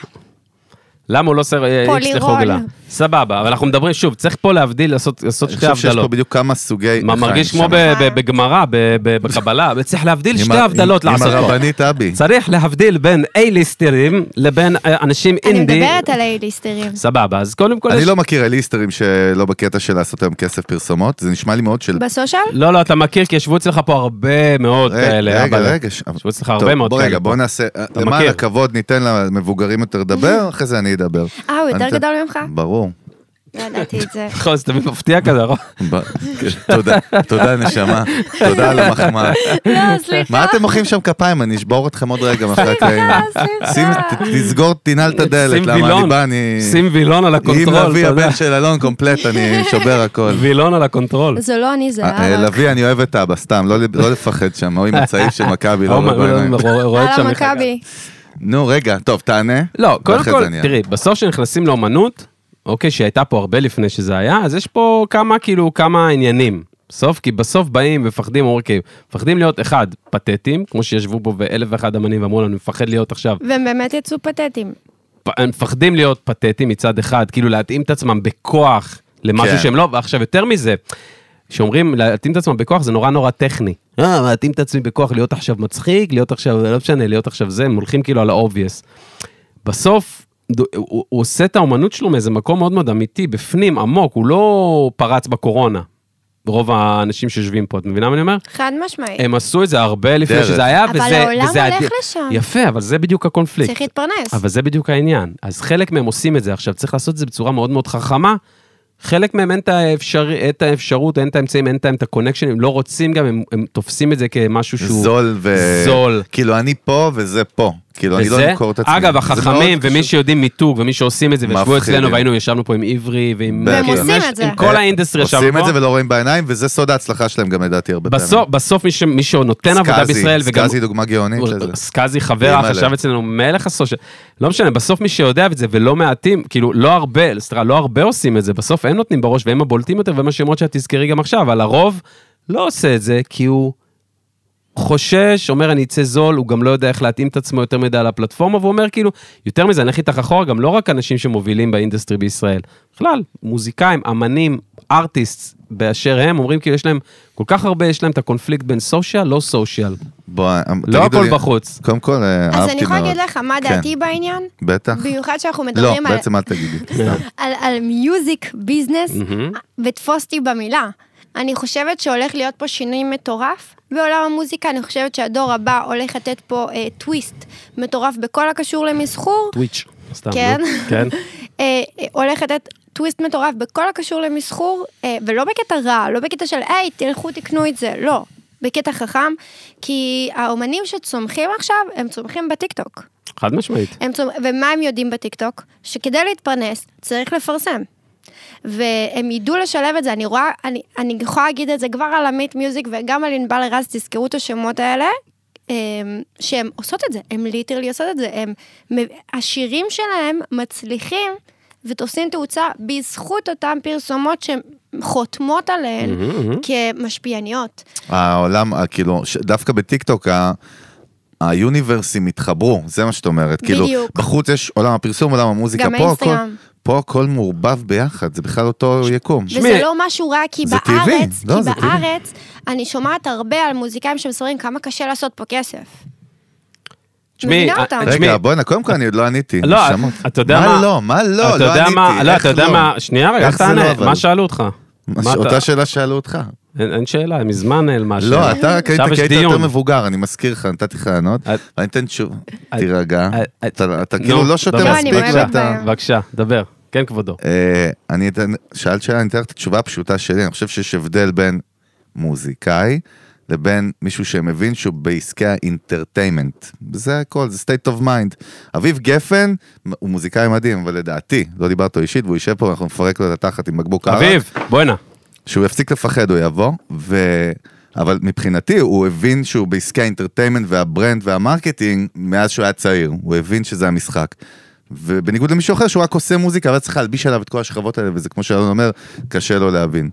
Speaker 1: למה הוא לא עושה אה, איקס
Speaker 3: פולירון.
Speaker 1: לחוגלה? סבבה, אבל אנחנו מדברים, שוב, צריך פה להבדיל, לעשות לעשות
Speaker 2: אני
Speaker 1: שתי
Speaker 2: חושב שיש פה
Speaker 1: הבדלות.
Speaker 2: בדיוק כמה סוגי...
Speaker 1: מה, מרגיש כמו ב-
Speaker 2: לחיים
Speaker 1: ב- בגמרא, ב- ב- בקבלה, וצריך להבדיל
Speaker 2: שם.
Speaker 1: שתי
Speaker 2: עם ה-
Speaker 1: הבדלות
Speaker 2: עם-
Speaker 1: לעשות
Speaker 2: עם
Speaker 1: פה.
Speaker 2: הרבנית אבי.
Speaker 1: צריך להבדיל בין A-ליסטרים לבין אה, אנשים
Speaker 3: אני
Speaker 1: אינדי.
Speaker 3: מדברת על אייליסטרים.
Speaker 1: סבבה, אז קודם כל...
Speaker 2: אני
Speaker 1: יש-
Speaker 2: לא מכיר אליסטרים שלא בקטע של לעשות היום כסף פרסומות, זה נשמע לי מאוד של...
Speaker 3: בסושיאל?
Speaker 1: לא, לא, אתה מכיר, כי ישבו אצלך פה הרבה מאוד
Speaker 2: רגע,
Speaker 1: כאלה.
Speaker 2: רגע,
Speaker 1: אבל-
Speaker 2: רגע. ש-
Speaker 1: ישבו אצלך
Speaker 2: טוב,
Speaker 1: הרבה מאוד
Speaker 2: בוא
Speaker 1: כאלה.
Speaker 2: רגע, בוא נעשה, למען
Speaker 1: מכיר.
Speaker 2: הכבוד ניתן למבוגרים יותר לדבר, אחרי זה אני אדבר.
Speaker 3: אה, הוא יותר
Speaker 2: אני-
Speaker 3: גדול ממך?
Speaker 2: ברור.
Speaker 3: לא ידעתי את זה.
Speaker 1: נכון, זה תמיד מפתיע כזה, לא?
Speaker 2: ב- תודה, תודה נשמה, תודה על המחמאה.
Speaker 3: לא, סליחה.
Speaker 2: מה אתם מוחאים שם כפיים? אני אשבור אתכם עוד רגע מאחורי הקלעים.
Speaker 3: סליחה.
Speaker 2: אה, שים, ת- תסגור, תנעל את הדלת,
Speaker 1: שים
Speaker 2: למה
Speaker 1: וילון,
Speaker 2: אני בא, אני...
Speaker 1: שים וילון על
Speaker 2: אם
Speaker 1: הקונטרול,
Speaker 2: לביא
Speaker 1: אתה יודע.
Speaker 2: הבן של אלון קומפלט, אני שובר הכל.
Speaker 1: וילון על הקונטרול.
Speaker 3: זה לא אני, זה
Speaker 2: אה, אה,
Speaker 3: אהלן.
Speaker 2: לביא, אני אוהב את אבא, סתם, לא ל- לא לפחד שם, או עם הצעיף של מכבי, לא
Speaker 1: הוא
Speaker 2: רואה בעיניים.
Speaker 1: רואה- רואה את שם
Speaker 3: אהלן
Speaker 1: לך.
Speaker 3: מכבי.
Speaker 2: נו, רגע, טוב, תענה.
Speaker 1: לא, קודם
Speaker 2: ואחרי
Speaker 1: כל,
Speaker 2: זה אני-
Speaker 1: תראי, בסוף כשנכנסים לאומנות, אוקיי, שהייתה פה הרבה לפני שזה היה, אז יש פה כמה, כאילו, כמה עניינים. בסוף, כי בסוף באים ומפחדים, אוקיי, מפחדים להיות, אחד, פתטיים, כמו שישבו פה ואלף ואחד אמנים ואמרו לנו, מפחד להיות עכשיו
Speaker 3: והם באמת יצאו פתטיים.
Speaker 1: פ- הם מפחדים להיות פתטיים מצד אחד, כאילו להתאים את עצמם בכוח למשהו
Speaker 2: כן.
Speaker 1: שהם לא, ועכשיו יותר מזה, שאומרים להתאים את עצמם בכוח זה נורא נורא טכני. אה, להתאים את עצמי בכוח, להיות עכשיו מצחיק, להיות עכשיו, לא משנה, להיות עכשיו זה, הם הולכים כאילו על האובייס. בסוף, דו- הוא, הוא הוא עושה את האומנות שלו מאיזה מקום מאוד מאוד אמיתי, בפנים, עמוק, הוא לא פרץ בקורונה. רוב האנשים שיושבים פה, את מבינה מה אני אומר?
Speaker 3: חד משמעית.
Speaker 1: הם עשו את זה הרבה לפני
Speaker 2: דרך.
Speaker 1: שזה היה,
Speaker 3: אבל
Speaker 1: וזה...
Speaker 3: העולם
Speaker 1: וזה
Speaker 3: הולך
Speaker 1: אדיר.
Speaker 3: לשם.
Speaker 1: יפה, אבל זה בדיוק הקונפליקט.
Speaker 3: צריך להתפרנס.
Speaker 1: אבל זה בדיוק העניין. אז חלק מהם עושים את זה עכשיו, צריך לעשות את זה בצורה מאוד מאוד חכמה. חלק מהם אין את, האפשר... אין את האפשרות, אין את האמצעים, אין את את הקונקשנים, הם לא רוצים גם, הם, הם תופסים את זה כמשהו שהוא...
Speaker 2: זול ו...
Speaker 1: זול.
Speaker 2: כאילו, אני פה וזה פה. כאילו, אני לא
Speaker 1: וזה-
Speaker 2: אמכור את עצמי.
Speaker 1: אגב,
Speaker 2: זה
Speaker 1: החכמים
Speaker 2: מאוד
Speaker 1: ומי
Speaker 2: קשור.
Speaker 1: שיודעים מיתוג ומי שעושים את זה, וישבו
Speaker 2: מפחידים.
Speaker 1: אצלנו והיינו, ישבנו פה עם עברי ועם...
Speaker 2: והם
Speaker 1: כאילו,
Speaker 3: עושים
Speaker 1: ממש
Speaker 3: את זה.
Speaker 1: עם כל
Speaker 2: אה,
Speaker 1: האינדסטרי ישבנו פה.
Speaker 2: עושים את זה ולא רואים בעיניים, וזה סוד ההצלחה שלהם גם לדעתי הרבה פעמים.
Speaker 1: בסוף, בסוף מי, ש... מי שנותן עבודה
Speaker 2: סקאזי,
Speaker 1: בישראל, וגם
Speaker 2: סקאזי דוגמה גאונית לזה.
Speaker 1: סקאזי
Speaker 2: מי
Speaker 1: חבר
Speaker 2: המלך?
Speaker 1: החשב אצלנו מלך הסושיאל, לא משנה, בסוף מי שיודע את זה ולא מעטים, כאילו לא הרבה, סליחה, לא הרבה עושים את זה, בסוף הם נותנים בראש והם הבולטים יותר והם השמות שאת תזכרי גם עכשיו, אבל הרוב לא עושה את זה כי הוא חושש, אומר אני אצא זול, הוא גם לא יודע איך להתאים את עצמו יותר מדי לפלטפורמה, והוא אומר כאילו, יותר מזה, אני אלך איתך אחורה, גם לא רק אנשים שמובילים באינדסטרי בישראל, בכלל, מוזיקאים, אמנים, ארטיסטס באשר הם, אומרים כאילו יש להם כל כך הרבה, יש להם את הקונפליקט בין סושיאל, לא סושיאל,
Speaker 2: בוא, אה,
Speaker 1: לא
Speaker 2: תגידו
Speaker 1: הכל
Speaker 2: לי-
Speaker 1: בחוץ.
Speaker 2: קודם כל, אה, אהבתי מאוד.
Speaker 3: אז אני יכולה להגיד לך מה
Speaker 2: כן.
Speaker 3: דעתי בעניין?
Speaker 2: בטח.
Speaker 3: במיוחד שאנחנו
Speaker 2: לא,
Speaker 3: מדברים על-
Speaker 2: בעצם אל תגידי. סתם.
Speaker 3: על- על מיוזיק ביזנס, ותפוס אותי במילה. אני חושבת שהולך להיות פה שינוי מטורף בעולם המוזיקה, אני חושבת שהדור הבא הולך לתת פה אה, טוויסט מטורף בכל הקשור למסחור.
Speaker 1: טוויץ'. סתם,
Speaker 3: כן.
Speaker 1: נו. כן.
Speaker 3: אה, אה, הולך לתת טוויסט מטורף בכל הקשור למסחור, אה, ולא בקטע רע, לא בקטע של, היי, תלכו תקנו את זה, לא. בקטע חכם, כי האומנים שצומחים עכשיו, הם צומחים בטיקטוק.
Speaker 1: חד משמעית.
Speaker 3: הם צומח... ומה הם יודעים בטיקטוק? שכדי להתפרנס צריך לפרסם. והם ידעו לשלב את זה, אני רואה, אני, אני יכולה להגיד את זה כבר על עמית מיוזיק וגם על ענבל רז, תזכרו את השמות האלה, אמ, שהן עושות את זה, הן ליטרלי עושות את זה, הם, השירים שלהם מצליחים ותופסים תאוצה בזכות אותן פרסומות שהן חותמות עליהן כמשפיעניות.
Speaker 2: העולם, אה, כאילו, ש- דווקא בטיקטוק, ה- היוניברסים התחברו, זה מה שאת אומרת. כאילו,
Speaker 3: בדיוק.
Speaker 2: בחוץ יש עולם הפרסום, עולם המוזיקה.
Speaker 3: גם
Speaker 2: פה
Speaker 3: האינסטגרם.
Speaker 2: הכל- פה הכל מעורבב ביחד, זה בכלל אותו יקום.
Speaker 1: שמי,
Speaker 3: וזה לא משהו רע, כי
Speaker 2: זה
Speaker 3: בארץ,
Speaker 2: טבעי,
Speaker 3: כי
Speaker 2: לא, זה טבעי.
Speaker 3: בארץ, אני שומעת הרבה על מוזיקאים שמספרים כמה קשה לעשות פה כסף.
Speaker 1: תשמעי,
Speaker 3: מבינה
Speaker 1: אה,
Speaker 3: אותם.
Speaker 1: תשמעי,
Speaker 2: רגע, בואנה, קודם כל אני עוד לא עניתי.
Speaker 1: לא,
Speaker 2: נשמות.
Speaker 1: אתה יודע מה?
Speaker 2: מה לא, מה לא,
Speaker 1: אתה
Speaker 2: לא
Speaker 1: יודע
Speaker 2: עניתי.
Speaker 1: מה, לא,
Speaker 2: איך
Speaker 1: אתה יודע
Speaker 2: לא?
Speaker 1: מה, שנייה רגע,
Speaker 2: איך
Speaker 1: אל
Speaker 2: זה לא,
Speaker 1: תענה,
Speaker 2: אבל?
Speaker 1: מה שאלו אותך? מה אתה-
Speaker 2: אותה שאלה שאלו אותך.
Speaker 1: אין אין שאלה, מזמן נעלמה
Speaker 2: לא, אתה רק היית
Speaker 1: עכשיו יש
Speaker 2: כי היית יותר
Speaker 1: דיון.
Speaker 2: מבוגר, אני מזכיר לך, נתתי לך לענות,
Speaker 1: אה,
Speaker 2: ואני אתן תשובה.
Speaker 1: אה,
Speaker 2: תירגע,
Speaker 1: אה, אה,
Speaker 2: אתה אתה
Speaker 1: נו,
Speaker 2: כאילו לא שותה
Speaker 1: דבר. לא, אני
Speaker 2: מספיק
Speaker 1: אוהבת
Speaker 2: ואתה...
Speaker 3: בהם.
Speaker 1: בבקשה, דבר. כן, כבודו.
Speaker 2: אה, אני אתן, שאלת שאלה, אני אתן לך את התשובה הפשוטה שלי, אני חושב שיש הבדל בין מוזיקאי לבין מישהו שמבין שהוא בעסקי האינטרטיימנט. זה הכל, זה state of mind. אביב גפן הוא מוזיקאי מדהים, אבל לדעתי, לא דיברתו אישית, והוא יישב פה ואנחנו נפרק לו את התחת עם בקבוק ערק.
Speaker 1: אביב, בואנה.
Speaker 2: שהוא יפסיק לפחד, הוא יבוא, ו... אבל מבחינתי, הוא הבין שהוא בעסקי האינטרטיימנט והברנד והמרקטינג מאז שהוא היה צעיר. הוא הבין שזה המשחק. ובניגוד למישהו אחר שהוא רק עושה מוזיקה, אבל צריך להלביש עליו את כל השכבות האלה, וזה כמו שאלון אומר, קשה לו להבין.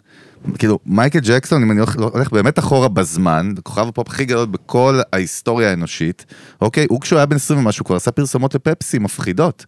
Speaker 2: כאילו, מייקל ג'קסון, אם אני הולך, הולך באמת אחורה בזמן, כוכב הפופ הכי גדול בכל ההיסטוריה האנושית, אוקיי? הוא כשהוא היה בן 20 ומשהו, כבר עשה פרסומות לפפסי מפחידות.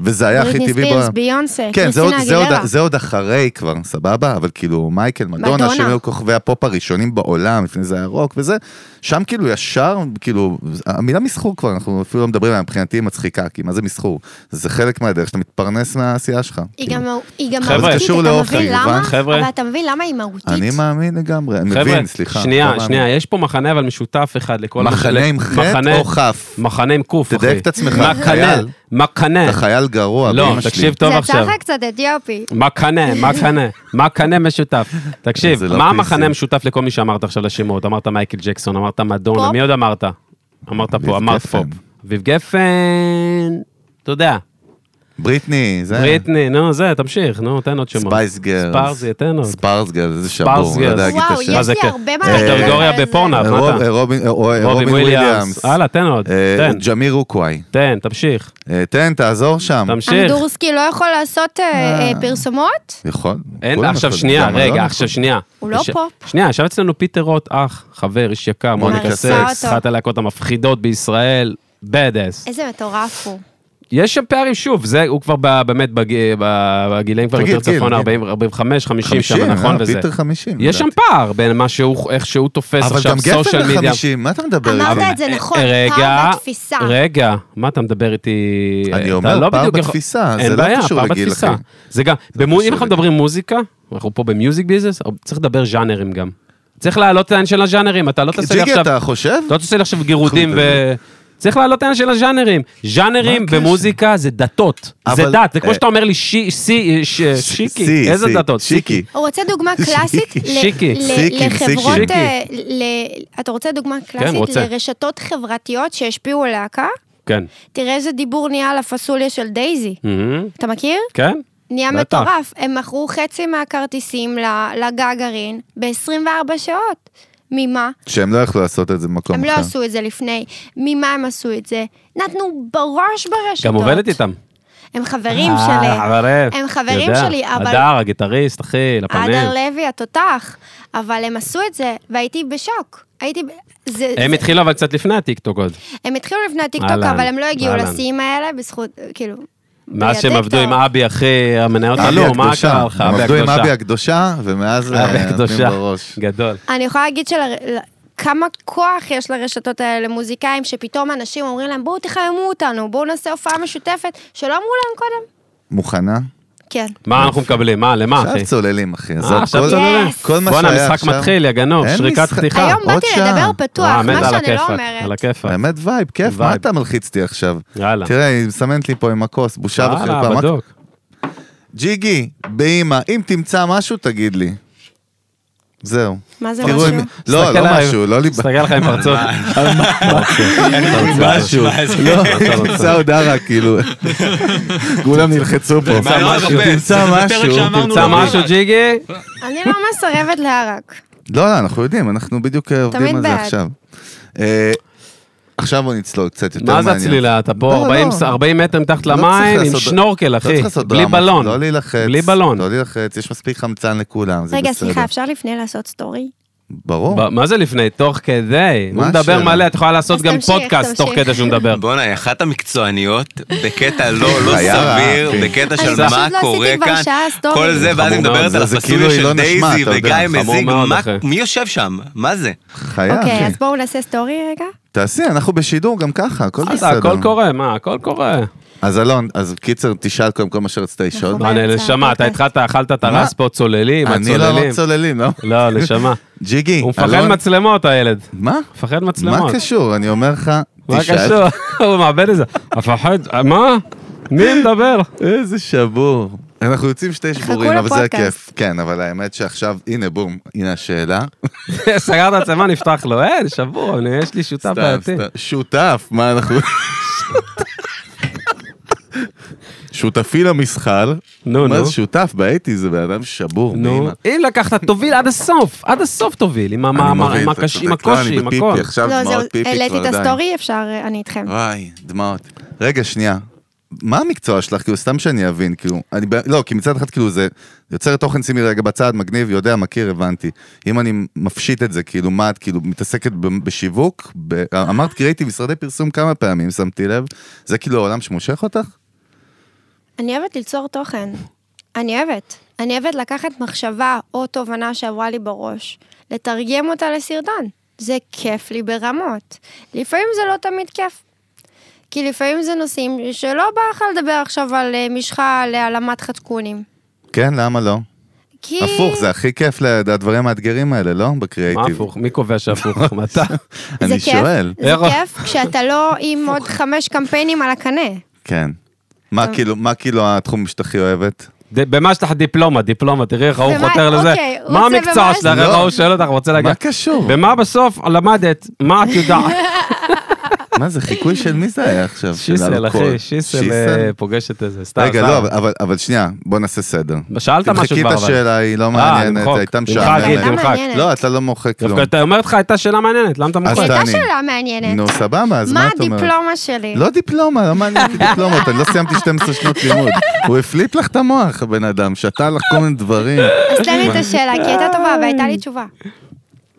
Speaker 2: וזה היה הכי
Speaker 3: בריטני
Speaker 2: טבעי.
Speaker 3: ספירס,
Speaker 2: בעולם.
Speaker 3: ביונסה,
Speaker 2: כן, זה עוד,
Speaker 3: קריסטינה
Speaker 2: זה, עוד,
Speaker 3: אגילרה.
Speaker 2: זה עוד אחרי כבר, סבבה? אבל כאילו, מייקל, מדונה,
Speaker 3: מדונה.
Speaker 2: שהם היו כוכבי הפופ הראשונים בעולם, לפני זה היה רוק וזה, שם כאילו ישר, כאילו, המילה מסחור כבר, אנחנו אפילו לא מדברים עליה, מבחינתי היא מצחיקה, כי מה זה מסחור? זה חלק מהדרך שאתה מתפרנס מהעשייה שלך.
Speaker 3: היא
Speaker 2: כאילו.
Speaker 3: גם מהו- היא גם
Speaker 1: חבר'ה,
Speaker 3: מהותית,
Speaker 2: קשור
Speaker 3: אתה
Speaker 2: לאוכל,
Speaker 3: מבין למה?
Speaker 2: הבנת?
Speaker 1: חבר'ה.
Speaker 3: אבל אתה מבין למה היא מהותית?
Speaker 2: אני מאמין לגמרי, אני
Speaker 1: חבר'ה,
Speaker 2: מבין, סליחה.
Speaker 1: שנייה,
Speaker 2: לא מאמין.
Speaker 1: שנייה, יש פה מחנה אבל משותף אחד לכל...
Speaker 2: מחנה עם חטא
Speaker 1: מחנה-
Speaker 2: או כף?
Speaker 1: מחנה עם קוף, אחי.
Speaker 2: תדייק את עצמך,
Speaker 1: מקנה,
Speaker 2: חייל.
Speaker 1: מקנה.
Speaker 2: אתה חייל גרוע,
Speaker 1: לא,
Speaker 2: באמא שלי.
Speaker 1: תקשיב טוב
Speaker 3: זה יצא
Speaker 1: עכשיו.
Speaker 3: לך קצת אתיופי.
Speaker 1: מקנה, מקנה, מקנה משותף. תקשיב,
Speaker 2: זה לא
Speaker 1: מה
Speaker 2: פיסי.
Speaker 1: המחנה המשותף לכל מי שאמרת עכשיו לשמות? אמרת מייקל ג'קסון, אמרת מדונה,
Speaker 3: פופ?
Speaker 1: מי עוד אמרת? אמרת
Speaker 2: אביב
Speaker 1: פה, אמרת
Speaker 2: גפן.
Speaker 1: פופ. אביב גפן, אתה יודע,
Speaker 2: בריטני, זה...
Speaker 1: בריטני, נו זה, תמשיך, נו, תן עוד שמות.
Speaker 2: כן. ספייס גרס.
Speaker 1: ספרזי, תן עוד.
Speaker 2: ספרסגל, איזה שבור,
Speaker 1: ספרסגל.
Speaker 2: לא יודע להגיד את
Speaker 3: וואו,
Speaker 2: השם.
Speaker 1: מה
Speaker 3: יש
Speaker 1: זה
Speaker 3: לי
Speaker 1: כן?
Speaker 3: הרבה מה
Speaker 1: יש
Speaker 3: להגיד.
Speaker 1: קטגוריה
Speaker 3: על זה.
Speaker 1: בפורנו. אה,
Speaker 2: רוב-
Speaker 1: מה אתה?
Speaker 2: רובין או-
Speaker 1: רובין
Speaker 2: אה, רובין
Speaker 1: וויליאמס.
Speaker 2: וויליאמס.
Speaker 1: הלאה, תן עוד,
Speaker 2: אה,
Speaker 1: תן,
Speaker 2: ג'מיר אוקוואי.
Speaker 1: תן, תמשיך,
Speaker 2: אה, תן, תעזור שם.
Speaker 1: תמשיך.
Speaker 3: אמדורסקי לא יכול לעשות אה, אה, פרסומות?
Speaker 2: יכול.
Speaker 1: אין,
Speaker 2: כולם
Speaker 1: עכשיו
Speaker 2: יכולים.
Speaker 1: שנייה,
Speaker 2: למה לא?
Speaker 1: רגע, עכשיו שנייה.
Speaker 3: הוא לא
Speaker 1: יש-
Speaker 3: פה.
Speaker 1: שנייה, ישב אצלנו פיטר רוט, אח, חבר, איש יקר, מוניקה
Speaker 2: מוניקה
Speaker 1: סקס,
Speaker 3: סקס.
Speaker 1: אחת הלהקות המפחידות בישראל, bad ass.
Speaker 3: איזה מטורף הוא.
Speaker 1: יש שם פערים, שוב, זה, הוא כבר ב- באמת בג- ב- בגילאים כבר
Speaker 2: תגיד,
Speaker 1: יותר
Speaker 2: גיל,
Speaker 1: צפון,
Speaker 2: גיל.
Speaker 1: 40, 45, 50 שם,
Speaker 2: חמישים,
Speaker 1: נכון?
Speaker 2: אה,
Speaker 1: וזה.
Speaker 2: פיטר חמישים.
Speaker 1: יש שם פער בין מה שהוא, איך שהוא תופס
Speaker 2: אבל
Speaker 1: עכשיו
Speaker 2: גם
Speaker 1: סושיאל
Speaker 2: גפן
Speaker 1: מדיה.
Speaker 2: בחמישים, מה אתה מדבר איתי?
Speaker 3: אמרת את זה
Speaker 1: אה,
Speaker 3: נכון, פער בתפיסה.
Speaker 1: רגע, מה אתה מדבר איתי?
Speaker 2: אני
Speaker 1: אתה
Speaker 2: אומר,
Speaker 1: לא
Speaker 2: פער
Speaker 1: בדיוק יכול-
Speaker 2: בתפיסה, זה
Speaker 1: אין
Speaker 2: לא
Speaker 1: בעיה,
Speaker 2: קשור
Speaker 1: פער
Speaker 2: לגיל,
Speaker 1: בתפיסה.
Speaker 2: אחי.
Speaker 1: זה גם, במו-
Speaker 2: קשור
Speaker 1: אם אנחנו
Speaker 2: לגיל.
Speaker 1: מדברים מוזיקה, אנחנו פה במיוזיק ביזנס, צריך לדבר ז'אנרים גם. צריך להעלות את העניין של הז'אנרים, אתה לא תעשה לי
Speaker 2: ג'יגי,
Speaker 1: עכשיו...
Speaker 2: אתה חושב?
Speaker 1: לא תעשה לי עכשיו גירודים
Speaker 2: אנחנו
Speaker 1: ו... צריך להעלות את העניין של הז'אנרים. ז'אנרים
Speaker 2: מה הקשר?
Speaker 1: במוזיקה זה דתות. זה
Speaker 2: אבל-
Speaker 1: דת, זה כמו
Speaker 2: אה,
Speaker 1: שאתה אומר לי שי- שי- ש- שיקי.
Speaker 2: סי,
Speaker 1: איזה
Speaker 2: סי,
Speaker 1: דתות?
Speaker 2: שיקי.
Speaker 3: הוא רוצה דוגמה קלאסית ל-
Speaker 1: שיקי.
Speaker 3: ל-
Speaker 2: שיקי,
Speaker 3: לחברות...
Speaker 1: שיקי.
Speaker 3: אה, ל- אתה רוצה דוגמה
Speaker 1: כן,
Speaker 3: קלאסית
Speaker 1: רוצה.
Speaker 3: לרשתות חברתיות שהשפיעו על להקה?
Speaker 1: כן.
Speaker 3: תראה איזה דיבור נהיה על הפסוליה של דייזי.
Speaker 1: מהמם.
Speaker 3: אתה מכיר?
Speaker 1: כן?
Speaker 3: נהיה
Speaker 1: Mm. בטח.
Speaker 3: מטורף. הם מכרו חצי מהכרטיסים ל- לגגארין ב-24 שעות. ממה?
Speaker 2: שהם לא יכלו לעשות את זה במקום
Speaker 3: הם
Speaker 2: אחר.
Speaker 1: אוקיי.
Speaker 3: לא עשו את זה לפני. ממה הם עשו את זה? נתנו בראש ברשתות.
Speaker 1: גם עובדת איתם.
Speaker 3: הם חברים
Speaker 1: אה,
Speaker 3: שלי.
Speaker 1: חברים.
Speaker 3: הם חברים
Speaker 1: יודע.
Speaker 3: שלי, אבל-
Speaker 1: הדר, הגיטריסט, אחי, לפנים.
Speaker 3: אדר לוי התותח, אבל הם עשו את זה, והייתי בשוק. הייתי... ב- זה,
Speaker 1: הם
Speaker 3: זה,
Speaker 1: התחילו אבל קצת לפני הטיקטוק עוד.
Speaker 3: הם התחילו לפני הטיקטוק,
Speaker 1: אהלן,
Speaker 3: אבל הם לא הגיעו
Speaker 1: אהלן.
Speaker 3: לשיאים האלה בזכות, כאילו...
Speaker 1: מאז שהם
Speaker 3: בטיקטוק.
Speaker 1: עבדו עם אבי, אחי, המניות
Speaker 2: אבי
Speaker 1: עלו, לא, מה
Speaker 2: הקדושה.
Speaker 1: קרה לך?
Speaker 2: הם
Speaker 1: אבי
Speaker 2: עבדו עם
Speaker 1: הקדושה.
Speaker 2: אבי הקדושה, ומאז
Speaker 1: אבי
Speaker 2: אה, נותנים
Speaker 1: הקדושה.
Speaker 2: בראש.
Speaker 1: גדול.
Speaker 3: אני יכולה להגיד של... כמה כוח יש לרשתות האלה למוזיקאים, שפתאום אנשים אומרים להם, בואו תחממו אותנו, בואו נעשה הופעה משותפת, שלא אמרו להם קודם.
Speaker 2: מוכנה?
Speaker 3: כן.
Speaker 1: מה אנחנו מקבלים? מה, למה, אחי? אה,
Speaker 2: עכשיו צוללים, אחי. עזוב,
Speaker 1: עכשיו
Speaker 2: כל-
Speaker 1: צוללים.
Speaker 2: כל מה
Speaker 1: בואנה,
Speaker 2: שהיה
Speaker 1: המשחק
Speaker 2: עכשיו-
Speaker 1: מתחיל, יא גנוב,
Speaker 2: אין
Speaker 1: שריקת
Speaker 2: משחק-
Speaker 1: פתיחה.
Speaker 3: היום
Speaker 2: עוד
Speaker 3: באתי
Speaker 2: שעה.
Speaker 3: לדבר פתוח,
Speaker 1: וואו, מת
Speaker 3: מה
Speaker 1: על
Speaker 3: שאני לא
Speaker 1: הכיפאק, על
Speaker 3: אומרת.
Speaker 1: הכיפאק.
Speaker 2: באמת וייב, כיף, מה
Speaker 1: וייב.
Speaker 2: אתה מלחיץ אותי עכשיו?
Speaker 1: יאללה.
Speaker 2: תראה, היא מסמנת לי פה עם הכוס, בושה וחרפה.
Speaker 1: וואלה,
Speaker 2: מה-
Speaker 1: בדוק.
Speaker 2: ג'יגי, באימא, אם תמצא משהו, תגיד לי. זהו.
Speaker 3: מה זה
Speaker 2: תראו
Speaker 3: משהו?
Speaker 2: אם- לא,
Speaker 1: תסתכל
Speaker 2: לא
Speaker 1: עליי.
Speaker 2: משהו, לא ליבה.
Speaker 1: תסתכל עליך עם פרצוף.
Speaker 2: אוקיי. משהו. לא, תמצא עוד ערה, כאילו. כולם נלחצו פה.
Speaker 4: מה, לא
Speaker 1: משהו,
Speaker 4: לחפש.
Speaker 2: תמצא
Speaker 4: זה פרק
Speaker 2: משהו,
Speaker 4: שאמרנו
Speaker 1: תמצא
Speaker 4: לו,
Speaker 1: משהו,
Speaker 4: לא,
Speaker 1: ג'יגי?
Speaker 3: אני לא מסרבת להרק.
Speaker 2: לא, לא, אנחנו יודעים, אנחנו בדיוק אה, עובדים
Speaker 3: תמיד
Speaker 2: על זה
Speaker 3: בעד.
Speaker 2: עכשיו. אה, עכשיו בוא נצלול קצת יותר
Speaker 1: מה
Speaker 2: מעניין.
Speaker 1: זה הצלילה? אתה
Speaker 2: לא,
Speaker 1: פה
Speaker 2: לא.
Speaker 1: 40 40 מטר מתחת
Speaker 2: לא
Speaker 1: למים
Speaker 2: צריך
Speaker 1: עם
Speaker 2: לעשות-
Speaker 1: שנורקל,
Speaker 2: לא
Speaker 1: אחי.
Speaker 2: צריך לעשות
Speaker 1: בלי
Speaker 2: דרמה,
Speaker 1: בלון.
Speaker 2: לא להילחץ.
Speaker 1: בלי בלון.
Speaker 2: לא להילחץ, יש מספיק חמצן לכולם, זה בסדר.
Speaker 3: רגע, סליחה, אפשר לפני לעשות סטורי?
Speaker 2: ברור.
Speaker 1: ב- מה זה לפני? תוך כדי. הוא
Speaker 2: מה
Speaker 1: מדבר
Speaker 2: השאלה?
Speaker 1: מלא, את יכולה לעשות
Speaker 3: אז
Speaker 1: גם
Speaker 3: תמשיך,
Speaker 1: פודקאסט תוך
Speaker 3: תמשיך.
Speaker 1: כדי שהוא מדבר.
Speaker 5: בואנה, היא אחת המקצועניות, בקטע לא לא
Speaker 2: חיה רעה,
Speaker 5: סביר,
Speaker 2: אחי.
Speaker 5: בקטע
Speaker 3: אני
Speaker 5: של
Speaker 3: פשוט
Speaker 5: מה
Speaker 3: לא עשיתי
Speaker 5: קורה
Speaker 3: כבר
Speaker 5: כאן,
Speaker 3: שעה סטורי.
Speaker 5: כל
Speaker 2: זה
Speaker 5: זה, ואז
Speaker 2: חמור
Speaker 5: היא
Speaker 2: מאוד,
Speaker 5: מדברת על
Speaker 2: זה- זה כאילו
Speaker 5: הפסוליה
Speaker 2: היא
Speaker 5: של
Speaker 2: לא נשמעת,
Speaker 5: דייזי
Speaker 2: אתה יודע,
Speaker 5: וגיא
Speaker 1: חמור
Speaker 5: מזיג,
Speaker 1: מאוד,
Speaker 5: מה-
Speaker 1: אחי.
Speaker 5: מי יושב שם? מה זה?
Speaker 2: חיה,
Speaker 3: אוקיי,
Speaker 2: אחי.
Speaker 3: אז בואו נעשה סטורי רגע.
Speaker 2: תעשי, אנחנו בשידור גם ככה, הכל
Speaker 1: אז
Speaker 2: בסדר.
Speaker 1: הכל קורה, מה, הכל קורה.
Speaker 2: אז אלון, אז קיצר, תשאל קודם כל מה שרצית לשאול.
Speaker 3: נכון.
Speaker 1: מה,
Speaker 3: באמצע
Speaker 1: לא, נשמה, אתה
Speaker 3: הפודקאסט.
Speaker 1: התחלת, אכלת את הרס פה, צוללים,
Speaker 2: אני לא
Speaker 1: הצוללים.
Speaker 2: לא צוללים, לא?
Speaker 1: לא, נשמה.
Speaker 2: ג'יגי,
Speaker 1: הוא מפחד
Speaker 2: אלון,
Speaker 1: מצלמות, הילד.
Speaker 2: מה?
Speaker 1: מפחד
Speaker 2: מה
Speaker 1: מצלמות.
Speaker 2: קשור? אני אומר לך,
Speaker 1: מה
Speaker 2: תשאל.
Speaker 1: קשור? הוא מאבד את זה. מפחד, מה? מי מדבר?
Speaker 2: איזה שבור. אנחנו יוצאים שתי שבורים, אבל זה
Speaker 3: לפודקאסט.
Speaker 2: הכיף. כן, אבל האמת שעכשיו, הנה בום, הנה השאלה.
Speaker 1: סגר את המצלמה, נפתח לו. אין, שבור, אני- יש לי שותף
Speaker 2: סתם,
Speaker 1: בעייתי.
Speaker 2: סתם. שותף, מה אנחנו... שותפי למסחר.
Speaker 1: נו,
Speaker 2: מה
Speaker 1: נו.
Speaker 2: זה שותף? באתי, זה בן אדם שבור.
Speaker 1: נו,
Speaker 2: באמא.
Speaker 1: אם לקחת, תוביל עד הסוף, עד הסוף תוביל, עם
Speaker 2: אני
Speaker 1: המ- עם
Speaker 2: מבין,
Speaker 1: עם
Speaker 2: אתה
Speaker 1: הקש- עם
Speaker 2: צודק. לא,
Speaker 1: הקושי, עם
Speaker 2: אני
Speaker 1: הכל.
Speaker 2: בפיפי, עכשיו
Speaker 3: לא, זהו,
Speaker 2: דמעות פיפי כבר עדיין.
Speaker 3: העליתי את הסטורי, אפשר, אה, אני איתכם.
Speaker 2: וואי, דמעות. רגע, שנייה. מה המקצוע שלך? כאילו, סתם שאני אבין, כאילו, אני, ב- לא, כי מצד אחד, כאילו, זה יוצר תוכן, שימי רגע בצד, מגניב, יודע, מכיר, הבנתי. אם אני מפשיט את זה, כאילו, מה את, כאילו, מתעסקת ב- בשיווק? ב, אמרת קריאיטיב, משרדי פרסום כמה פעמים, שמתי לב. זה כאילו העולם שמושך אותך?
Speaker 3: אני אוהבת ליצור תוכן. אני אוהבת. אני אוהבת לקחת מחשבה או תובנה שעברה לי בראש, לתרגם אותה לסרטון. זה כיף לי ברמות. לפעמים זה לא תמיד כיף. כי לפעמים זה נושאים שלא בא לך לדבר עכשיו על אה, משחה להעלמת חתקונים.
Speaker 2: כן, למה לא?
Speaker 3: כי...
Speaker 2: הפוך, זה הכי כיף, לד- הדברים המאתגרים האלה, לא? בקריאייטיב.
Speaker 1: מה הפוך? מי קובע שהפוך? מה אתה?
Speaker 3: זה
Speaker 2: אני
Speaker 3: כיף,
Speaker 2: שואל.
Speaker 3: זה
Speaker 1: איך-
Speaker 3: כיף כשאתה לא עם עוד חמש קמפיינים על הקנה.
Speaker 2: כן. מה כאילו, מה כאילו התחום שאתה הכי אוהבת?
Speaker 1: ד- במה שלך דיפלומה, דיפלומה, תראי איך ההוא
Speaker 3: ומה-
Speaker 1: חותר לזה.
Speaker 3: אוקיי, הוא
Speaker 1: מה
Speaker 3: רוצה
Speaker 1: המקצוע
Speaker 3: ומה-
Speaker 1: שלך? איך
Speaker 2: לא.
Speaker 1: ההוא שואל אותך, רוצה
Speaker 2: מה
Speaker 1: להגיד.
Speaker 2: קשור?
Speaker 1: ומה בסוף למדת? מה את יודעת?
Speaker 2: מה זה, חיקוי של מי זה היה עכשיו? של
Speaker 1: שיסל,
Speaker 2: אלכוהול.
Speaker 1: אחי, שיסל
Speaker 2: שיסל?
Speaker 1: אה, פוגש את איזה, סתם.
Speaker 2: רגע,
Speaker 1: סתם.
Speaker 2: לא, אבל- אבל- אבל שנייה, בוא נעשה סדר.
Speaker 1: שאלת משהו
Speaker 2: תמחקי
Speaker 1: כבר,
Speaker 2: את
Speaker 1: אבל.
Speaker 2: השאלה, היא לא
Speaker 1: אה,
Speaker 2: מעניינת,
Speaker 1: למחוק.
Speaker 2: הייתה
Speaker 1: תמחק,
Speaker 2: משעממת.
Speaker 1: תמחק.
Speaker 3: למה מעניינת?
Speaker 2: לא, אתה לא מוחק כלום.
Speaker 1: דווקא אתה אומר לך, הייתה שאלה מעניינת, למה אתה
Speaker 2: אז
Speaker 1: מוכן?
Speaker 2: אתה-
Speaker 3: הייתה
Speaker 2: אני.
Speaker 3: שאלה מעניינת.
Speaker 2: נו, סבבה, אז
Speaker 3: מה
Speaker 2: מה את אומרת?
Speaker 3: הדיפלומה שלי?
Speaker 2: לא דיפלומה, לא מעניין אותי דיפלומות, אני לא סיימתי 12 שנות לימוד. הוא הפליפ לך את המוח, הבן אדם, שתה לך כל מיני דברים.
Speaker 3: אז תן לי את השאלה, כי הייתה טובה והייתה לי תשובה.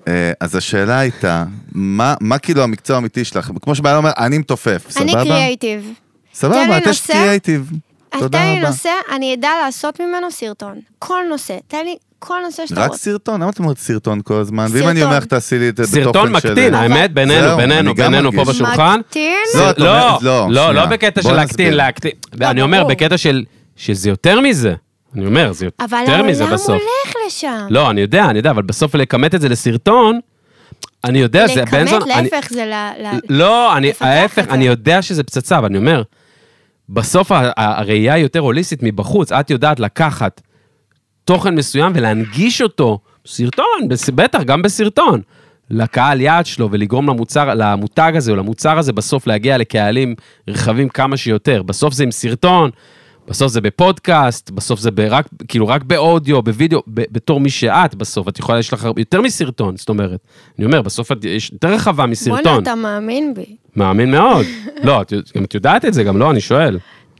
Speaker 2: אה, אז השאלה הייתה, מה מה כאילו המקצוע האמיתי שלך? כמו שבעיה אומר, אני מתופף,
Speaker 3: אני
Speaker 2: סבבה?
Speaker 3: קריאייטיב. תן
Speaker 2: סבבה,
Speaker 3: לי
Speaker 2: את יש
Speaker 3: נושא.
Speaker 2: קריאייטיב.
Speaker 3: תן
Speaker 2: תודה
Speaker 3: לי
Speaker 2: רבה.
Speaker 3: נושא, אני אדע לעשות ממנו סרטון. כל נושא, תן לי כל נושא שאתה
Speaker 2: רק
Speaker 3: רוצה.
Speaker 2: סרטון? למה את אומרת סרטון כל הזמן? ואם
Speaker 3: סרטון.
Speaker 2: אני אומר לך, תעשי לי את זה בתוכן של...
Speaker 1: סרטון מקטין, האמת, בינינו,
Speaker 2: זהו,
Speaker 1: בינינו,
Speaker 2: אני גם
Speaker 1: בינינו פה
Speaker 2: מרגיש.
Speaker 1: בשולחן.
Speaker 3: מקטין?
Speaker 2: לא, את
Speaker 1: לא,
Speaker 2: אומרת- לא,
Speaker 1: לא, לא
Speaker 2: שנייה.
Speaker 1: בקטע
Speaker 2: בוא
Speaker 1: של
Speaker 2: נסביר.
Speaker 1: להקטין, להקטין.
Speaker 3: לא,
Speaker 1: אני אומר,
Speaker 3: ברור.
Speaker 1: בקטע של, שזה יותר מזה. אני אומר, זה
Speaker 3: אבל
Speaker 1: יותר
Speaker 3: העולם
Speaker 1: מזה בסוף.
Speaker 3: הולך לשם.
Speaker 1: לא, אני יודע, אני יודע, אבל בסוף לכמת את זה לסרטון, אני
Speaker 2: לא,
Speaker 1: יודע, זה בן זון...
Speaker 3: לכמת
Speaker 1: אני-
Speaker 3: להפך זה ל... ל-
Speaker 1: לא, אני,
Speaker 3: לפתח
Speaker 1: ההפך,
Speaker 3: את זה.
Speaker 1: אני יודע שזה פצצה, אבל אני אומר, בסוף ה- ה- הראייה היא יותר הוליסטית מבחוץ, את יודעת לקחת תוכן מסוים ולהנגיש אותו, סרטון, בס- בטח, גם בסרטון, לקהל יעד שלו ולגרום למוצר, למותג הזה או למוצר הזה בסוף להגיע לקהלים רחבים כמה שיותר. בסוף זה עם סרטון. בסוף זה בפודקאסט, בסוף זה רק, כאילו רק באודיו, בווידאו, ב- בתור מי שאת בסוף, את יכולה, יש לך יותר מסרטון, זאת אומרת. אני אומר, בסוף את, יש יותר רחבה מסרטון.
Speaker 3: בואנה, אתה מאמין בי.
Speaker 1: מאמין מאוד. לא, את, גם את יודעת את זה, גם לא, אני שואל.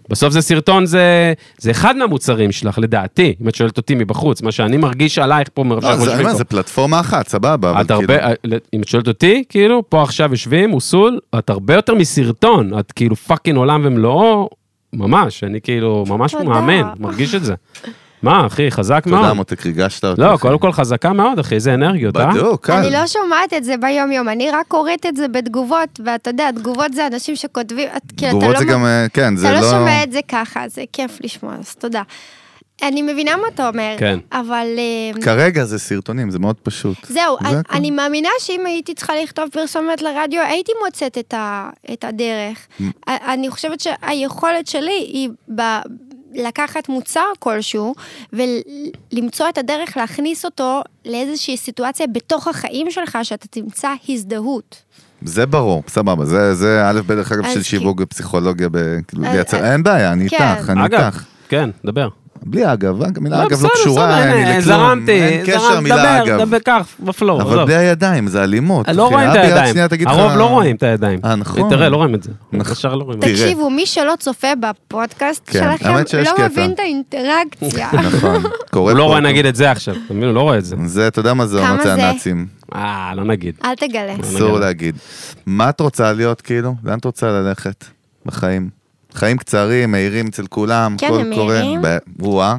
Speaker 1: בסוף זה סרטון, זה, זה אחד מהמוצרים שלך, לדעתי, אם את שואלת אותי מבחוץ, מה שאני מרגיש עלייך פה, מרוב
Speaker 2: לא,
Speaker 1: שאנחנו
Speaker 2: זה- אני
Speaker 1: יושבים
Speaker 2: אומר,
Speaker 1: פה.
Speaker 2: זה פלטפורמה אחת, סבבה, אבל
Speaker 1: את הרבה, אה,
Speaker 2: כאילו...
Speaker 1: אם את שואלת אותי, כאילו, פה עכשיו יושבים, אוסול, את הרבה יותר מסרטון, את כאילו פאקינג עולם ומלואו, ממש, אני כאילו ממש
Speaker 3: תודה.
Speaker 1: מאמן, מרגיש את זה. מה, אחי, חזק
Speaker 2: תודה,
Speaker 1: מאוד.
Speaker 2: מותק, ריגשת אותי.
Speaker 1: לא, קודם כל חזקה מאוד, אחי, איזה אנרגיות, אה?
Speaker 2: בדיוק, קל.
Speaker 3: אני לא שומעת את זה ביום-יום, אני רק קוראת את זה בתגובות, ואתה יודע, תגובות זה אנשים שכותבים, את- כאילו, אתה
Speaker 2: תגובות
Speaker 3: לא...
Speaker 2: זה גם, אה, כן, זה
Speaker 3: אתה
Speaker 2: לא...
Speaker 3: לא שומע את זה ככה, זה כיף לשמוע, אז תודה. אני מבינה מה אתה אומר,
Speaker 1: כן.
Speaker 3: אבל... אה,
Speaker 2: כרגע זה סרטונים, זה מאוד פשוט.
Speaker 3: זהו,
Speaker 2: זה
Speaker 3: אני-
Speaker 2: הכל.
Speaker 3: אני מאמינה שאם הייתי צריכה לכתוב פרסומת לרדיו, הייתי מוצאת את ה- את הדרך. א- אני חושבת שהיכולת שלי היא ב- לקחת מוצר כלשהו ולמצוא את הדרך להכניס אותו לאיזושהי סיטואציה בתוך החיים שלך, שאתה תמצא הזדהות.
Speaker 2: זה ברור, סבבה, זה- זה א' ב' דרך אגב
Speaker 3: אז
Speaker 2: של
Speaker 3: כי-
Speaker 2: שיווק ופסיכולוגיה, ב- כאילו,
Speaker 3: אז-
Speaker 2: לייצר-
Speaker 3: אז-
Speaker 2: אין בעיה, אני
Speaker 3: כן.
Speaker 2: איתך, אני
Speaker 1: אגב,
Speaker 2: איתך.
Speaker 1: כן, דבר.
Speaker 2: בלי אגב, אג-
Speaker 1: לא,
Speaker 2: מילה אגב
Speaker 1: בסדר,
Speaker 2: לא קשורה,
Speaker 1: בסדר,
Speaker 2: אני
Speaker 1: הנה,
Speaker 2: לכלום,
Speaker 1: זרמתי,
Speaker 2: אין קשר
Speaker 1: זרמת,
Speaker 2: מילה
Speaker 1: דבר,
Speaker 2: אגב.
Speaker 1: דבר כך, בפלואו,
Speaker 2: אבל בלי הידיים, זה אלימות.
Speaker 1: לא
Speaker 2: אחי,
Speaker 1: רואים את
Speaker 2: אבי, עד
Speaker 1: הידיים,
Speaker 2: שנייה תגיד לך-
Speaker 1: הרוב לא רואים את הידיים.
Speaker 2: אה, נכון.
Speaker 1: תראה, לא רואים את זה.
Speaker 2: נכון.
Speaker 1: ישר לא רואים את
Speaker 2: תראה.
Speaker 1: זה.
Speaker 3: תקשיבו, מי שלא צופה בפודקאסט
Speaker 2: כן, האמת
Speaker 3: שלכם
Speaker 2: שיש
Speaker 3: לא
Speaker 2: קטע.
Speaker 3: מבין את האינטראקציה.
Speaker 2: נכון, קורה
Speaker 1: הוא לא
Speaker 2: פה.
Speaker 1: רואה נגיד את זה עכשיו, אתה מבין? הוא לא רואה את זה.
Speaker 2: זה, אתה יודע מה זה
Speaker 3: כמה
Speaker 2: אמרת
Speaker 3: זה?
Speaker 2: הנאצים.
Speaker 1: אה, לא נגיד.
Speaker 3: אל תגלה.
Speaker 1: לא
Speaker 2: אסור להגיד. מה את רוצה להיות, כאילו? לאן את רוצה ללכת בחיים? חיים קצרים, מהירים אצל כולם,
Speaker 3: כן,
Speaker 2: הכל
Speaker 3: הם
Speaker 2: קורה.
Speaker 3: מהירים.
Speaker 2: ב- וואה,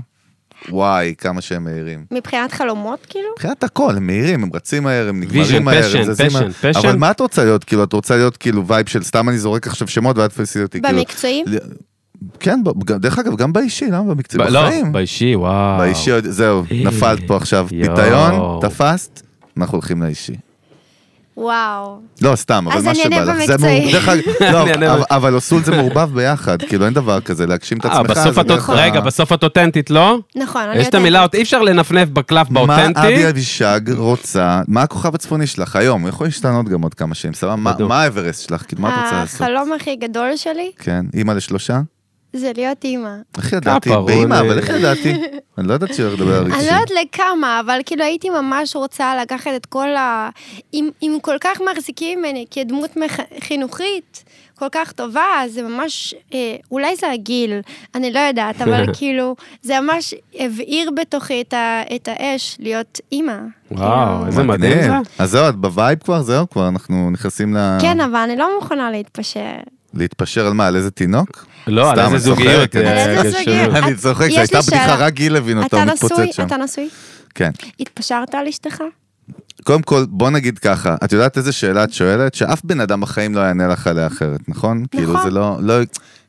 Speaker 2: וואי, כמה שהם מהירים.
Speaker 3: מבחינת חלומות, כאילו?
Speaker 2: מבחינת הכל, הם מהירים, הם רצים מהר, הם
Speaker 1: Vision,
Speaker 2: נגמרים מהר,
Speaker 1: passion,
Speaker 2: הם זזים מהר.
Speaker 1: passion, passion.
Speaker 2: אבל מה את רוצה להיות? כאילו, את רוצה להיות כאילו וייב של סתם אני זורק עכשיו שמות ואת תפסי אותי. כאילו-
Speaker 3: במקצועי?
Speaker 2: כן, ב- ג- דרך אגב, גם באישי, למה
Speaker 1: ב-
Speaker 2: במקצועי?
Speaker 1: לא,
Speaker 2: בחיים.
Speaker 1: באישי, וואו.
Speaker 2: באישי, עוד- זהו,
Speaker 1: אה.
Speaker 2: נפלת פה עכשיו.
Speaker 1: יואו.
Speaker 2: פיתיון, תפסת, אנחנו הולכים לאישי.
Speaker 3: וואו.
Speaker 2: לא, סתם, אבל
Speaker 3: אז
Speaker 2: מה
Speaker 3: אני
Speaker 2: שבא
Speaker 3: אענה
Speaker 2: לך. זה
Speaker 3: במקצועי.
Speaker 2: מעור- דרך אגב,
Speaker 1: אני אענה
Speaker 2: לא, אבל-
Speaker 1: במקצועי.
Speaker 2: אבל אוסול זה מעורבב ביחד, כאילו אין דבר כזה, להגשים את
Speaker 1: אה,
Speaker 2: עצמך.
Speaker 1: בסוף
Speaker 2: זה
Speaker 1: את...
Speaker 2: דרך ה-
Speaker 1: רגע, בסוף את אותנטית, לא?
Speaker 3: נכון, אני
Speaker 1: יש את המילה, אי אפשר לנפנף בקלף
Speaker 2: מה
Speaker 1: באותנטי.
Speaker 2: אבי אבישג רוצה, מה הכוכב הצפוני שלך היום? הוא יכול להשתנות גם עוד כמה שנים, סבבה? מה-
Speaker 1: בדיוק.
Speaker 2: מה האברסט שלך? כאילו, מה את
Speaker 3: אה,
Speaker 2: רוצה לעשות?
Speaker 3: החלום הכי גדול שלי
Speaker 2: כן, אימא לשלושה? זה
Speaker 3: להיות אימא.
Speaker 2: איך
Speaker 1: אה,
Speaker 2: ידעתי?
Speaker 1: כפרות.
Speaker 2: באימא, אבל איך ידעתי? אני לא ידעתי שלא לדבר על
Speaker 3: אני
Speaker 2: רגשי.
Speaker 3: לא יודעת לכמה, אבל כאילו הייתי ממש רוצה לקחת את כל ה... אם, אם כל כך מחזיקים ממני כדמות מח... חינוכית, כל כך טובה, זה ממש, אה, אולי זה הגיל, אני לא יודעת, אבל כאילו, זה ממש הבעיר בתוכי את, ה... את האש להיות אימא.
Speaker 1: וואו,
Speaker 3: כאילו-
Speaker 1: איזה מדהים זה.
Speaker 2: אז זהו, את בווייב כבר? זהו, כבר אנחנו נכנסים ל...
Speaker 3: כן, אבל אני לא מוכנה להתפשר.
Speaker 2: להתפשר על מה, על איזה תינוק?
Speaker 1: לא, על
Speaker 2: סתם,
Speaker 1: איזה
Speaker 2: את
Speaker 1: זוגיות.
Speaker 2: צוחקת.
Speaker 1: אה,
Speaker 3: על איזה
Speaker 1: גשו.
Speaker 3: זוגיות.
Speaker 2: אני צוחק,
Speaker 3: יש
Speaker 2: זו
Speaker 3: לי
Speaker 2: הייתה בדיחה,
Speaker 3: שאלה.
Speaker 2: רק גיל הבין אותה,
Speaker 3: אתה
Speaker 2: הוא
Speaker 3: נשוי?
Speaker 2: מתפוצץ שם. אה,
Speaker 3: אתה נשוי?
Speaker 2: כן.
Speaker 3: התפשרת על אשתך?
Speaker 2: קודם כל, בוא נגיד ככה, את יודעת איזה שאלה את שואלת? שאף בן אדם בחיים לא יענה לך עליה אחרת, נכון? כאילו זה לא, לא,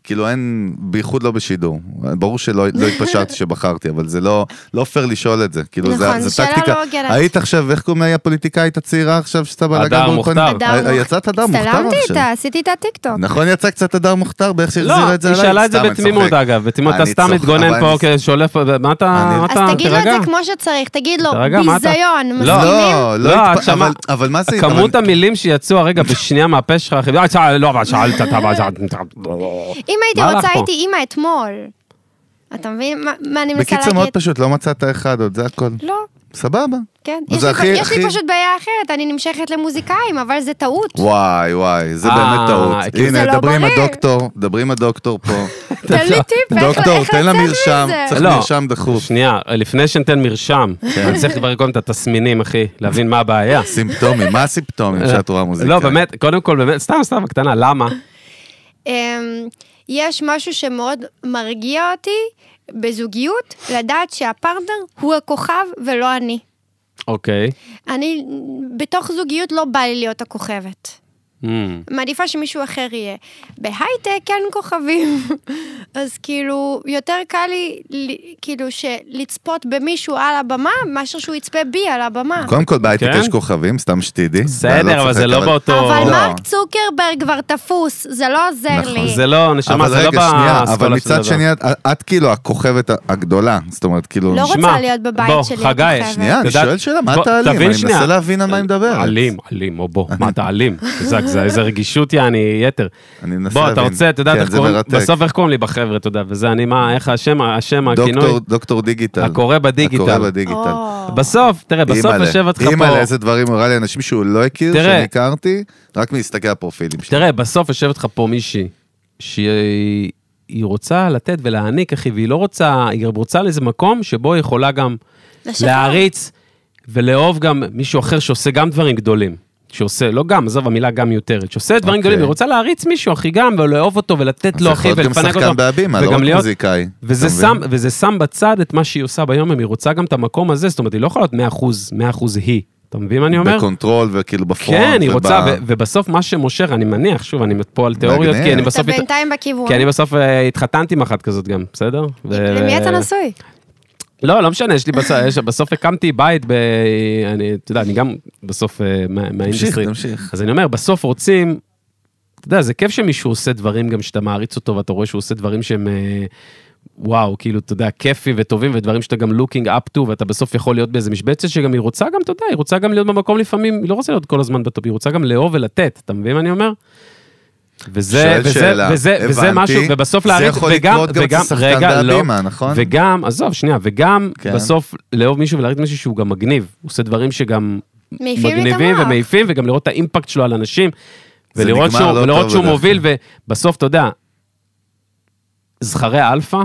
Speaker 2: כאילו אין, בייחוד לא בשידור. ברור שלא לא התפשרתי שבחרתי, אבל זה לא, לא פייר לשאול את זה. כאילו
Speaker 3: נכון,
Speaker 2: זה, זה
Speaker 3: שאלה
Speaker 2: טקטיקה.
Speaker 3: לא הוגנת.
Speaker 2: היית עכשיו, איך קוראים לי הפוליטיקאית הצעירה עכשיו שאתה בלגן?
Speaker 1: הדר
Speaker 2: באולפנים?
Speaker 1: מוכתר.
Speaker 3: הדר מוכתר.
Speaker 2: אה, יצאת הדר מוכתר עכשיו.
Speaker 3: הצטלמתי איתה, עשיתי איתה טיקטוק.
Speaker 2: נכון יצא קצת הדר מוכתר באיך
Speaker 1: לא,
Speaker 2: שהחזירה את זה
Speaker 1: היא
Speaker 2: עליי?
Speaker 1: שאלה את זה
Speaker 2: סתם, אני
Speaker 1: בתמימות
Speaker 2: צוחק.
Speaker 1: אגב, בתמימות, אתה
Speaker 2: אני
Speaker 1: סתם
Speaker 2: צוחק,
Speaker 1: מתגונן
Speaker 2: אבל
Speaker 1: פה,
Speaker 2: אני-
Speaker 1: אוקיי, שולף, מה אתה,
Speaker 2: אני-
Speaker 1: מה
Speaker 3: אז
Speaker 1: אתה,
Speaker 3: תגיד לו את
Speaker 1: תירגע.
Speaker 3: זה כמו שצריך, תגיד לו,
Speaker 1: תירגע, מה אתה-
Speaker 3: ביזיון,
Speaker 1: לא.
Speaker 3: מסכימים?
Speaker 2: לא,
Speaker 1: לא,
Speaker 2: לא,
Speaker 1: את
Speaker 2: התפ-
Speaker 1: שמע-
Speaker 2: אבל- אבל מה זה...
Speaker 1: כמות
Speaker 2: אבל-
Speaker 1: המילים שיצאו הרגע בשנייה מהפה שלך, אחי, "אה, שאל- לא, אבל שאלת, אתה, אבל שאלת,
Speaker 2: לא.
Speaker 3: אם הייתי
Speaker 1: מה הלך
Speaker 3: רוצה
Speaker 1: פה?
Speaker 3: הייתי אימא אתמול. אתה מבין מה- מה אני מנסה
Speaker 2: בקיצור מאוד
Speaker 3: להגיד?
Speaker 2: פשוט, לא מצאת אחד עוד, זה הכל.
Speaker 3: לא,
Speaker 2: סבבה.
Speaker 3: כן.
Speaker 2: זה
Speaker 3: יש לי פ-
Speaker 2: הכי-
Speaker 3: יש
Speaker 2: הכי-
Speaker 3: לי פשוט בעיה אחרת, אני נמשכת למוזיקאים, אבל זה טעות.
Speaker 2: וואי וואי, זה
Speaker 1: אה,
Speaker 2: באמת טעות.
Speaker 1: כי
Speaker 3: זה
Speaker 2: הנה,
Speaker 3: לא
Speaker 2: דברי עם
Speaker 3: בריא.
Speaker 2: הדוקטור, דברי עם הדוקטור פה.
Speaker 3: תן לי טיפ, איך-
Speaker 2: דוקטור,
Speaker 3: איך
Speaker 2: תן לה
Speaker 3: לצאת
Speaker 2: מרשם,
Speaker 3: מזה?
Speaker 2: צריך
Speaker 1: לא.
Speaker 2: מרשם דחוף. כן.
Speaker 1: שנייה, לפני שניתן מרשם, אני צריך לברר קודם את התסמינים, אחי, להבין מה הבעיה.
Speaker 2: סימפטומים, מה הסימפטומים שאת רואה מוזיקה?
Speaker 1: לא, באמת, קודם כל, באמת, סתם, סתם, בקטנה, למה?
Speaker 3: אמ, יש משהו שמאוד מרגיע אותי בזוגיות, לדעת שהפרטנר הוא הכוכב ולא אני.
Speaker 1: אוקיי.
Speaker 3: אני, בתוך זוגיות לא בא לי להיות הכוכבת.
Speaker 1: Mm.
Speaker 3: מעדיפה שמישהו אחר יהיה. בהייטק אין כוכבים. אז כאילו, יותר קל לי, לי- כאילו, שלצפות במישהו על הבמה, מאשר שהוא יצפה בי על הבמה.
Speaker 2: קודם כל בהייטק
Speaker 1: כן?
Speaker 2: יש כוכבים, סתם שתדעי. ואני
Speaker 1: בסדר, אבל זה
Speaker 2: צוחק,
Speaker 1: לא באותו...
Speaker 3: אבל
Speaker 2: לא.
Speaker 3: מרק צוקרברג כבר תפוס, זה לא עוזר
Speaker 2: נכון.
Speaker 3: לי.
Speaker 1: זה לא, נשמה,
Speaker 2: אבל
Speaker 1: זה לא
Speaker 2: רגע, שנייה, אבל
Speaker 1: באסכולה של
Speaker 2: מצד
Speaker 1: דבר.
Speaker 2: שני, את- את כאילו הכוכבת הגדולה, זאת אומרת, כאילו...
Speaker 3: לא רוצה
Speaker 1: שמע,
Speaker 3: להיות בבית
Speaker 1: בוא,
Speaker 3: שלי, את
Speaker 1: חגי,
Speaker 3: חייבת.
Speaker 2: שנייה, אני
Speaker 1: יודעת-
Speaker 2: שואל שאלה, מה
Speaker 1: בוא,
Speaker 2: אתה אלים?
Speaker 1: תבין
Speaker 2: אני
Speaker 1: שנייה.
Speaker 2: מנסה להבין על מה היא מדברת.
Speaker 1: אלים, אלים, או בוא, מה אתה אלים? זק, זה איזה רגישות יעני יתר.
Speaker 2: אני מנסה
Speaker 1: בוא, אתה
Speaker 2: להבין.
Speaker 1: רוצה, אתה יודע,
Speaker 2: כן,
Speaker 1: איך
Speaker 2: זה
Speaker 1: קוראים-
Speaker 2: מרתק.
Speaker 1: בסוף איך קוראים לי בחבר'ה, אתה יודע, וזה אני, מה, איך השם, השם, הכינוי?
Speaker 2: דוקטור- דוקטור דיגיטל.
Speaker 1: הקורא בדיגיטל.
Speaker 2: הקורא בדיגיטל.
Speaker 3: או.
Speaker 1: בסוף, תראה, בסוף
Speaker 2: אימא'לה,
Speaker 1: יושבת לך פה...
Speaker 2: אימא'לה, איזה דברים הוא הראה לי אנשים שהוא לא הכיר,
Speaker 1: תראה.
Speaker 2: שאני הכרתי, רק מלהסתכל על פרופילים שלהם.
Speaker 1: תראה, בסוף יושבת לך פה מישהי שהיא היא רוצה לתת ולהעניק, אחי, והיא לא רוצה, היא רוצה לאיזה מקום שבו היא יכולה גם
Speaker 3: לשחרר.
Speaker 1: להעריץ ולאהוב גם מישהו אחר שעושה גם דברים גדולים. שעושה, לא גם, עזוב, המילה גם מיותרת, שעושה דברים
Speaker 2: אוקיי.
Speaker 1: גדולים, היא רוצה להעריץ מישהו, אחי, גם, ולאהוב אותו, ולתת לו, אחי,
Speaker 2: זה יכול להיות
Speaker 1: ולפנק
Speaker 2: גם
Speaker 1: אותו,
Speaker 2: שחקן בהבימה, לא
Speaker 1: וגם
Speaker 2: רק
Speaker 1: להיות...
Speaker 2: מוזיקאי.
Speaker 1: וזה
Speaker 2: אתה מבין?
Speaker 1: שם, וזה שם בצד את מה שהיא עושה ביום, אם היא רוצה גם את המקום הזה, זאת אומרת, היא לא יכולה להיות 100%, 100% היא. אתה מבין מה אני אומר?
Speaker 2: בקונטרול וכאילו בפרונט.
Speaker 1: כן, היא
Speaker 2: וב-
Speaker 1: רוצה, ו- ובסוף מה שמושך, אני מניח, שוב, אני פה על תיאוריות,
Speaker 2: מגניב.
Speaker 1: כי אני
Speaker 2: אתה
Speaker 3: אתה
Speaker 1: בסוף... הת-
Speaker 3: בינתיים בכיוון.
Speaker 1: כי אני בסוף אה, התחתנתי עם אחת כזאת גם, בסדר? ו-
Speaker 3: למי אתה נשוי?
Speaker 1: לא, לא משנה, יש לי בסוף, יש- בסוף הקמתי בית ב... אני, אתה יודע, אני גם בסוף אה, מה- מהאינדסטרי.
Speaker 2: תמשיך.
Speaker 1: אז אני אומר, בסוף רוצים, אתה יודע, זה כיף שמישהו עושה דברים גם שאתה מעריץ אותו ואתה רואה שהוא עושה דברים שהם, אה, וואו, כאילו, אתה יודע, כיפי וטובים ודברים שאתה גם looking up to ואתה בסוף יכול להיות באיזה משבצת שגם היא רוצה גם, אתה יודע, היא רוצה גם להיות במקום לפעמים, היא לא רוצה להיות כל הזמן בטופ, היא רוצה גם לאהוב ולתת, אתה מבין מה אני אומר? וזה,
Speaker 2: שואל
Speaker 1: וזה,
Speaker 2: שאלה,
Speaker 1: וזה, וזה
Speaker 2: הבנתי.
Speaker 1: משהו, ובסוף
Speaker 2: זה
Speaker 1: להריץ,
Speaker 2: יכול
Speaker 1: וגם,
Speaker 2: לקרות גם
Speaker 1: וגם,
Speaker 2: אצל שחקן
Speaker 1: רגע, לא,
Speaker 2: בהבימה, נכון?
Speaker 1: וגם, עזוב, שנייה, וגם
Speaker 2: כן.
Speaker 1: בסוף לאהוב מישהו ולהריץ מישהו שהוא גם מגניב, הוא עושה דברים שגם
Speaker 3: מעיפים לי את
Speaker 1: מגניבים
Speaker 3: המוח.
Speaker 1: ומעיפים, וגם לראות את האימפקט שלו על אנשים,
Speaker 2: זה
Speaker 1: ולראות
Speaker 2: נגמר
Speaker 1: שהוא,
Speaker 2: לא
Speaker 1: ולראות
Speaker 2: טוב
Speaker 1: שהוא
Speaker 2: בדרך
Speaker 1: מוביל, ובסוף, אתה יודע, זכרי אלפא,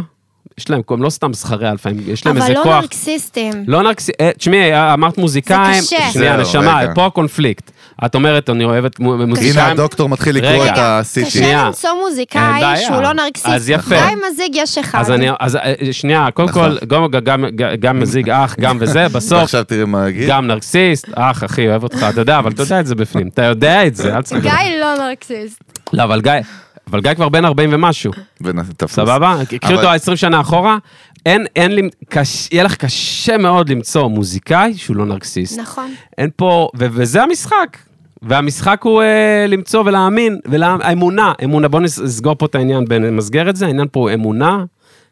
Speaker 1: יש להם, הם לא סתם זכרי אלפא, הם- יש להם
Speaker 3: אבל
Speaker 1: איזה
Speaker 3: לא
Speaker 1: כוח.
Speaker 3: נרקסיסטים.
Speaker 1: לא נרקס... אה, תשמעי, אה, אמרת מוזיקאים,
Speaker 3: זה קשה.
Speaker 1: שנייה,
Speaker 2: זהו,
Speaker 1: נשמה,
Speaker 2: רגע.
Speaker 1: פה הקונפליקט. את אומרת, אני אוהבת מו- מוזיקאים.
Speaker 2: הנה הדוקטור מתחיל לקרוא
Speaker 1: רגע.
Speaker 2: את ה-CT.
Speaker 1: שנייה.
Speaker 3: קשה למצוא
Speaker 1: אין
Speaker 3: מוזיקאי
Speaker 1: בעיה.
Speaker 3: שהוא לא נרקסיסט.
Speaker 1: אז יפה.
Speaker 3: גם אם מזיג יש אחד.
Speaker 1: אז אני, אז אה, שנייה, קודם
Speaker 2: נכון.
Speaker 1: כל, גם- גם- גם- גם מזיג אח, גם וזה, בסוף,
Speaker 2: עכשיו תראי מה יגיד.
Speaker 1: גם נרקסיסט, אח, אחי, אוהב אותך, אתה יודע, אבל אתה יודע את זה בפנים, אתה יודע את זה, אל תסתכל.
Speaker 3: גיא לא נרקסיסט.
Speaker 1: לא, אבל גיא, אבל גיא כבר בן 40 ומשהו,
Speaker 2: ותפוס.
Speaker 1: סבבה? קחי
Speaker 2: אבל-
Speaker 1: אותו 20 שנה אחורה, אין, אין, לי- קש- יהיה לך קשה מאוד למצוא מוזיקאי שהוא לא נרקסיסט.
Speaker 3: נכון.
Speaker 1: אין פה, ו- וזה המשחק. והמשחק הוא אה, למצוא ולהאמין, והאמונה, אמונה, בואו נס- נסגור פה את העניין, בין- נמסגר את זה, העניין פה הוא אמונה,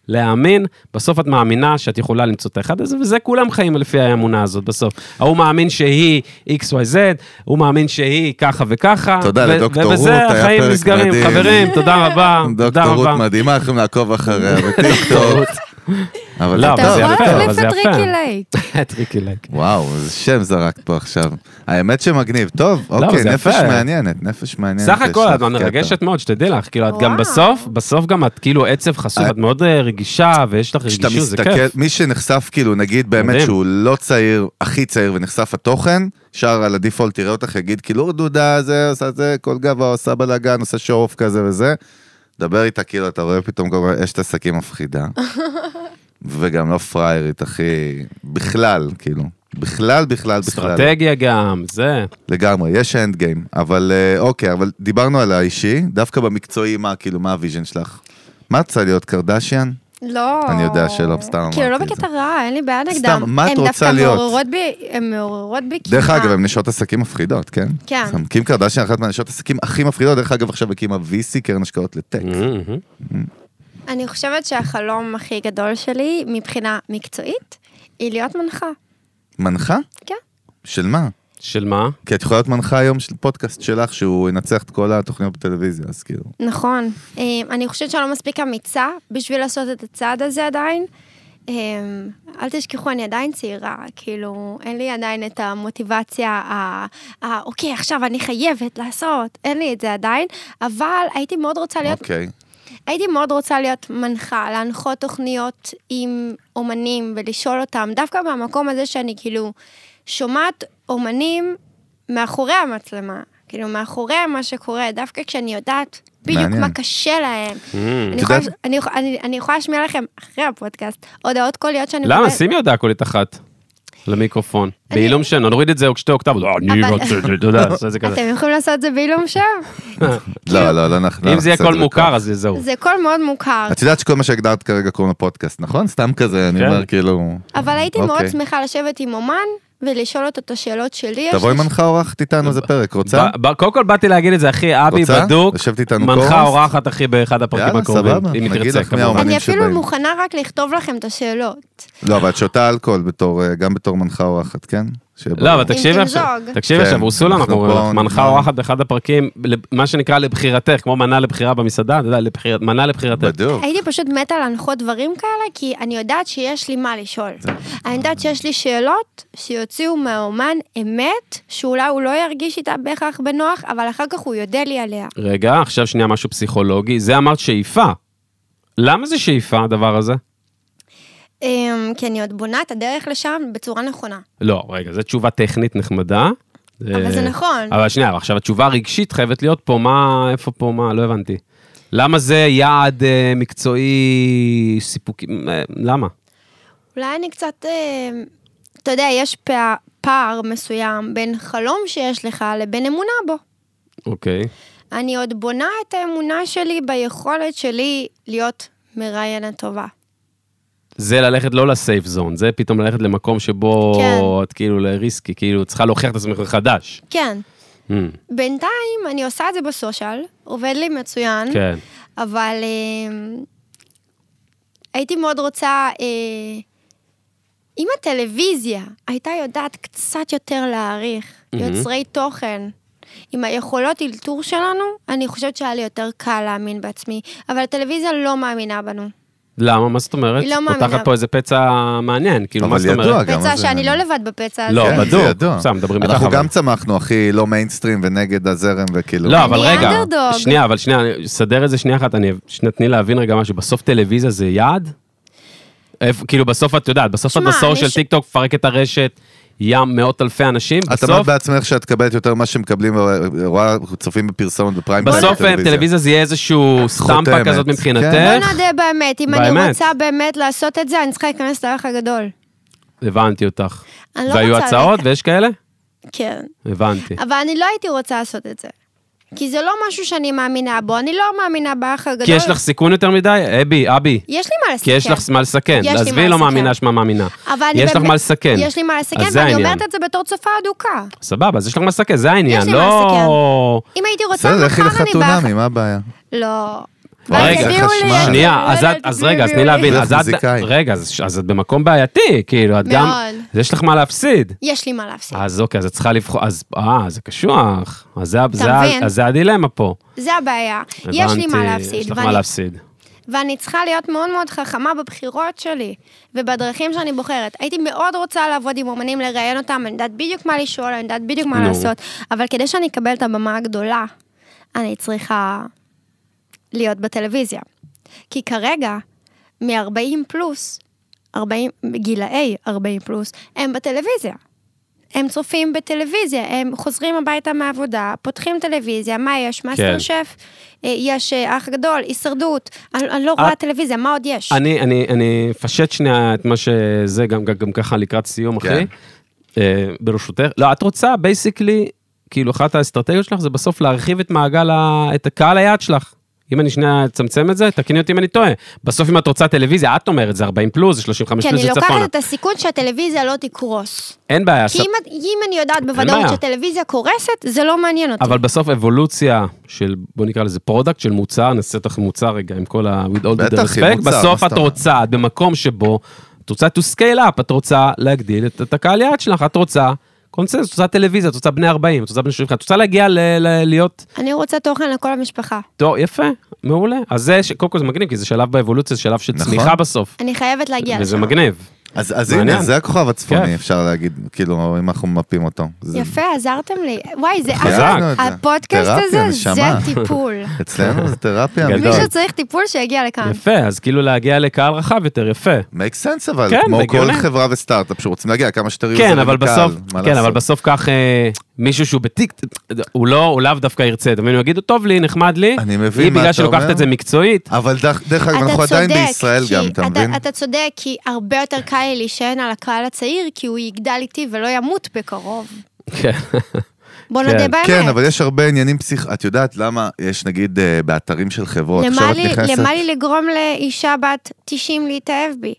Speaker 1: להאמין, בסוף את מאמינה שאת יכולה למצוא את האחד הזה, וזה כולם חיים לפי האמונה הזאת בסוף. ההוא מאמין שהיא XYZ, הוא מאמין שהיא ככה וככה.
Speaker 2: תודה
Speaker 1: ו-
Speaker 2: לדוקטור רות,
Speaker 1: ובזה
Speaker 2: היה
Speaker 1: החיים
Speaker 2: פרק
Speaker 1: נסגרים.
Speaker 2: מדהים.
Speaker 1: חברים, תודה רבה, תודה
Speaker 2: דוקטור רות
Speaker 1: רבה.
Speaker 2: מדהימה, יכולים לעקוב אחריה בטיקטוק,
Speaker 1: לא,
Speaker 2: אבל זה
Speaker 3: אתה
Speaker 1: אבל זה
Speaker 2: טוב,
Speaker 3: יכול
Speaker 2: זה
Speaker 1: יפה,
Speaker 2: טוב.
Speaker 1: אבל
Speaker 3: להחליף
Speaker 1: זה
Speaker 3: את
Speaker 1: יפה.
Speaker 3: ריקי לייק.
Speaker 1: טריקי לייק.
Speaker 2: וואו, איזה שם זרקת פה עכשיו. האמת שמגניב. טוב,
Speaker 1: לא,
Speaker 2: אוקיי,
Speaker 1: זה
Speaker 2: נפש
Speaker 1: יפה.
Speaker 2: מעניינת, נפש מעניינת.
Speaker 1: סך
Speaker 2: יש
Speaker 1: הכל
Speaker 2: לך
Speaker 1: את מרגשת
Speaker 2: כן, קטע.
Speaker 1: מאוד, שתדעי לך, כאילו את גם
Speaker 3: וואו.
Speaker 1: בסוף, בסוף גם את כאילו עצב חשוף,
Speaker 2: אה.
Speaker 1: את מאוד אה, רגישה ויש לך
Speaker 2: כשאתה
Speaker 1: רגישות, זה כיף.
Speaker 2: מסתכל, מי שנחשף כאילו, נגיד
Speaker 1: מדהים.
Speaker 2: באמת שהוא לא צעיר, הכי צעיר ונחשף התוכן, שר על הדיפולט, תראה אותך, יגיד כאילו דודה, זה, עושה זה, כל גבה, עושה בלאגן, עושה שורף כזה וזה. דבר איתה כאילו, אתה רואה פתאום כל מיני אשת עסקים מפחידה. וגם לא פראיירית, אחי, בכלל, כאילו. בכלל, בכלל, בכלל.
Speaker 1: אסטרטגיה גם, זה.
Speaker 2: לגמרי, יש אנד גיים, אבל אה, אוקיי, אבל דיברנו על האישי, דווקא במקצועי, מה כאילו, מה הוויז'ן שלך? מה את רוצה להיות קרדשיאן?
Speaker 3: לא.
Speaker 2: אני יודע שלא, סתם
Speaker 3: כאילו, לא
Speaker 2: אמרתי את
Speaker 3: בקטע רע, אין לי בעיה נגדם.
Speaker 2: סתם, מה את
Speaker 3: הן
Speaker 2: רוצה
Speaker 3: דווקא
Speaker 2: להיות?
Speaker 3: מעוררות בי, הן מעוררות בי קנאה.
Speaker 2: דרך אגב, הן נשות עסקים מפחידות, כן?
Speaker 3: אה. כן.
Speaker 2: אז קים קרדשיאן, אחת מהנשות עסקים הכי מפחידות, דרך אגב, עכשיו הקימה VC, קרן השקעות לטק.
Speaker 1: מהמם.
Speaker 3: אני חושבת שהחלום הכי גדול שלי, מבחינה מקצועית, היא להיות מנחה.
Speaker 2: מנחה?
Speaker 3: כן.
Speaker 2: של מה?
Speaker 1: של מה?
Speaker 2: כי את יכולה להיות מנחה היום של פודקאסט שלך, שהוא ינצח את כל התוכניות בטלוויזיה, אז כאילו.
Speaker 3: נכון. אה, אני חושבת שאני לא מספיק אמיצה בשביל לעשות את הצעד הזה עדיין. אה, אל תשכחו, אני עדיין צעירה, כאילו, אין לי עדיין את המוטיבציה, ה- ה- אוקיי, עכשיו אני חייבת לעשות, אין לי את זה עדיין, אבל הייתי מאוד רוצה להיות
Speaker 2: אוקיי.
Speaker 3: הייתי מאוד רוצה להיות מנחה, להנחות תוכניות עם אומנים ולשאול אותם, דווקא מהמקום הזה שאני כאילו שומעת אומנים מאחורי המצלמה, כאילו מאחורי מה שקורה, דווקא כשאני יודעת בדיוק
Speaker 2: מעניין.
Speaker 3: מה קשה להם.
Speaker 1: Mm.
Speaker 3: אני
Speaker 2: את
Speaker 3: יכולה-
Speaker 2: יודעת-
Speaker 3: אני יכולה- אני- אני יכולה להשמיע לכם, אחרי הפודקאסט, הודעות קוליות שאני
Speaker 1: למה?
Speaker 3: מקבלת.
Speaker 1: שימי הודעה קולית אחת. למיקרופון.
Speaker 3: אני-
Speaker 1: בעילום שם, נוריד את זה עוד שתי אוקטבות. "אה, אני
Speaker 3: אבל-
Speaker 1: רוצה, אתה יודע, עושה זה כזה.
Speaker 3: אתם יכולים לעשות את זה בעילום שם? כאילו-
Speaker 2: לא, לא, לא, אנחנו...
Speaker 1: אם
Speaker 2: אנחנו
Speaker 1: זה יהיה
Speaker 2: נעשה את
Speaker 1: קול מוכר,
Speaker 2: בכוח.
Speaker 1: אז זה זהו.
Speaker 3: זה קול מאוד מוכר.
Speaker 2: את יודעת שכל מה שהגדרת כרגע קוראים לפודקאסט, נכון? סתם כזה, אני
Speaker 1: כן.
Speaker 2: אומר, כאילו...
Speaker 3: אבל הייתי מאוד
Speaker 2: אוקיי.
Speaker 3: שמחה לשבת עם אומן ולשאול אותו את השאלות שלי. יש
Speaker 2: תבואי
Speaker 3: לי
Speaker 2: מנחה אורחת איתנו איזה פרק, רוצה?
Speaker 1: ב- ב- קודם כל באתי להגיד את זה, אחי, אבי
Speaker 2: רוצה?
Speaker 1: בדוק,
Speaker 2: יושבת איתנו קורס?
Speaker 1: מנחה אורחת, אחי, באחד הפרקים
Speaker 2: יאללה,
Speaker 1: הקרובים,
Speaker 2: סבבה,
Speaker 1: אם היא
Speaker 2: נגיד
Speaker 1: תרצה,
Speaker 2: לך מי
Speaker 1: כמובן.
Speaker 2: האומנים
Speaker 3: אני אפילו
Speaker 2: שבאים.
Speaker 3: מוכנה רק לכתוב לכם את השאלות.
Speaker 2: לא, אבל את שותה אלכוהול בתור, אה, גם בתור מנחה אורחת, כן? שיהיה ברור.
Speaker 1: לא, אבל תקשיבי
Speaker 3: אם
Speaker 1: עכשיו,
Speaker 3: תמזוג.
Speaker 1: תקשיבי
Speaker 2: כן,
Speaker 1: עכשיו, אורסולה,
Speaker 2: אנחנו
Speaker 1: אנחנו אומרים
Speaker 2: פה נכון.
Speaker 1: לך, מנחה
Speaker 2: נגמר.
Speaker 1: אורחת באחד הפרקים, לב- מה שנקרא לבחירתך, כמו מנה לבחירה במסעדה, אתה יודע, לבחיר- מנה לבחירתך.
Speaker 2: בדיוק.
Speaker 3: הייתי פשוט מתה להנחות דברים כאלה, כי אני יודעת שיש לי מה לשאול.
Speaker 1: כן.
Speaker 3: אני יודעת שיש לי שאלות שיוציאו מהאומן אמת, שאולי הוא לא ירגיש איתה בהכרח בנוח, אבל אחר כך הוא יודה לי עליה.
Speaker 1: רגע, עכשיו שנייה משהו פסיכולוגי, זה אמרת שאיפה. למה זה שאיפה הדבר הזה?
Speaker 3: אמ, כי אני עוד בונה את הדרך לשם בצורה נכונה.
Speaker 1: לא, רגע, זו תשובה טכנית נחמדה.
Speaker 3: אבל זה
Speaker 1: אה,
Speaker 3: נכון.
Speaker 1: אבל שנייה, אבל עכשיו התשובה הרגשית חייבת להיות פה, מה, איפה פה, מה, לא הבנתי. למה זה יעד אה, מקצועי סיפוקי, אה, למה?
Speaker 3: אולי אני קצת, אה, אתה יודע, יש פע- פער מסוים בין חלום שיש לך לבין אמונה בו.
Speaker 1: אוקיי.
Speaker 3: אני עוד בונה את האמונה שלי ביכולת שלי להיות מראיינת טובה.
Speaker 1: זה ללכת לא לסייף זון, זה פתאום ללכת למקום שבו
Speaker 3: כן.
Speaker 1: את כאילו לריסקי, כאילו צריכה להוכיח את עצמך מחדש.
Speaker 3: כן.
Speaker 1: Mm,
Speaker 3: בינתיים אני עושה את זה בסושיאל, עובד לי מצוין,
Speaker 1: כן.
Speaker 3: אבל אה, הייתי מאוד רוצה, אה, אם הטלוויזיה הייתה יודעת קצת יותר להעריך יוצרי תוכן. עם היכולות אלתור שלנו, אני חושבת שהיה לי יותר קל להאמין בעצמי, אבל הטלוויזיה לא מאמינה בנו.
Speaker 1: למה? מה זאת אומרת?
Speaker 3: היא לא
Speaker 1: פותחת
Speaker 3: מאמינה.
Speaker 1: פה איזה פצע מעניין, כאילו, מה
Speaker 2: אבל
Speaker 1: זאת
Speaker 2: ידוע
Speaker 1: אומרת?
Speaker 2: גם.
Speaker 3: פצע
Speaker 2: אז זה-
Speaker 3: שאני לא לבד בפצע הזה.
Speaker 1: לא,
Speaker 2: כן, זה
Speaker 1: בדוק.
Speaker 2: ידוע.
Speaker 1: סתם, מדברים איתך,
Speaker 2: אנחנו
Speaker 1: אבל-
Speaker 2: גם צמחנו, הכי לא מיינסטרים ונגד הזרם וכאילו...
Speaker 1: לא, אבל
Speaker 3: אני
Speaker 1: רגע,
Speaker 3: אנדרדוג.
Speaker 1: שנייה, אבל שנייה, אני- סדר את זה שנייה אחת, אני, שנייה, תני להבין רגע משהו, בסוף טלוויזיה זה יעד? איפה- כאילו בסוף את יודעת, בסוף את
Speaker 3: שמע,
Speaker 1: בסור
Speaker 3: מי
Speaker 1: של
Speaker 3: ש-
Speaker 1: טיק טוק, מפרק את הרשת, ים מאות אלפי אנשים,
Speaker 2: את אמרת
Speaker 1: בסוף,
Speaker 2: בעצמך שאת מקבלת יותר ממה שמקבלים, אה, רואה, צופים בפרסומת בפריים. טיים
Speaker 1: בסוף אה,
Speaker 2: בטלוויזיה.
Speaker 1: טלוויזיה זה יהיה איזשהו סטמפה
Speaker 2: חותמת,
Speaker 1: כזאת
Speaker 2: כן.
Speaker 3: בוא
Speaker 1: מבחינתך,
Speaker 3: נודה באמת, אם
Speaker 1: באמת.
Speaker 3: אני רוצה באמת לעשות את זה, אני צריכה להיכנס לאח הגדול.
Speaker 1: הבנתי אותך.
Speaker 3: אני לא
Speaker 1: והיו
Speaker 3: רוצה
Speaker 1: הצעות
Speaker 3: לק-
Speaker 1: ויש כאלה?
Speaker 3: כן.
Speaker 1: הבנתי.
Speaker 3: אבל אני לא הייתי רוצה לעשות את זה. כי זה לא משהו שאני מאמינה בו, אני לא מאמינה באח הגדול.
Speaker 1: כי יש לך סיכון יותר מדי? אבי, אבי.
Speaker 3: לא- יש לי מה לסכן.
Speaker 1: כי יש לך מה לסכן,
Speaker 3: יש לי
Speaker 1: עזבי
Speaker 3: מה
Speaker 1: לא
Speaker 3: לסכן.
Speaker 1: מאמינה שמה מאמינה.
Speaker 3: אבל אני
Speaker 1: יש לך
Speaker 3: באמת-
Speaker 1: מה לסכן.
Speaker 3: יש לי מה לסכן,
Speaker 1: אז זה
Speaker 3: ואני
Speaker 1: העניין.
Speaker 3: אומרת את זה בתור צופה אדוקה.
Speaker 1: סבבה, אז יש לך מה לסכן, זה העניין,
Speaker 3: יש לי מה
Speaker 1: לא...
Speaker 3: אם הייתי רוצה,
Speaker 2: בסדר, לכי
Speaker 3: מחר אני באח...
Speaker 2: לחתונמי, מה הבעיה?
Speaker 3: לא.
Speaker 1: רגע,
Speaker 3: ואז יביאו לי,
Speaker 2: חשמל.
Speaker 3: אני
Speaker 1: שנייה,
Speaker 3: לא
Speaker 1: אז
Speaker 3: יודעת,
Speaker 1: את, אז רגע, אז תני
Speaker 3: יביאו לי.
Speaker 1: להבין,
Speaker 2: לי.
Speaker 1: אז את,
Speaker 2: מוזיקאי.
Speaker 1: רגע, אז אז את במקום בעייתי, כאילו, את גם,
Speaker 3: מאוד.
Speaker 1: אז יש לך מה להפסיד.
Speaker 3: יש לי מה להפסיד.
Speaker 1: אז אוקיי, אז את צריכה לבחור, אז, אה, זה קשוח, אז זה-
Speaker 3: אתה
Speaker 1: זה ה-
Speaker 3: מבין?
Speaker 1: אז זה הדילמה פה.
Speaker 3: זה הבעיה. יש לי
Speaker 1: הבנתי,
Speaker 3: מה להפסיד.
Speaker 1: יש לך
Speaker 3: ואני-
Speaker 1: מה להפסיד.
Speaker 3: ואני צריכה להיות מאוד מאוד חכמה בבחירות שלי ובדרכים שאני בוחרת. הייתי מאוד רוצה לעבוד עם אומנים, לראיין אותם, אני יודעת בדיוק מה לשאול, אני יודעת בדיוק מה
Speaker 1: נו.
Speaker 3: לעשות, אבל כדי שאני אקבל את הבמה הגדולה, אני צריכה להיות בטלוויזיה. כי כרגע, מ-40 פלוס, 40, גילאי 40 פלוס, הם בטלוויזיה. הם צופים בטלוויזיה, הם חוזרים הביתה מהעבודה, פותחים טלוויזיה, מה יש? מאסטר שף, אה, יש אה, אח גדול, הישרדות, אני, אני לא רואה טלוויזיה, מה עוד יש?
Speaker 1: אה, אני, אני, אני אפשט שנייה את מה שזה, גם, גם, גם ככה לקראת סיום, אחי.
Speaker 2: כן.
Speaker 1: אה, ברשותך. לא, את רוצה, בייסיקלי, כאילו, אחת האסטרטגיות שלך זה בסוף להרחיב את מעגל, ה, את הקהל היעד שלך. אם אני שנייה אצמצם את זה, תקני אותי אם אני טועה. בסוף אם את רוצה טלוויזיה, את אומרת, זה 40 פלוס, זה 35
Speaker 3: כי
Speaker 1: פלוס,
Speaker 3: אני
Speaker 1: זה צפונה.
Speaker 3: לוקחת את הסיכון שהטלוויזיה לא תקרוס.
Speaker 1: אין בעיה,
Speaker 3: כי
Speaker 1: ס-
Speaker 3: אם, אם אני יודעת בוודאות
Speaker 1: בעיה.
Speaker 3: שהטלוויזיה קורסת, זה לא מעניין אותי.
Speaker 1: אבל בסוף אבולוציה של, בוא נקרא לזה פרודקט, של מוצר, נעשה אותך מוצר רגע, עם כל ה... with all the
Speaker 2: בטח, היא
Speaker 1: respect,
Speaker 2: מוצר, מה
Speaker 1: בסוף
Speaker 2: זאת
Speaker 1: את
Speaker 2: אומרת?
Speaker 1: רוצה, את במקום שבו, את רוצה to scale up, את רוצה להגדיל את, את הקהל יעד שלך, את רוצה קונצנזוס, את רוצה טלוויזיה, את רוצה בני 40, את רוצה בני 70, את רוצה להגיע ל, ל, להיות...
Speaker 3: אני רוצה תוכן לכל המשפחה.
Speaker 1: טוב, יפה, מעולה. אז זה, ש- קודם כל זה מגניב, כי זה שלב באבולוציה, זה שלב של
Speaker 2: נכון.
Speaker 1: צמיחה בסוף,
Speaker 3: אני חייבת להגיע
Speaker 1: וזה
Speaker 3: לשם.
Speaker 1: מגניב.
Speaker 2: אז, אז
Speaker 1: מעניין. כן.
Speaker 2: הנה, זה הכוכב
Speaker 1: כיף.
Speaker 2: הצפוני, אפשר להגיד, כאילו, אם אנחנו ממפים אותו. זה-
Speaker 3: יפה, עזרתם לי. וואי, זה
Speaker 2: חזק.
Speaker 3: אחלה.
Speaker 2: חזק.
Speaker 3: הפודקאסט
Speaker 2: תרפיה,
Speaker 3: הזה, זה
Speaker 2: נשמה.
Speaker 3: טיפול.
Speaker 2: אצלנו זה תרפיה
Speaker 1: גדול.
Speaker 2: אמיתית.
Speaker 3: מישהו צריך טיפול שיגיע לכאן.
Speaker 1: יפה, אז כאילו להגיע לקהל רחב יותר, יפה.
Speaker 2: make sense אבל,
Speaker 1: כן,
Speaker 2: כמו
Speaker 1: זה
Speaker 2: כל
Speaker 1: הגיוני.
Speaker 2: חברה וסטארט-אפ שרוצים להגיע כמה שיותר
Speaker 1: כן,
Speaker 2: יוזרים
Speaker 1: אבל
Speaker 2: לקהל,
Speaker 1: בסוף,
Speaker 2: כאילו מה
Speaker 1: כן, אבל
Speaker 2: לעשות?
Speaker 1: בסוף כך אה, מישהו שהוא בטיק, הוא לא, הוא לאו דווקא ירצה, אתה מבין? הוא יגיד, טוב לי, נחמד לי,
Speaker 2: אני מבין
Speaker 1: היא
Speaker 2: מה
Speaker 1: בגלל
Speaker 2: אתה
Speaker 1: שלוקחת
Speaker 2: אומר.
Speaker 1: את זה מקצועית,
Speaker 2: אבל דרך- דרך אגב, אנחנו
Speaker 3: אתה
Speaker 2: עדיין
Speaker 3: צודק,
Speaker 2: בישראל
Speaker 3: כי
Speaker 2: גם, אתה מבין?
Speaker 3: אתה צודק, כי הרבה יותר קל לי להישען על הקהל הצעיר, כי הוא יגדל איתי ולא ימות בקרוב.
Speaker 1: כן,
Speaker 3: בוא
Speaker 1: כן.
Speaker 3: נודה באמת.
Speaker 2: כן, אבל יש הרבה עניינים פסיכ... את יודעת למה יש נגיד אה, באתרים של חברות, עכשיו
Speaker 3: למה
Speaker 2: את
Speaker 3: לי,
Speaker 2: נכנסת...
Speaker 3: למה לי לגרום לאישה בת 90 להתאהב בי?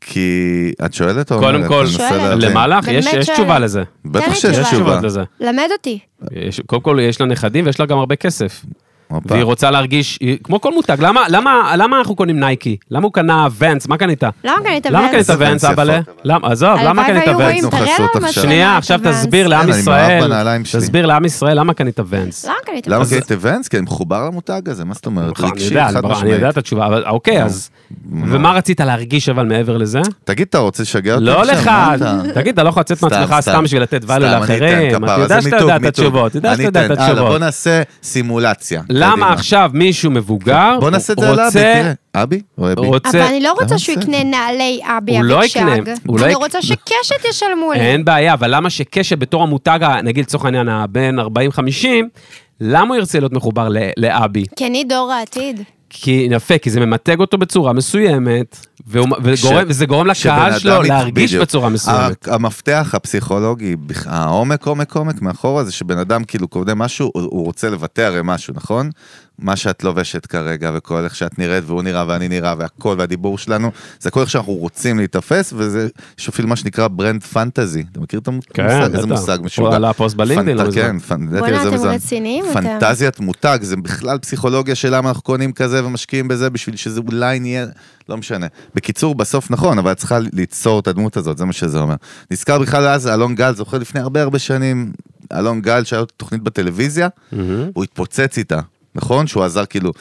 Speaker 2: כי את שואלת או
Speaker 1: קודם
Speaker 2: אומרת?
Speaker 1: כל,
Speaker 2: אני מנסה
Speaker 3: שואלת.
Speaker 2: להבין.
Speaker 1: למה לך?
Speaker 3: באמת
Speaker 1: יש יש
Speaker 3: שואלת.
Speaker 1: תשובה לזה.
Speaker 3: תן
Speaker 2: בטח
Speaker 3: לי
Speaker 2: שיש
Speaker 1: יש
Speaker 2: תשובה.
Speaker 1: תשובות לזה.
Speaker 3: למד אותי.
Speaker 1: יש- קודם כל, יש לה נכדים ויש לה גם הרבה כסף.
Speaker 2: הופה.
Speaker 1: והיא רוצה להרגיש, היא- כמו כל מותג, למה- למה למה אנחנו קונים נייקי? למה הוא קנה ונס? מה קנית?
Speaker 3: למה קנית
Speaker 1: למה קנית
Speaker 3: ונס?
Speaker 2: איזה
Speaker 1: ונס,
Speaker 2: ונס
Speaker 1: אבל...
Speaker 2: יפות,
Speaker 1: למה, עזוב, למה
Speaker 3: הלוואי
Speaker 1: קנית
Speaker 3: והיו
Speaker 1: ונס?
Speaker 3: רואים,
Speaker 2: אוקיי. נו,
Speaker 3: תראה
Speaker 2: חסות
Speaker 3: לנו מה
Speaker 2: עכשיו.
Speaker 1: שנייה,
Speaker 3: קנית
Speaker 1: עכשיו
Speaker 3: ונס.
Speaker 1: תסביר לעם
Speaker 2: כן, אני
Speaker 1: ישראל,
Speaker 2: מאוהב בנעליים שלי.
Speaker 1: תסביר לעם ישראל למה קנית ונס.
Speaker 3: למה כן קנית
Speaker 2: למה
Speaker 3: ונס?
Speaker 2: כי את ונס? כי אני מחובר למותג הזה, מה זאת אומרת?
Speaker 1: אני
Speaker 2: רגשי,
Speaker 1: יודע,
Speaker 2: חד
Speaker 1: ברור, אני
Speaker 2: משמעית.
Speaker 1: יודע את התשובה, אבל אוקיי, אז... ומה רצית להרגיש אבל מעבר לזה?
Speaker 2: תגיד, אתה רוצה לשגע אותי?
Speaker 1: לא
Speaker 2: עכשיו?
Speaker 1: לך,
Speaker 2: מה אתה?
Speaker 1: תגיד, אתה לא יכול לצאת
Speaker 2: סתם,
Speaker 1: מעצמך סתם בשביל לתת value
Speaker 2: סתם, אני אתן
Speaker 1: לאחרים,
Speaker 2: כפרה,
Speaker 1: אתה יודע
Speaker 2: זה
Speaker 1: שאתה
Speaker 2: מיתוג,
Speaker 1: יודע את
Speaker 2: מיתוג.
Speaker 1: התשובות, אתה יודע
Speaker 2: אני
Speaker 1: שאתה יודע
Speaker 2: אתן,
Speaker 1: את
Speaker 2: הלאה,
Speaker 1: התשובות.
Speaker 2: בוא נעשה סימולציה.
Speaker 1: למה
Speaker 2: קדימה.
Speaker 1: עכשיו מישהו מבוגר,
Speaker 2: בוא נעשה את זה
Speaker 1: הוא
Speaker 2: על אבי,
Speaker 1: רוצה-
Speaker 2: תראה. אבי? או אבי?
Speaker 3: אבל
Speaker 1: רוצה,
Speaker 3: אני לא רוצה שהוא
Speaker 2: בסדר.
Speaker 3: יקנה נעלי אבי
Speaker 1: הוא לא
Speaker 3: אבישג.
Speaker 1: יקנה, הוא לא
Speaker 3: אני
Speaker 1: יק-
Speaker 3: רוצה שקשת ישלמו לי.
Speaker 1: אין בעיה, אבל למה שקשת בתור המותג, ה- נגיד לצורך העניין, הבן 40-50, למה הוא ירצה להיות מחובר ל- לאבי?
Speaker 3: כי אני כן, דור העתיד.
Speaker 1: כי יפה, כי זה ממתג אותו בצורה מסוימת, והוא- וגורם- וזה גורם
Speaker 2: שבן
Speaker 1: לקהל
Speaker 2: אדם
Speaker 1: שלו
Speaker 2: מת-
Speaker 1: להרגיש
Speaker 2: בדיוק. אה,
Speaker 1: בצורה מסוימת.
Speaker 2: ה- המפתח הפסיכולוגי, בכ- העומק, עומק, עומק מאחורה זה שבן אדם כאילו קודם משהו, הוא- הוא רוצה לבטא הרי משהו, נכון? מה שאת לובשת כרגע וכל איך שאת נראית והוא נראה ואני נראה והכל והדיבור שלנו, זה הכל איך שאנחנו רוצים להיתפס וזה, יש אפילו מה שנקרא ברנד פנטזי. אתה מכיר את המושג?
Speaker 1: כן,
Speaker 2: איזה
Speaker 1: בטח.
Speaker 2: מושג
Speaker 1: הוא
Speaker 2: משוגע.
Speaker 1: עלה פוסט בלינקדאין
Speaker 2: פנט-
Speaker 1: לא מזמן.
Speaker 2: כן, פנ- לדעתי
Speaker 3: בואנה,
Speaker 2: זה
Speaker 3: אתם
Speaker 2: מזמן.
Speaker 3: רציניים, אתם.
Speaker 2: פנטזיית מותג, זה בכלל פסיכולוגיה של למה אנחנו קונים כזה ומשקיעים בזה בשביל שזה אולי נהיה, לא משנה. בקיצור, בסוף נכון, אבל את צריכה ליצור את הדמות הזאת, זה מה שזה אומר. נזכר בכלל אז אלון גל, זוכר לפני הרבה הרבה שנים, אלון גל שהיה לו תוכנית בטלוויזיה, הוא התפוצץ איתה, נכון? שהוא עזר כאילו...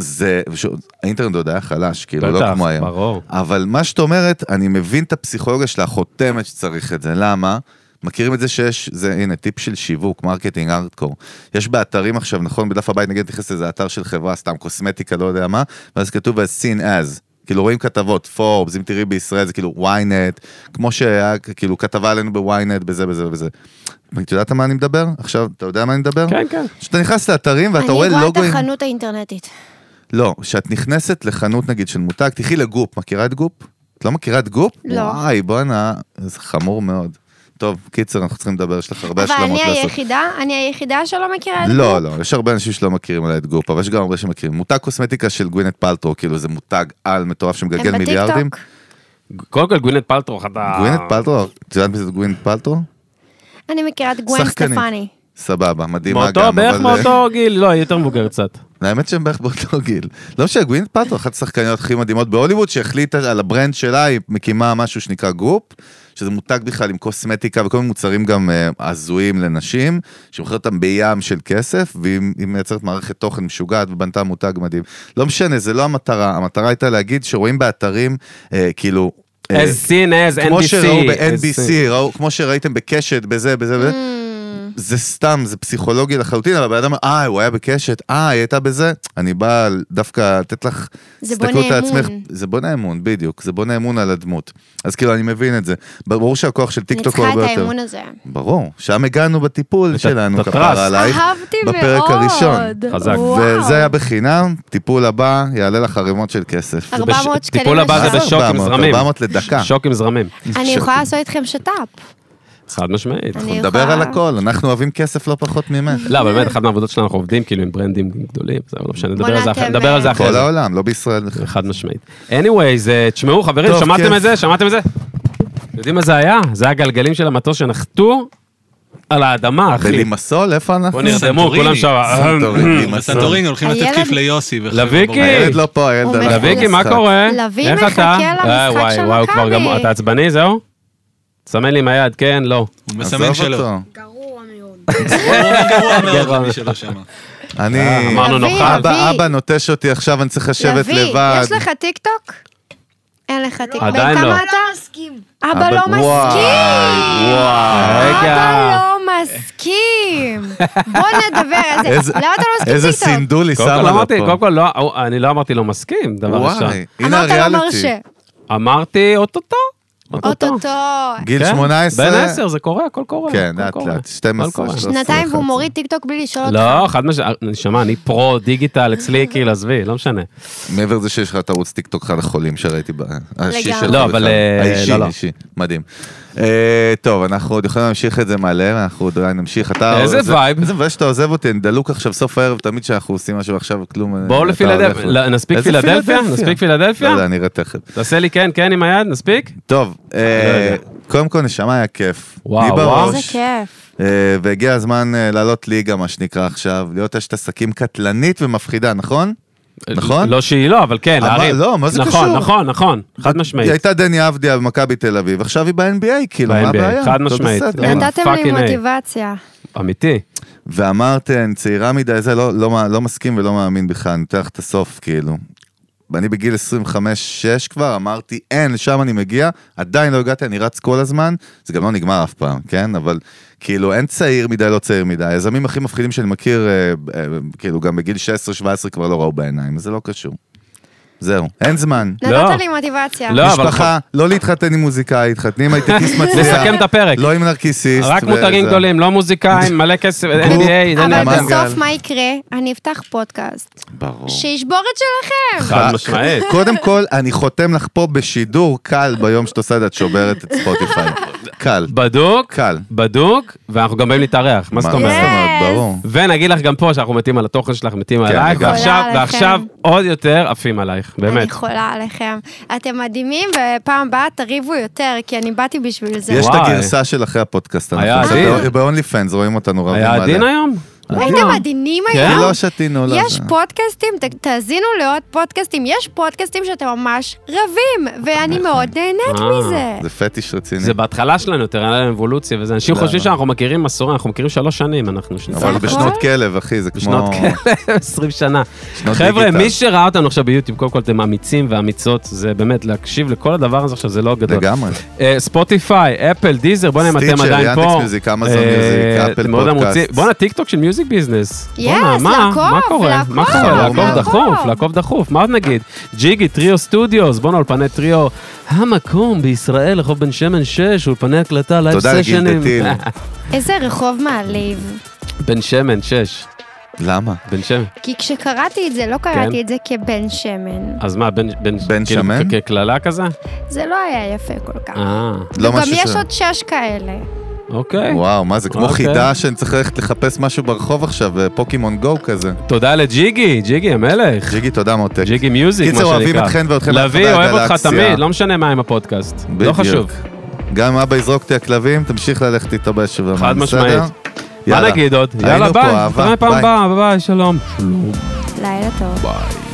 Speaker 2: זה, ושוב, האינטרנט עוד היה חלש, כאילו, לא
Speaker 1: בטח,
Speaker 2: כמו היום.
Speaker 1: ברור.
Speaker 2: אבל מה שאת אומרת, אני מבין את הפסיכולוגיה של החותמת שצריך את זה, למה? מכירים את זה שיש, זה הנה טיפ של שיווק, מרקטינג, ארטקור. יש באתרים עכשיו, נכון, בדף הבית, נגיד נכנס לאיזה אתר של חברה, סתם קוסמטיקה, לא יודע מה, ואז כתוב as seen as. כאילו רואים כתבות, פורבס, אם תראי בישראל, זה כאילו ynet, כמו שהיה, כאילו כתבה עלינו בוויינט, בזה, בזה ובזה. את יודעת על מה אני מדבר? עכשיו, אתה יודע על מה אני מדבר?
Speaker 1: כן, כן.
Speaker 2: כשאתה נכנס לאתרים ואתה רואה
Speaker 3: אני רואה את
Speaker 2: לוגוים...
Speaker 3: החנות האינטרנטית.
Speaker 2: לא, כשאת נכנסת לחנות נגיד של מותג, תלכי לגופ, מכירה את גופ? את לא מכירה את גופ?
Speaker 3: לא.
Speaker 2: וואי, בואנה, זה חמור מאוד. טוב, קיצר, אנחנו צריכים לדבר, יש לך הרבה
Speaker 3: אבל
Speaker 2: השלמות
Speaker 3: אני
Speaker 2: לעשות.
Speaker 3: היחידה, אני היחידה שלא מכירה את זה.
Speaker 2: לא, לא, יש הרבה אנשים שלא מכירים עליה את גופ, אבל יש גם הרבה שמכירים. מותג קוסמטיקה של גווינט פלטרו, כאילו זה מותג על מטורף שמגלגל
Speaker 3: הם
Speaker 2: כן מיליארדים.
Speaker 3: בטיקטוק.
Speaker 1: קודם כל גווינט פלטרו, אחת ה...
Speaker 2: גווינט פלטרו, את יודעת מי זה גווינט פלטרו?
Speaker 3: אני מכירה את גווין
Speaker 2: שחקנית.
Speaker 3: סטפני.
Speaker 2: סבבה, מדהימה גם,
Speaker 1: מאותו, בערך
Speaker 2: אבל-
Speaker 1: מאותו גיל, לא, היא יותר מבוגרת קצת.
Speaker 2: האמת שהם בערך באותו גיל. לא שגווין פטרו, אחת השחקניות הכי מדהימות בהוליווד, שהחליטה על הברנד שלה, היא מקימה משהו שנקרא גרופ, שזה מותג בכלל עם קוסמטיקה וכל מיני מוצרים גם אה, הזויים לנשים, שמוכרת אותם בים של כסף, והיא היא מייצרת מערכת תוכן משוגעת ובנתה מותג מדהים. לא משנה, זה לא המטרה, המטרה הייתה להגיד שרואים באתרים, אה, כאילו... אה,
Speaker 1: as seen as NBC.
Speaker 2: כמו שראו
Speaker 1: as
Speaker 2: ב-NBC,
Speaker 1: seen.
Speaker 2: ראו- כמו שראיתם בקשת, בזה, בזה, בזה,
Speaker 3: Mm,
Speaker 2: זה סתם, זה פסיכולוגי לחלוטין, אבל הבן אדם, אומר, אה, הוא היה בקשת, אה, היא הייתה בזה, אני בא דווקא לתת לך
Speaker 3: זה
Speaker 2: הסתכלות
Speaker 3: בונה
Speaker 2: על עצמך.
Speaker 3: אמון.
Speaker 2: זה בונה אמון, בדיוק, זה בונה אמון על הדמות. אז כאילו, אני מבין את זה. ברור שהכוח של
Speaker 3: אני
Speaker 2: טיקטוק הוא
Speaker 3: צריכה
Speaker 2: הרבה
Speaker 3: את
Speaker 2: יותר.
Speaker 3: האמון הזה.
Speaker 2: ברור, שם הגענו בטיפול
Speaker 1: את
Speaker 2: שלנו,
Speaker 1: הטרסט.
Speaker 2: כפרה עלייך.
Speaker 3: אהבתי מאוד.
Speaker 2: בפרק הראשון.
Speaker 1: חזק.
Speaker 3: וואו.
Speaker 2: וזה היה בחינם, טיפול הבא יעלה לך ערימות של כסף.
Speaker 3: ארבע-
Speaker 1: זה בש-
Speaker 3: 400 שקלים
Speaker 1: טיפול הבא זה
Speaker 3: לשעה.
Speaker 1: בשוק עם
Speaker 2: 400,
Speaker 1: זרמים.
Speaker 2: 400 לדקה.
Speaker 1: שוק עם זרמים.
Speaker 3: אני יכולה לעשות איתכם שת"פ.
Speaker 1: חד משמעית.
Speaker 3: אני-
Speaker 2: נדבר
Speaker 3: יכולה-
Speaker 2: על הכל, אנחנו אוהבים כסף לא פחות ממך.
Speaker 1: לא, אבל באמת, אחת מהעבודות שלנו, אנחנו עובדים כאילו עם ברנדים גדולים, זה לא משנה, נדבר
Speaker 3: בואנה,
Speaker 1: על זה אחרי-
Speaker 3: אתם,
Speaker 1: נדבר על זה
Speaker 3: אה,
Speaker 1: אחרי
Speaker 2: כל
Speaker 1: זה.
Speaker 2: העולם, לא בישראל. בכלל.
Speaker 1: חד משמעית. anyways, אה, תשמעו חברים,
Speaker 2: טוב,
Speaker 1: שמעתם
Speaker 2: כיף.
Speaker 1: את זה? שמעתם את זה? יודעים מה זה היה? זה היה גלגלים של המטוס שנחתו על האדמה, אחי.
Speaker 2: בלימסול, איפה אנחנו?
Speaker 1: בוא נרדמו,
Speaker 5: סנטוריני.
Speaker 1: כולם שם.
Speaker 2: סנטוריני, לימסול.
Speaker 4: בסנטורין הולכים לתת
Speaker 3: הילד-
Speaker 4: כיף ליוסי. וחבר'ה
Speaker 1: לוויקי.
Speaker 4: בבוקר.
Speaker 2: הילד לא פה, הילד
Speaker 3: הוא
Speaker 2: הלך.
Speaker 1: לוויקי, מה
Speaker 2: למשחק.
Speaker 1: קורה?
Speaker 3: לביא
Speaker 1: איך
Speaker 3: מחכה
Speaker 1: אתה?
Speaker 3: למשחק
Speaker 1: אה,
Speaker 3: של
Speaker 1: וואי, וואי, הוא כבר
Speaker 3: מכבי.
Speaker 1: גמור. אתה עצבני, זהו? תסמן לי עם היד, כן, לא.
Speaker 4: הוא
Speaker 2: עזוב
Speaker 4: מסמן שלו.
Speaker 2: אותו.
Speaker 4: הוא גרוע
Speaker 1: גרוע.
Speaker 4: מאוד למי שלא שמע.
Speaker 2: אני...
Speaker 1: אה, אמרנו נכון.
Speaker 3: לביא,
Speaker 1: נוחה.
Speaker 3: לביא,
Speaker 2: אבא, אבא נוטש אותי עכשיו, אני צריך לשבת
Speaker 3: לביא,
Speaker 2: לבד.
Speaker 3: יש לך טיקטוק? אין לך טיקטוק.
Speaker 1: עדיין
Speaker 3: בן
Speaker 1: לא.
Speaker 3: כמה אתה?
Speaker 6: מסכים.
Speaker 3: אבא לא
Speaker 2: וואי,
Speaker 3: מסכים!
Speaker 2: וואי.
Speaker 1: רגע.
Speaker 3: אבא לא מסכים! בוא נדבר על זה.
Speaker 2: איזה-
Speaker 3: למה אתה לא מסכים
Speaker 2: איזה
Speaker 3: טיקטוק?
Speaker 2: סינדול היא
Speaker 1: קודם כל,
Speaker 2: שמה
Speaker 1: לא
Speaker 2: לו
Speaker 1: אמרתי- קודם
Speaker 2: פה.
Speaker 1: כל, לא- אני לא אמרתי לא מסכים, דבר ראשון.
Speaker 2: וואי, הנה
Speaker 3: אמרת לא מרשה.
Speaker 2: הריאליטי.
Speaker 1: אמרתי אוטוטו.
Speaker 3: אוטוטו.
Speaker 2: גיל
Speaker 1: כן.
Speaker 2: 18.
Speaker 1: בן 10, זה קורה, הכל קורה.
Speaker 2: כן,
Speaker 1: הכל
Speaker 2: לאט
Speaker 1: קורה.
Speaker 2: לאט, 12,
Speaker 1: הכל קורה.
Speaker 2: 13.
Speaker 3: שנתיים והוא
Speaker 2: 11.
Speaker 3: מוריד טיקטוק בלי לשאול אותך.
Speaker 1: לא, חד משמעית, נשמה, אני פרו דיגיטל אצלי, כאילו, עזבי, לא משנה.
Speaker 2: מעבר לזה שיש לך את ערוץ טיקטוק אחד החולים שראיתי ב... האישי
Speaker 3: לגמרי.
Speaker 2: שלך
Speaker 1: לא, אבל,
Speaker 2: בכלל.
Speaker 1: אה,
Speaker 2: האישי,
Speaker 1: לא, לא.
Speaker 2: האישי, מדהים. אה, טוב, אנחנו עוד יכולים להמשיך את זה מלא, אנחנו עוד אולי נמשיך. אתה...
Speaker 1: איזה
Speaker 2: זה-
Speaker 1: וייב.
Speaker 2: איזה וייב שאתה עוזב אותי, אני דלוק עכשיו סוף הערב, תמיד כשאנחנו עושים משהו עכשיו, כלום... אה,
Speaker 1: בואו
Speaker 2: אתה
Speaker 1: לפילדלפיה,
Speaker 2: הולך ל-
Speaker 1: לא, נספיק
Speaker 2: איזה
Speaker 1: פילדלפיה? נספיק פילדלפיה?
Speaker 2: לא, לא, אני אראה תכף.
Speaker 1: תעשה לי כן, כן עם היד, נספיק?
Speaker 2: טוב, אה,
Speaker 1: לא יודע.
Speaker 2: קודם כל נשמה היה כיף.
Speaker 1: וואו,
Speaker 2: לי
Speaker 1: וואו.
Speaker 3: איזה
Speaker 2: בראש,
Speaker 3: כיף.
Speaker 2: אה, והגיע הזמן אה, לעלות ליגה, מה שנקרא עכשיו, להיות אשת עסקים קטלנית ומפחידה, נכון? נכון?
Speaker 1: לא שהיא לא, אבל כן,
Speaker 2: אבל-
Speaker 1: להרים.
Speaker 2: לא, מה זה קשור?
Speaker 1: נכון, נכון, נכון, חד משמעית.
Speaker 2: היא הייתה דני אבדיה במכבי תל אביב, עכשיו היא ב-NBA, כאילו, מה
Speaker 1: ב-NBA,
Speaker 2: הבעיה?
Speaker 1: חד
Speaker 2: הכל
Speaker 1: משמעית.
Speaker 2: בסדר.
Speaker 1: אין-
Speaker 3: נתתם לי
Speaker 1: פאקינג איי.
Speaker 3: מוטיבציה.
Speaker 1: אמיתי.
Speaker 2: ואמרת, אני צעירה מדי, זה לא- לא מה- לא מסכים ולא מאמין בכלל, אני נותן לך את הסוף, כאילו. ואני בגיל 25-6 כבר, אמרתי, אין, לשם אני מגיע, עדיין לא הגעתי, אני רץ כל הזמן, זה גם לא נגמר אף פעם, כן? אבל כאילו, אין צעיר מדי, לא צעיר מדי. היזמים הכי מפחידים שאני מכיר, אה, אה, כאילו, גם בגיל 16-17 כבר לא ראו בעיניים, אז זה לא קשור. זהו, אין זמן.
Speaker 1: לא.
Speaker 3: נתת לי מוטיבציה.
Speaker 1: לא. אבל-
Speaker 2: משפחה, לא להתחתן עם מוזיקאי, להתחתן עם הייטקיסט מצליח.
Speaker 1: נסכם את הפרק.
Speaker 2: לא עם נרקיסיסט.
Speaker 1: רק
Speaker 2: וזה.
Speaker 1: מותגים גדולים, לא מוזיקאים, מלא כסף, NBA, זה לא
Speaker 3: אבל
Speaker 2: אני-
Speaker 3: בסוף
Speaker 2: מנגל.
Speaker 3: מה יקרה? אני אפתח פודקאסט.
Speaker 2: ברור.
Speaker 3: שישבור את שלכם.
Speaker 1: חד משמעית.
Speaker 2: אה, קודם כל, אני חותם לך פה בשידור קל ביום שאת עושה את זה, את שוברת את ספוטיפיי. קל.
Speaker 1: בדוק,
Speaker 2: קל.
Speaker 1: בדוק, ואנחנו גם באים להתארח, מה זאת
Speaker 2: מה
Speaker 1: אומרת?
Speaker 2: ברור.
Speaker 1: ונגיד לך גם פה שאנחנו מתים על התוכן שלך, מתים עלייך,
Speaker 2: כן, לגמרי.
Speaker 1: ועכשיו-
Speaker 3: חולה
Speaker 1: ועכשיו
Speaker 3: עליכם.
Speaker 1: עוד יותר עפים עלייך, באמת.
Speaker 3: אני חולה עליכם. אתם מדהימים, ופעם הבאה תריבו יותר, כי אני באתי בשביל זה.
Speaker 2: יש את
Speaker 1: וואי.
Speaker 2: הגרסה שלך הפודקאסט. אנחנו
Speaker 1: היה
Speaker 2: עכשיו
Speaker 1: עדין.
Speaker 2: ב- ב-only fans רואים אותנו רבים
Speaker 1: היה
Speaker 2: עליה.
Speaker 1: עדין היום?
Speaker 3: הייתם מדהימים
Speaker 1: כן?
Speaker 3: היום.
Speaker 2: לא שתינו, לא
Speaker 3: יש
Speaker 2: זה.
Speaker 3: פודקאסטים, ת- תאזינו לעוד פודקאסטים, יש פודקאסטים שאתם ממש רבים,
Speaker 2: נכון.
Speaker 3: ואני מאוד נהנית
Speaker 1: אה,
Speaker 3: מזה.
Speaker 2: זה פטיש רציני.
Speaker 1: זה בהתחלה שלנו יותר, היה להם אבולוציה וזה. אנשים
Speaker 2: לא,
Speaker 1: חושבים
Speaker 2: לא.
Speaker 1: שאנחנו מכירים מסורי, אנחנו מכירים שלוש שנים, אנחנו שני-
Speaker 2: אבל
Speaker 3: נכון.
Speaker 2: בשנות כלב, אחי, זה
Speaker 1: בשנות
Speaker 2: כמו...
Speaker 1: כאלה, 20 שנה.
Speaker 2: שנות
Speaker 1: חבר'ה,
Speaker 2: דיגיטל.
Speaker 1: מי שראה אותנו עכשיו ביוטיוב, קודם כל אתם אמיצים ואמיצות, זה באמת, להקשיב לכל הדבר הזה עכשיו, זה לא גדול.
Speaker 2: לגמרי.
Speaker 1: אה, ספוטיפיי, אפל, דיזר, בוא'נה, אם אתם
Speaker 2: סטיצ'ר,
Speaker 1: עדיין
Speaker 2: יאנדקס
Speaker 1: פה.
Speaker 2: מיוזיק, אמזון
Speaker 1: אה,
Speaker 2: מיוזיק, אפל
Speaker 1: אתם מאוד
Speaker 2: פודקאסט.
Speaker 1: עמוצים. בוא'נה, טיקטוק של מיוזיק ביזנס.
Speaker 3: Yes,
Speaker 1: בוא'נה, מה?
Speaker 3: לעקוב,
Speaker 1: מה קורה? מה
Speaker 3: לעקוב,
Speaker 1: קורה? לעקוב
Speaker 2: לעקוב.
Speaker 1: דחוף, לעקוב דחוף, מה עוד נגיד? ג'יגי, טריו סטודיוס, בוא'נה, אולפני טריו, המקום בישראל, רחוב בן שמן 6, אולפני הקלטה, לייב
Speaker 2: תודה לגיל
Speaker 1: סשנים.
Speaker 2: דתיל.
Speaker 3: איזה רחוב מעליב.
Speaker 1: בן שמן 6,
Speaker 2: למה?
Speaker 1: בן שמן.
Speaker 3: כי כשקראתי את זה, לא
Speaker 1: כן.
Speaker 3: קראתי את זה כבן שמן.
Speaker 1: אז מה, בן...
Speaker 2: בן
Speaker 1: כאילו,
Speaker 2: שמן?
Speaker 1: כ- כקללה כזה?
Speaker 3: זה לא היה יפה כל כך.
Speaker 1: אה,
Speaker 2: לא
Speaker 3: גם
Speaker 2: משהו ש...
Speaker 3: יש עוד שש כאלה.
Speaker 1: אוקיי.
Speaker 2: וואו, מה זה כמו
Speaker 1: אוקיי.
Speaker 2: חידה שאני צריך ללכת לחפש משהו ברחוב עכשיו, אה, פוקימון גו כזה.
Speaker 1: תודה לג'יגי, ג'יגי המלך.
Speaker 2: ג'יגי, תודה מותק.
Speaker 1: ג'יגי מיוזיק, מה
Speaker 2: קיצר,
Speaker 1: שנקרא.
Speaker 2: אוהבים אתכן ואתכם
Speaker 1: לביא,
Speaker 2: ברחבי
Speaker 1: אוהב אותך
Speaker 2: הגלקסיה.
Speaker 1: תמיד, לא משנה מה עם הפודקאסט. לא
Speaker 2: בדיוק.
Speaker 1: חשוב.
Speaker 2: גם אם אבא יזרוק אותי הכלבים, תמשיך ללכת איתו באיזשהו זמן,
Speaker 1: חד משמעית.
Speaker 2: בסדר?
Speaker 1: מה
Speaker 2: יאללה.
Speaker 1: נגיד עוד?
Speaker 2: היינו
Speaker 1: יאללה
Speaker 2: פה,
Speaker 1: ביי,
Speaker 2: אהבה,
Speaker 1: נתראה פעם
Speaker 2: ביי.
Speaker 1: הבאה, ביי, שלום.
Speaker 3: לא.
Speaker 7: לילה טוב.
Speaker 3: ביי.